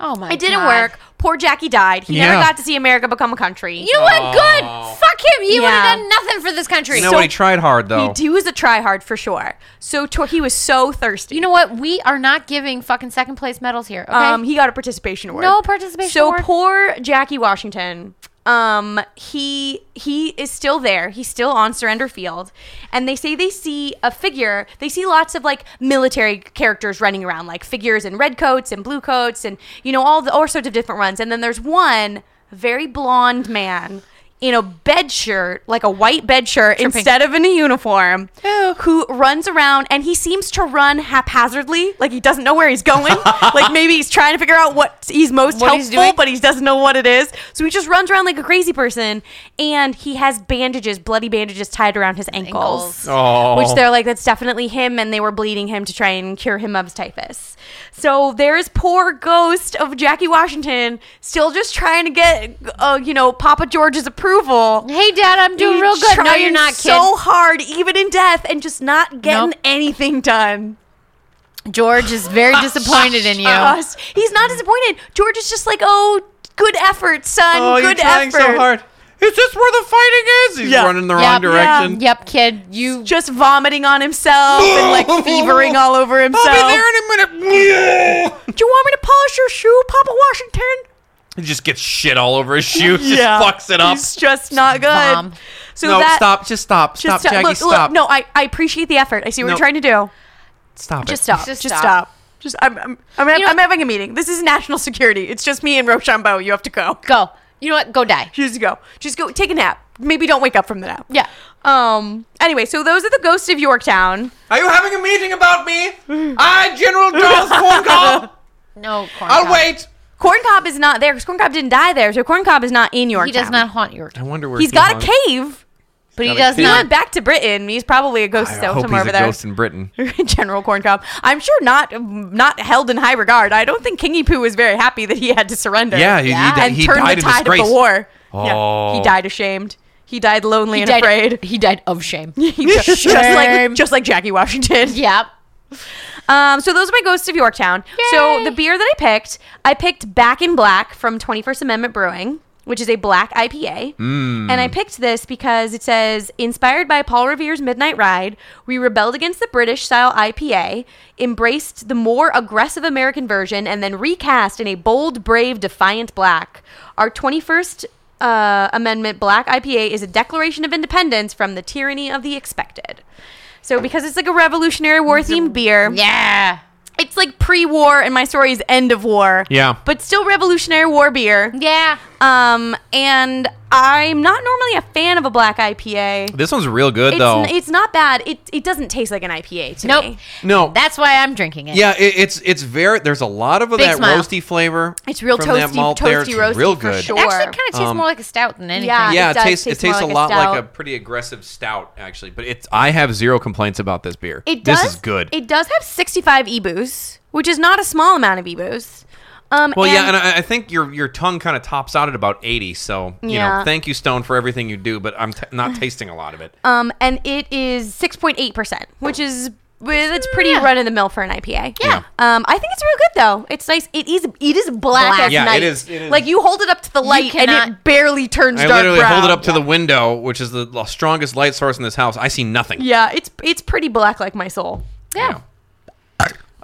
Speaker 2: oh my.
Speaker 3: It didn't
Speaker 2: God.
Speaker 3: work. Poor Jackie died. He
Speaker 4: Yeah.
Speaker 3: never got to see America become a country.
Speaker 2: You went
Speaker 4: Oh.
Speaker 2: good. Fuck him. You would
Speaker 3: Yeah.
Speaker 2: have done nothing for this country.
Speaker 4: you know
Speaker 2: So-
Speaker 4: what? He tried hard though.
Speaker 3: He, he was a tryhard for sure. So Tor- he was so thirsty.
Speaker 2: you know what? We are not giving fucking second place medals here. Okay.
Speaker 3: um, he got a participation award.
Speaker 2: No participation
Speaker 3: So
Speaker 2: award?
Speaker 3: poor Jackie Washington. Um, he he is still there. He's still on Surrender Field, and they say they see a figure. They see lots of like military characters running around, like figures in red coats and blue coats, and you know all the all sorts of different runs. And then there's one very blonde man in a bed shirt, like a white bed shirt, instead of in a uniform, who runs around and he seems to run haphazardly, like he doesn't know where
Speaker 2: [LAUGHS]
Speaker 3: he's going. like maybe he's trying to figure out what he's most
Speaker 2: What he's
Speaker 3: helpful,
Speaker 2: doing?
Speaker 3: but he doesn't know what it is. So he just runs around like a crazy person, and he has bandages, bloody bandages tied around his
Speaker 2: Ankles.
Speaker 3: ankles,
Speaker 4: Oh.
Speaker 3: which they're like, that's definitely him, and they were bleeding him to try and cure him of typhus. So there's poor ghost of Jackie Washington still just trying to get, uh, you know, Papa George's approval.
Speaker 2: hey, Dad, I'm doing real good. No, you're
Speaker 3: Trying
Speaker 2: not, kid.
Speaker 3: So hard, even in death, and just not getting
Speaker 2: Nope.
Speaker 3: anything done.
Speaker 2: George is very disappointed in you.
Speaker 3: Us. He's not disappointed. George is just like, oh, good effort, son.
Speaker 4: oh,
Speaker 3: good
Speaker 4: you're trying
Speaker 3: effort.
Speaker 4: so hard. Is this where the fighting is? He's
Speaker 3: Yeah.
Speaker 4: running the
Speaker 2: Yep.
Speaker 4: wrong direction.
Speaker 2: Yep, kid. You.
Speaker 3: Just vomiting on himself and [LAUGHS] like fevering all over himself.
Speaker 4: I'll be there in a minute.
Speaker 3: Do you want me to polish your shoe, Papa Washington?
Speaker 4: [LAUGHS] He just gets shit all over his shoe.
Speaker 3: Yeah.
Speaker 4: Just fucks it up.
Speaker 3: It's just not good.
Speaker 2: Vom.
Speaker 3: So
Speaker 4: no,
Speaker 3: that,
Speaker 4: stop. Just stop. Stop,
Speaker 3: stop-
Speaker 4: Jackie.
Speaker 3: look, look,
Speaker 4: stop.
Speaker 3: no, I, I appreciate the effort. I see what
Speaker 4: No.
Speaker 3: you're trying to do.
Speaker 4: Stop.
Speaker 3: Just
Speaker 4: it.
Speaker 3: stop.
Speaker 2: Just
Speaker 3: Just,
Speaker 2: stop.
Speaker 3: stop. Just I'm I'm I'm,
Speaker 2: know-
Speaker 3: I'm having a meeting. This is national security. It's just me and Rochambeau. You have to go. [LAUGHS]
Speaker 2: Go. You know what? Go die.
Speaker 3: Just go. Just go. Take a nap. Maybe don't wake up from the nap.
Speaker 2: Yeah.
Speaker 3: Um. Anyway, so those are the ghosts of Yorktown. [LAUGHS]
Speaker 4: Are you having a meeting about me? I, General Charles Corncob,
Speaker 2: No, corn
Speaker 4: I'll
Speaker 2: cob.
Speaker 4: wait.
Speaker 3: Corncob is not there because Corncob didn't die there, so Corncob is not in Yorktown.
Speaker 2: He does not haunt York,
Speaker 4: I wonder where
Speaker 3: He's got a cave,
Speaker 2: but he
Speaker 4: got a
Speaker 2: does
Speaker 4: kid.
Speaker 3: He went
Speaker 2: not.
Speaker 3: back to Britain. He's probably a ghost
Speaker 4: I
Speaker 3: so-
Speaker 4: hope
Speaker 3: somewhere
Speaker 4: he's
Speaker 3: over
Speaker 4: a
Speaker 3: there.
Speaker 4: ghost in Britain.
Speaker 3: [LAUGHS] General Corncob. I'm sure not not held in high regard. I don't think Kingy Poo was very happy that he had to surrender.
Speaker 4: Yeah, he- he di-
Speaker 3: and
Speaker 4: he
Speaker 3: turned
Speaker 4: died
Speaker 3: the
Speaker 4: in
Speaker 3: tide of
Speaker 4: disgrace.
Speaker 3: the war.
Speaker 4: Oh.
Speaker 3: Yeah, he died ashamed. He died lonely
Speaker 2: He
Speaker 3: and
Speaker 2: died, [LAUGHS]
Speaker 3: afraid.
Speaker 2: he died of shame.
Speaker 3: He ju- just, like
Speaker 2: Shame.
Speaker 3: [LAUGHS] just like Jackie Washington.
Speaker 2: yep.
Speaker 3: Um, so those are my ghosts of Yorktown. So the beer that I picked, I picked Back in Black from 21st Amendment Brewing, which is a black IPA. Mm. And I picked this because it says, inspired by Paul Revere's Midnight Ride, we rebelled against the British style IPA, embraced the more aggressive American version, and then recast in a bold, brave, defiant black. Our 21st uh, Amendment Black IPA is a declaration of independence from the tyranny of the expected. So, because it's like a Revolutionary War themed beer,
Speaker 2: Yeah.
Speaker 3: it's like pre-war and my story is end of war.
Speaker 4: Yeah.
Speaker 3: But still revolutionary war beer.
Speaker 2: Yeah.
Speaker 3: Um and I'm not normally a fan of a black IPA.
Speaker 4: This one's real good
Speaker 3: It's,
Speaker 4: though.
Speaker 3: it's not bad. It, it doesn't taste like an IPA to
Speaker 2: Nope.
Speaker 3: me.
Speaker 4: no,
Speaker 2: That's why I'm drinking it.
Speaker 4: yeah, it, it's it's very. There's a lot of that
Speaker 2: smile.
Speaker 4: roasty flavor.
Speaker 3: It's real
Speaker 4: from that
Speaker 3: toasty-
Speaker 4: malt there.
Speaker 3: toasty,
Speaker 4: It's
Speaker 3: roasty
Speaker 4: real
Speaker 3: for
Speaker 4: good.
Speaker 3: sure.
Speaker 2: It actually kind of tastes
Speaker 4: Um,
Speaker 2: more like a stout than anything.
Speaker 3: Yeah.
Speaker 4: Yeah,
Speaker 3: It
Speaker 4: it,
Speaker 3: does
Speaker 4: tastes it
Speaker 3: taste
Speaker 4: tastes a
Speaker 3: more like a
Speaker 4: lot like a
Speaker 3: stout.
Speaker 4: pretty aggressive stout actually, but it's I have zero complaints about this beer.
Speaker 3: It does
Speaker 4: This is good.
Speaker 3: It does have 65 EBUs, which is not a small amount of EBUs. Um
Speaker 4: well,
Speaker 3: and
Speaker 4: yeah, and I, I think your your tongue kind of tops out at about eighty. So you
Speaker 3: Yeah.
Speaker 4: know, thank you Stone for everything you do, but I'm t- not tasting a lot of it.
Speaker 3: um and it is 6.8%, which is well, that's pretty
Speaker 2: Yeah.
Speaker 3: run of the mill for an IPA.
Speaker 4: Yeah.
Speaker 3: Um, I think it's real good though. It's nice. It is. It is black,
Speaker 2: Black.
Speaker 3: as
Speaker 4: Yeah, it
Speaker 3: night.
Speaker 4: is- it is.
Speaker 3: Like you hold it up to the light and
Speaker 2: cannot-
Speaker 3: it barely turns
Speaker 4: I
Speaker 3: dark
Speaker 4: literally
Speaker 3: brown.
Speaker 4: hold it up to the window, which is the, the strongest light source in this house. I see nothing.
Speaker 3: Yeah, it's it's pretty black like my soul.
Speaker 2: Yeah.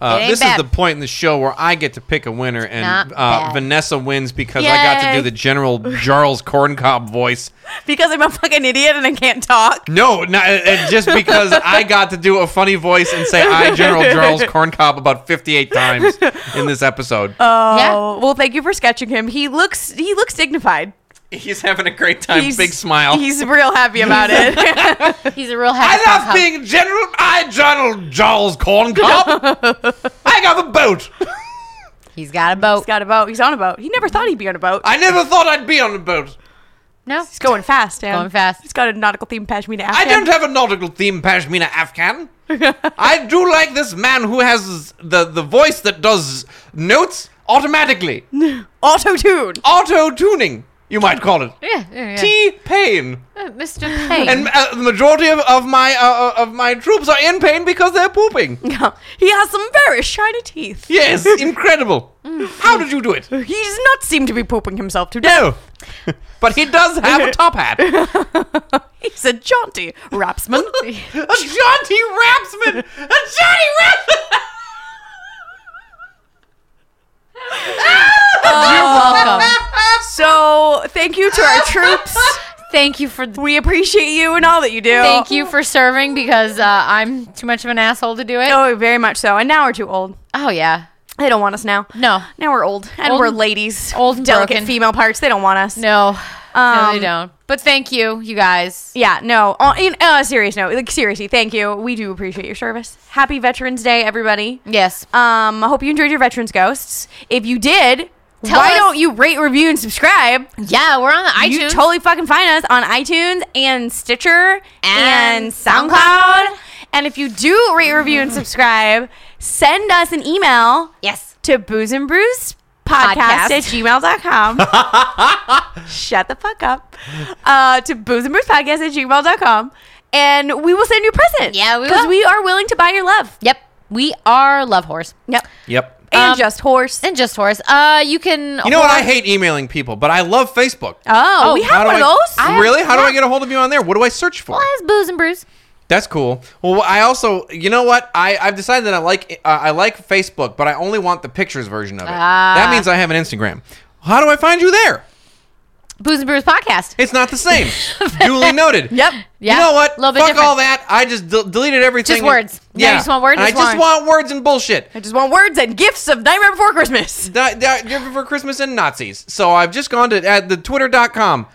Speaker 4: Uh,
Speaker 2: It ain't
Speaker 4: this
Speaker 2: bad.
Speaker 4: is the point in the show where I get to pick a winner,
Speaker 2: not
Speaker 4: and
Speaker 2: bad.
Speaker 4: uh, Vanessa wins because I got to
Speaker 3: Yay.
Speaker 4: do the General Charles Corncob voice.
Speaker 3: Because I'm a fucking idiot and I can't talk.
Speaker 4: No, not, and just because I got to do a funny voice and say I, General Charles Corncob, about 58 times in this episode.
Speaker 2: Yeah.
Speaker 3: Oh well, thank you for sketching him. He looks he looks dignified.
Speaker 4: he's having a great time.
Speaker 3: He's-
Speaker 4: Big smile.
Speaker 3: He's real
Speaker 4: [LAUGHS]
Speaker 3: happy about it. [LAUGHS]
Speaker 2: He's a real
Speaker 4: I
Speaker 2: happy.
Speaker 4: love being General I, General
Speaker 3: [LAUGHS]
Speaker 4: Charles Corncob. I got a boat.
Speaker 2: He's got a boat.
Speaker 3: He's got a boat. He's on a boat. He never thought he'd be on a boat.
Speaker 4: I never thought I'd be on a boat.
Speaker 2: no.
Speaker 3: He's going fast, man.
Speaker 2: Going fast.
Speaker 3: [LAUGHS] He's got a nautical theme pashmina.
Speaker 4: I
Speaker 3: afghan.
Speaker 4: don't have a nautical theme Pashmina Afghan. I do like this man who has the, the voice that does notes automatically.
Speaker 3: auto tune.
Speaker 4: Auto tuning, you might call it.
Speaker 2: Yeah, yeah, yeah.
Speaker 4: T pain.
Speaker 2: Uh, Mr. Payne.
Speaker 4: And uh, the majority of, of my uh, uh, of my troops are in pain because they're pooping.
Speaker 3: He has some very shiny teeth.
Speaker 4: Yes, incredible. How did you do it?
Speaker 3: He does not seem to be pooping himself today.
Speaker 4: No. But he does have a top hat. A
Speaker 3: He's a jaunty rapsman.
Speaker 4: jaunty rapsman! A jaunty rapsman!
Speaker 2: You're welcome.
Speaker 3: so, thank you to our troops.
Speaker 2: Thank you for the,
Speaker 3: We appreciate you and all that you do.
Speaker 2: thank you for serving because uh, I'm too much of an asshole to do it.
Speaker 3: Oh, very much so. And now we're too old.
Speaker 2: Oh yeah.
Speaker 3: They don't want us now.
Speaker 2: No.
Speaker 3: Now we're old. And
Speaker 2: Old
Speaker 3: we're
Speaker 2: and-
Speaker 3: ladies.
Speaker 2: old and
Speaker 3: Delicate
Speaker 2: broken.
Speaker 3: female parts. They don't want us.
Speaker 2: No. no, they
Speaker 3: Um,
Speaker 2: don't. But thank you, you guys.
Speaker 3: Yeah, no. On in uh, serious note, like seriously, thank you. We do appreciate your service. Happy Veterans Day, everybody.
Speaker 2: Yes.
Speaker 3: Um, I hope you enjoyed your Veterans Ghosts. If you did,
Speaker 2: Tell
Speaker 3: why
Speaker 2: us-
Speaker 3: don't you rate, review, and subscribe?
Speaker 2: Yeah, we're on the iTunes.
Speaker 3: You totally fucking find us on iTunes and Stitcher and,
Speaker 2: And
Speaker 3: SoundCloud. And if you do rate, review, and subscribe, send us an email
Speaker 2: yes.
Speaker 3: to booze and brews podcast
Speaker 2: Podcast.
Speaker 3: at
Speaker 2: [LAUGHS]
Speaker 3: gmail.com. Shut the fuck up. Uh, to booze and brews podcast at gmail.com. And we will send you a present.
Speaker 2: Yeah, we
Speaker 3: Because
Speaker 2: will.
Speaker 3: we are willing to buy your love.
Speaker 2: Yep. We are love horse
Speaker 3: Yep.
Speaker 4: Yep.
Speaker 3: And
Speaker 2: Um,
Speaker 3: just
Speaker 2: [LAUGHS]
Speaker 3: horse.
Speaker 2: and just horse. Uh, you can.
Speaker 4: You know what? I hate emailing people, but I love Facebook.
Speaker 3: oh,
Speaker 2: oh,
Speaker 3: we
Speaker 2: how
Speaker 3: have one
Speaker 4: do
Speaker 3: of
Speaker 4: I-
Speaker 3: those.
Speaker 2: I-
Speaker 4: really? How do I
Speaker 2: yeah.
Speaker 4: get a hold of you on there? What do I search for?
Speaker 2: has booze and brews.
Speaker 4: That's cool. Well, I also, you know what? I I've decided that I like uh, I like Facebook, but I only want the pictures version of it.
Speaker 2: Ah.
Speaker 4: That means I have an Instagram. How do I find you there?
Speaker 2: Booze and brews podcast.
Speaker 4: It's not
Speaker 2: [LAUGHS]
Speaker 4: the same. Duly noted.
Speaker 3: yep.
Speaker 2: Yeah.
Speaker 4: You know what?
Speaker 2: Little bit
Speaker 4: Fuck
Speaker 2: different.
Speaker 4: all that. I just del- deleted everything.
Speaker 2: Just words. Now you just want words,
Speaker 4: And I
Speaker 2: just
Speaker 4: just
Speaker 2: words.
Speaker 4: want words and bullshit.
Speaker 3: I just want words and gifts of Nightmare Before Christmas.
Speaker 4: Di- di- Different for Christmas and Nazis. So I've just gone to at the twitter.com.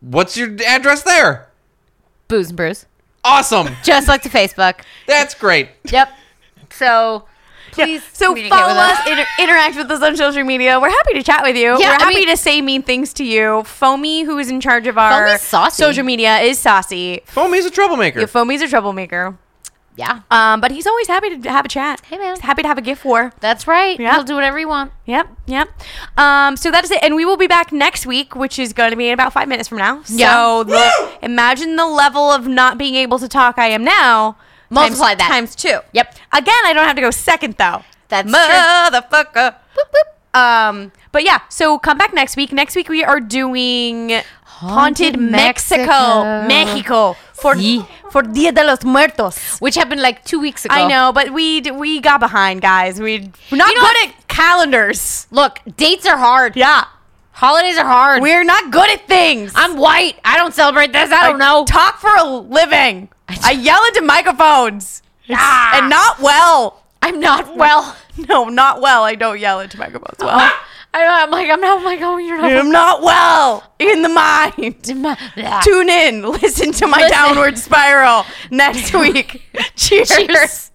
Speaker 4: What's your address there?
Speaker 2: Booze and brews.
Speaker 4: Awesome. [LAUGHS]
Speaker 2: Just like the Facebook.
Speaker 4: That's great.
Speaker 2: Yep. So Please
Speaker 3: So
Speaker 2: communicate
Speaker 3: follow
Speaker 2: with
Speaker 3: us, inter- interact with us on social media. We're happy to chat with you.
Speaker 2: Yeah,
Speaker 3: We're
Speaker 2: I
Speaker 3: happy
Speaker 2: mean-
Speaker 3: to say mean things to you. Foamy, who is in charge of our
Speaker 2: Foamy's saucy.
Speaker 3: social media, is saucy.
Speaker 4: Foamy's a troublemaker.
Speaker 3: Yeah, Foamy's a troublemaker.
Speaker 2: Yeah.
Speaker 3: Um, but he's always happy to have a chat.
Speaker 2: Hey, man.
Speaker 3: He's happy to have a gift war.
Speaker 2: That's right.
Speaker 3: Yeah.
Speaker 2: He'll do whatever you want.
Speaker 3: Yep, yep. Um, so that is it, and we will be back next week, which is going to be in about five minutes from now.
Speaker 2: Yeah.
Speaker 3: So the, imagine the level of not being able to talk I am now.
Speaker 2: Multiply
Speaker 3: times,
Speaker 2: that.
Speaker 3: times two.
Speaker 2: Yep.
Speaker 3: Again, I don't have to go second though.
Speaker 2: That's true.
Speaker 3: motherfucker. Um, but yeah, so come back next week. Next week we are doing Haunted,
Speaker 2: Haunted
Speaker 3: Mexico, Mexico for
Speaker 2: Sí.
Speaker 3: for Dia de los Muertos.
Speaker 2: Which happened like two weeks ago.
Speaker 3: I know, but we d- we got behind, guys. We we're not
Speaker 2: You know
Speaker 3: good at calendars.
Speaker 2: Look, dates are hard.
Speaker 3: Yeah,
Speaker 2: Holidays are hard.
Speaker 3: we're not good at things.
Speaker 2: I'm white. I don't celebrate this. I don't know.
Speaker 3: Talk for a living. I yell into microphones,
Speaker 2: Ah.
Speaker 3: and not well.
Speaker 2: I'm not well.
Speaker 3: [LAUGHS] No, not well. I don't yell into microphones. Well.
Speaker 2: [LAUGHS] I, I'm like, I'm not, I'm like, oh, you're not.
Speaker 3: I'm not well in the mind.
Speaker 2: [LAUGHS] Blah.
Speaker 3: Tune in. Listen to my
Speaker 2: Listen. [LAUGHS]
Speaker 3: downward spiral next week. Cheers.
Speaker 2: Cheers.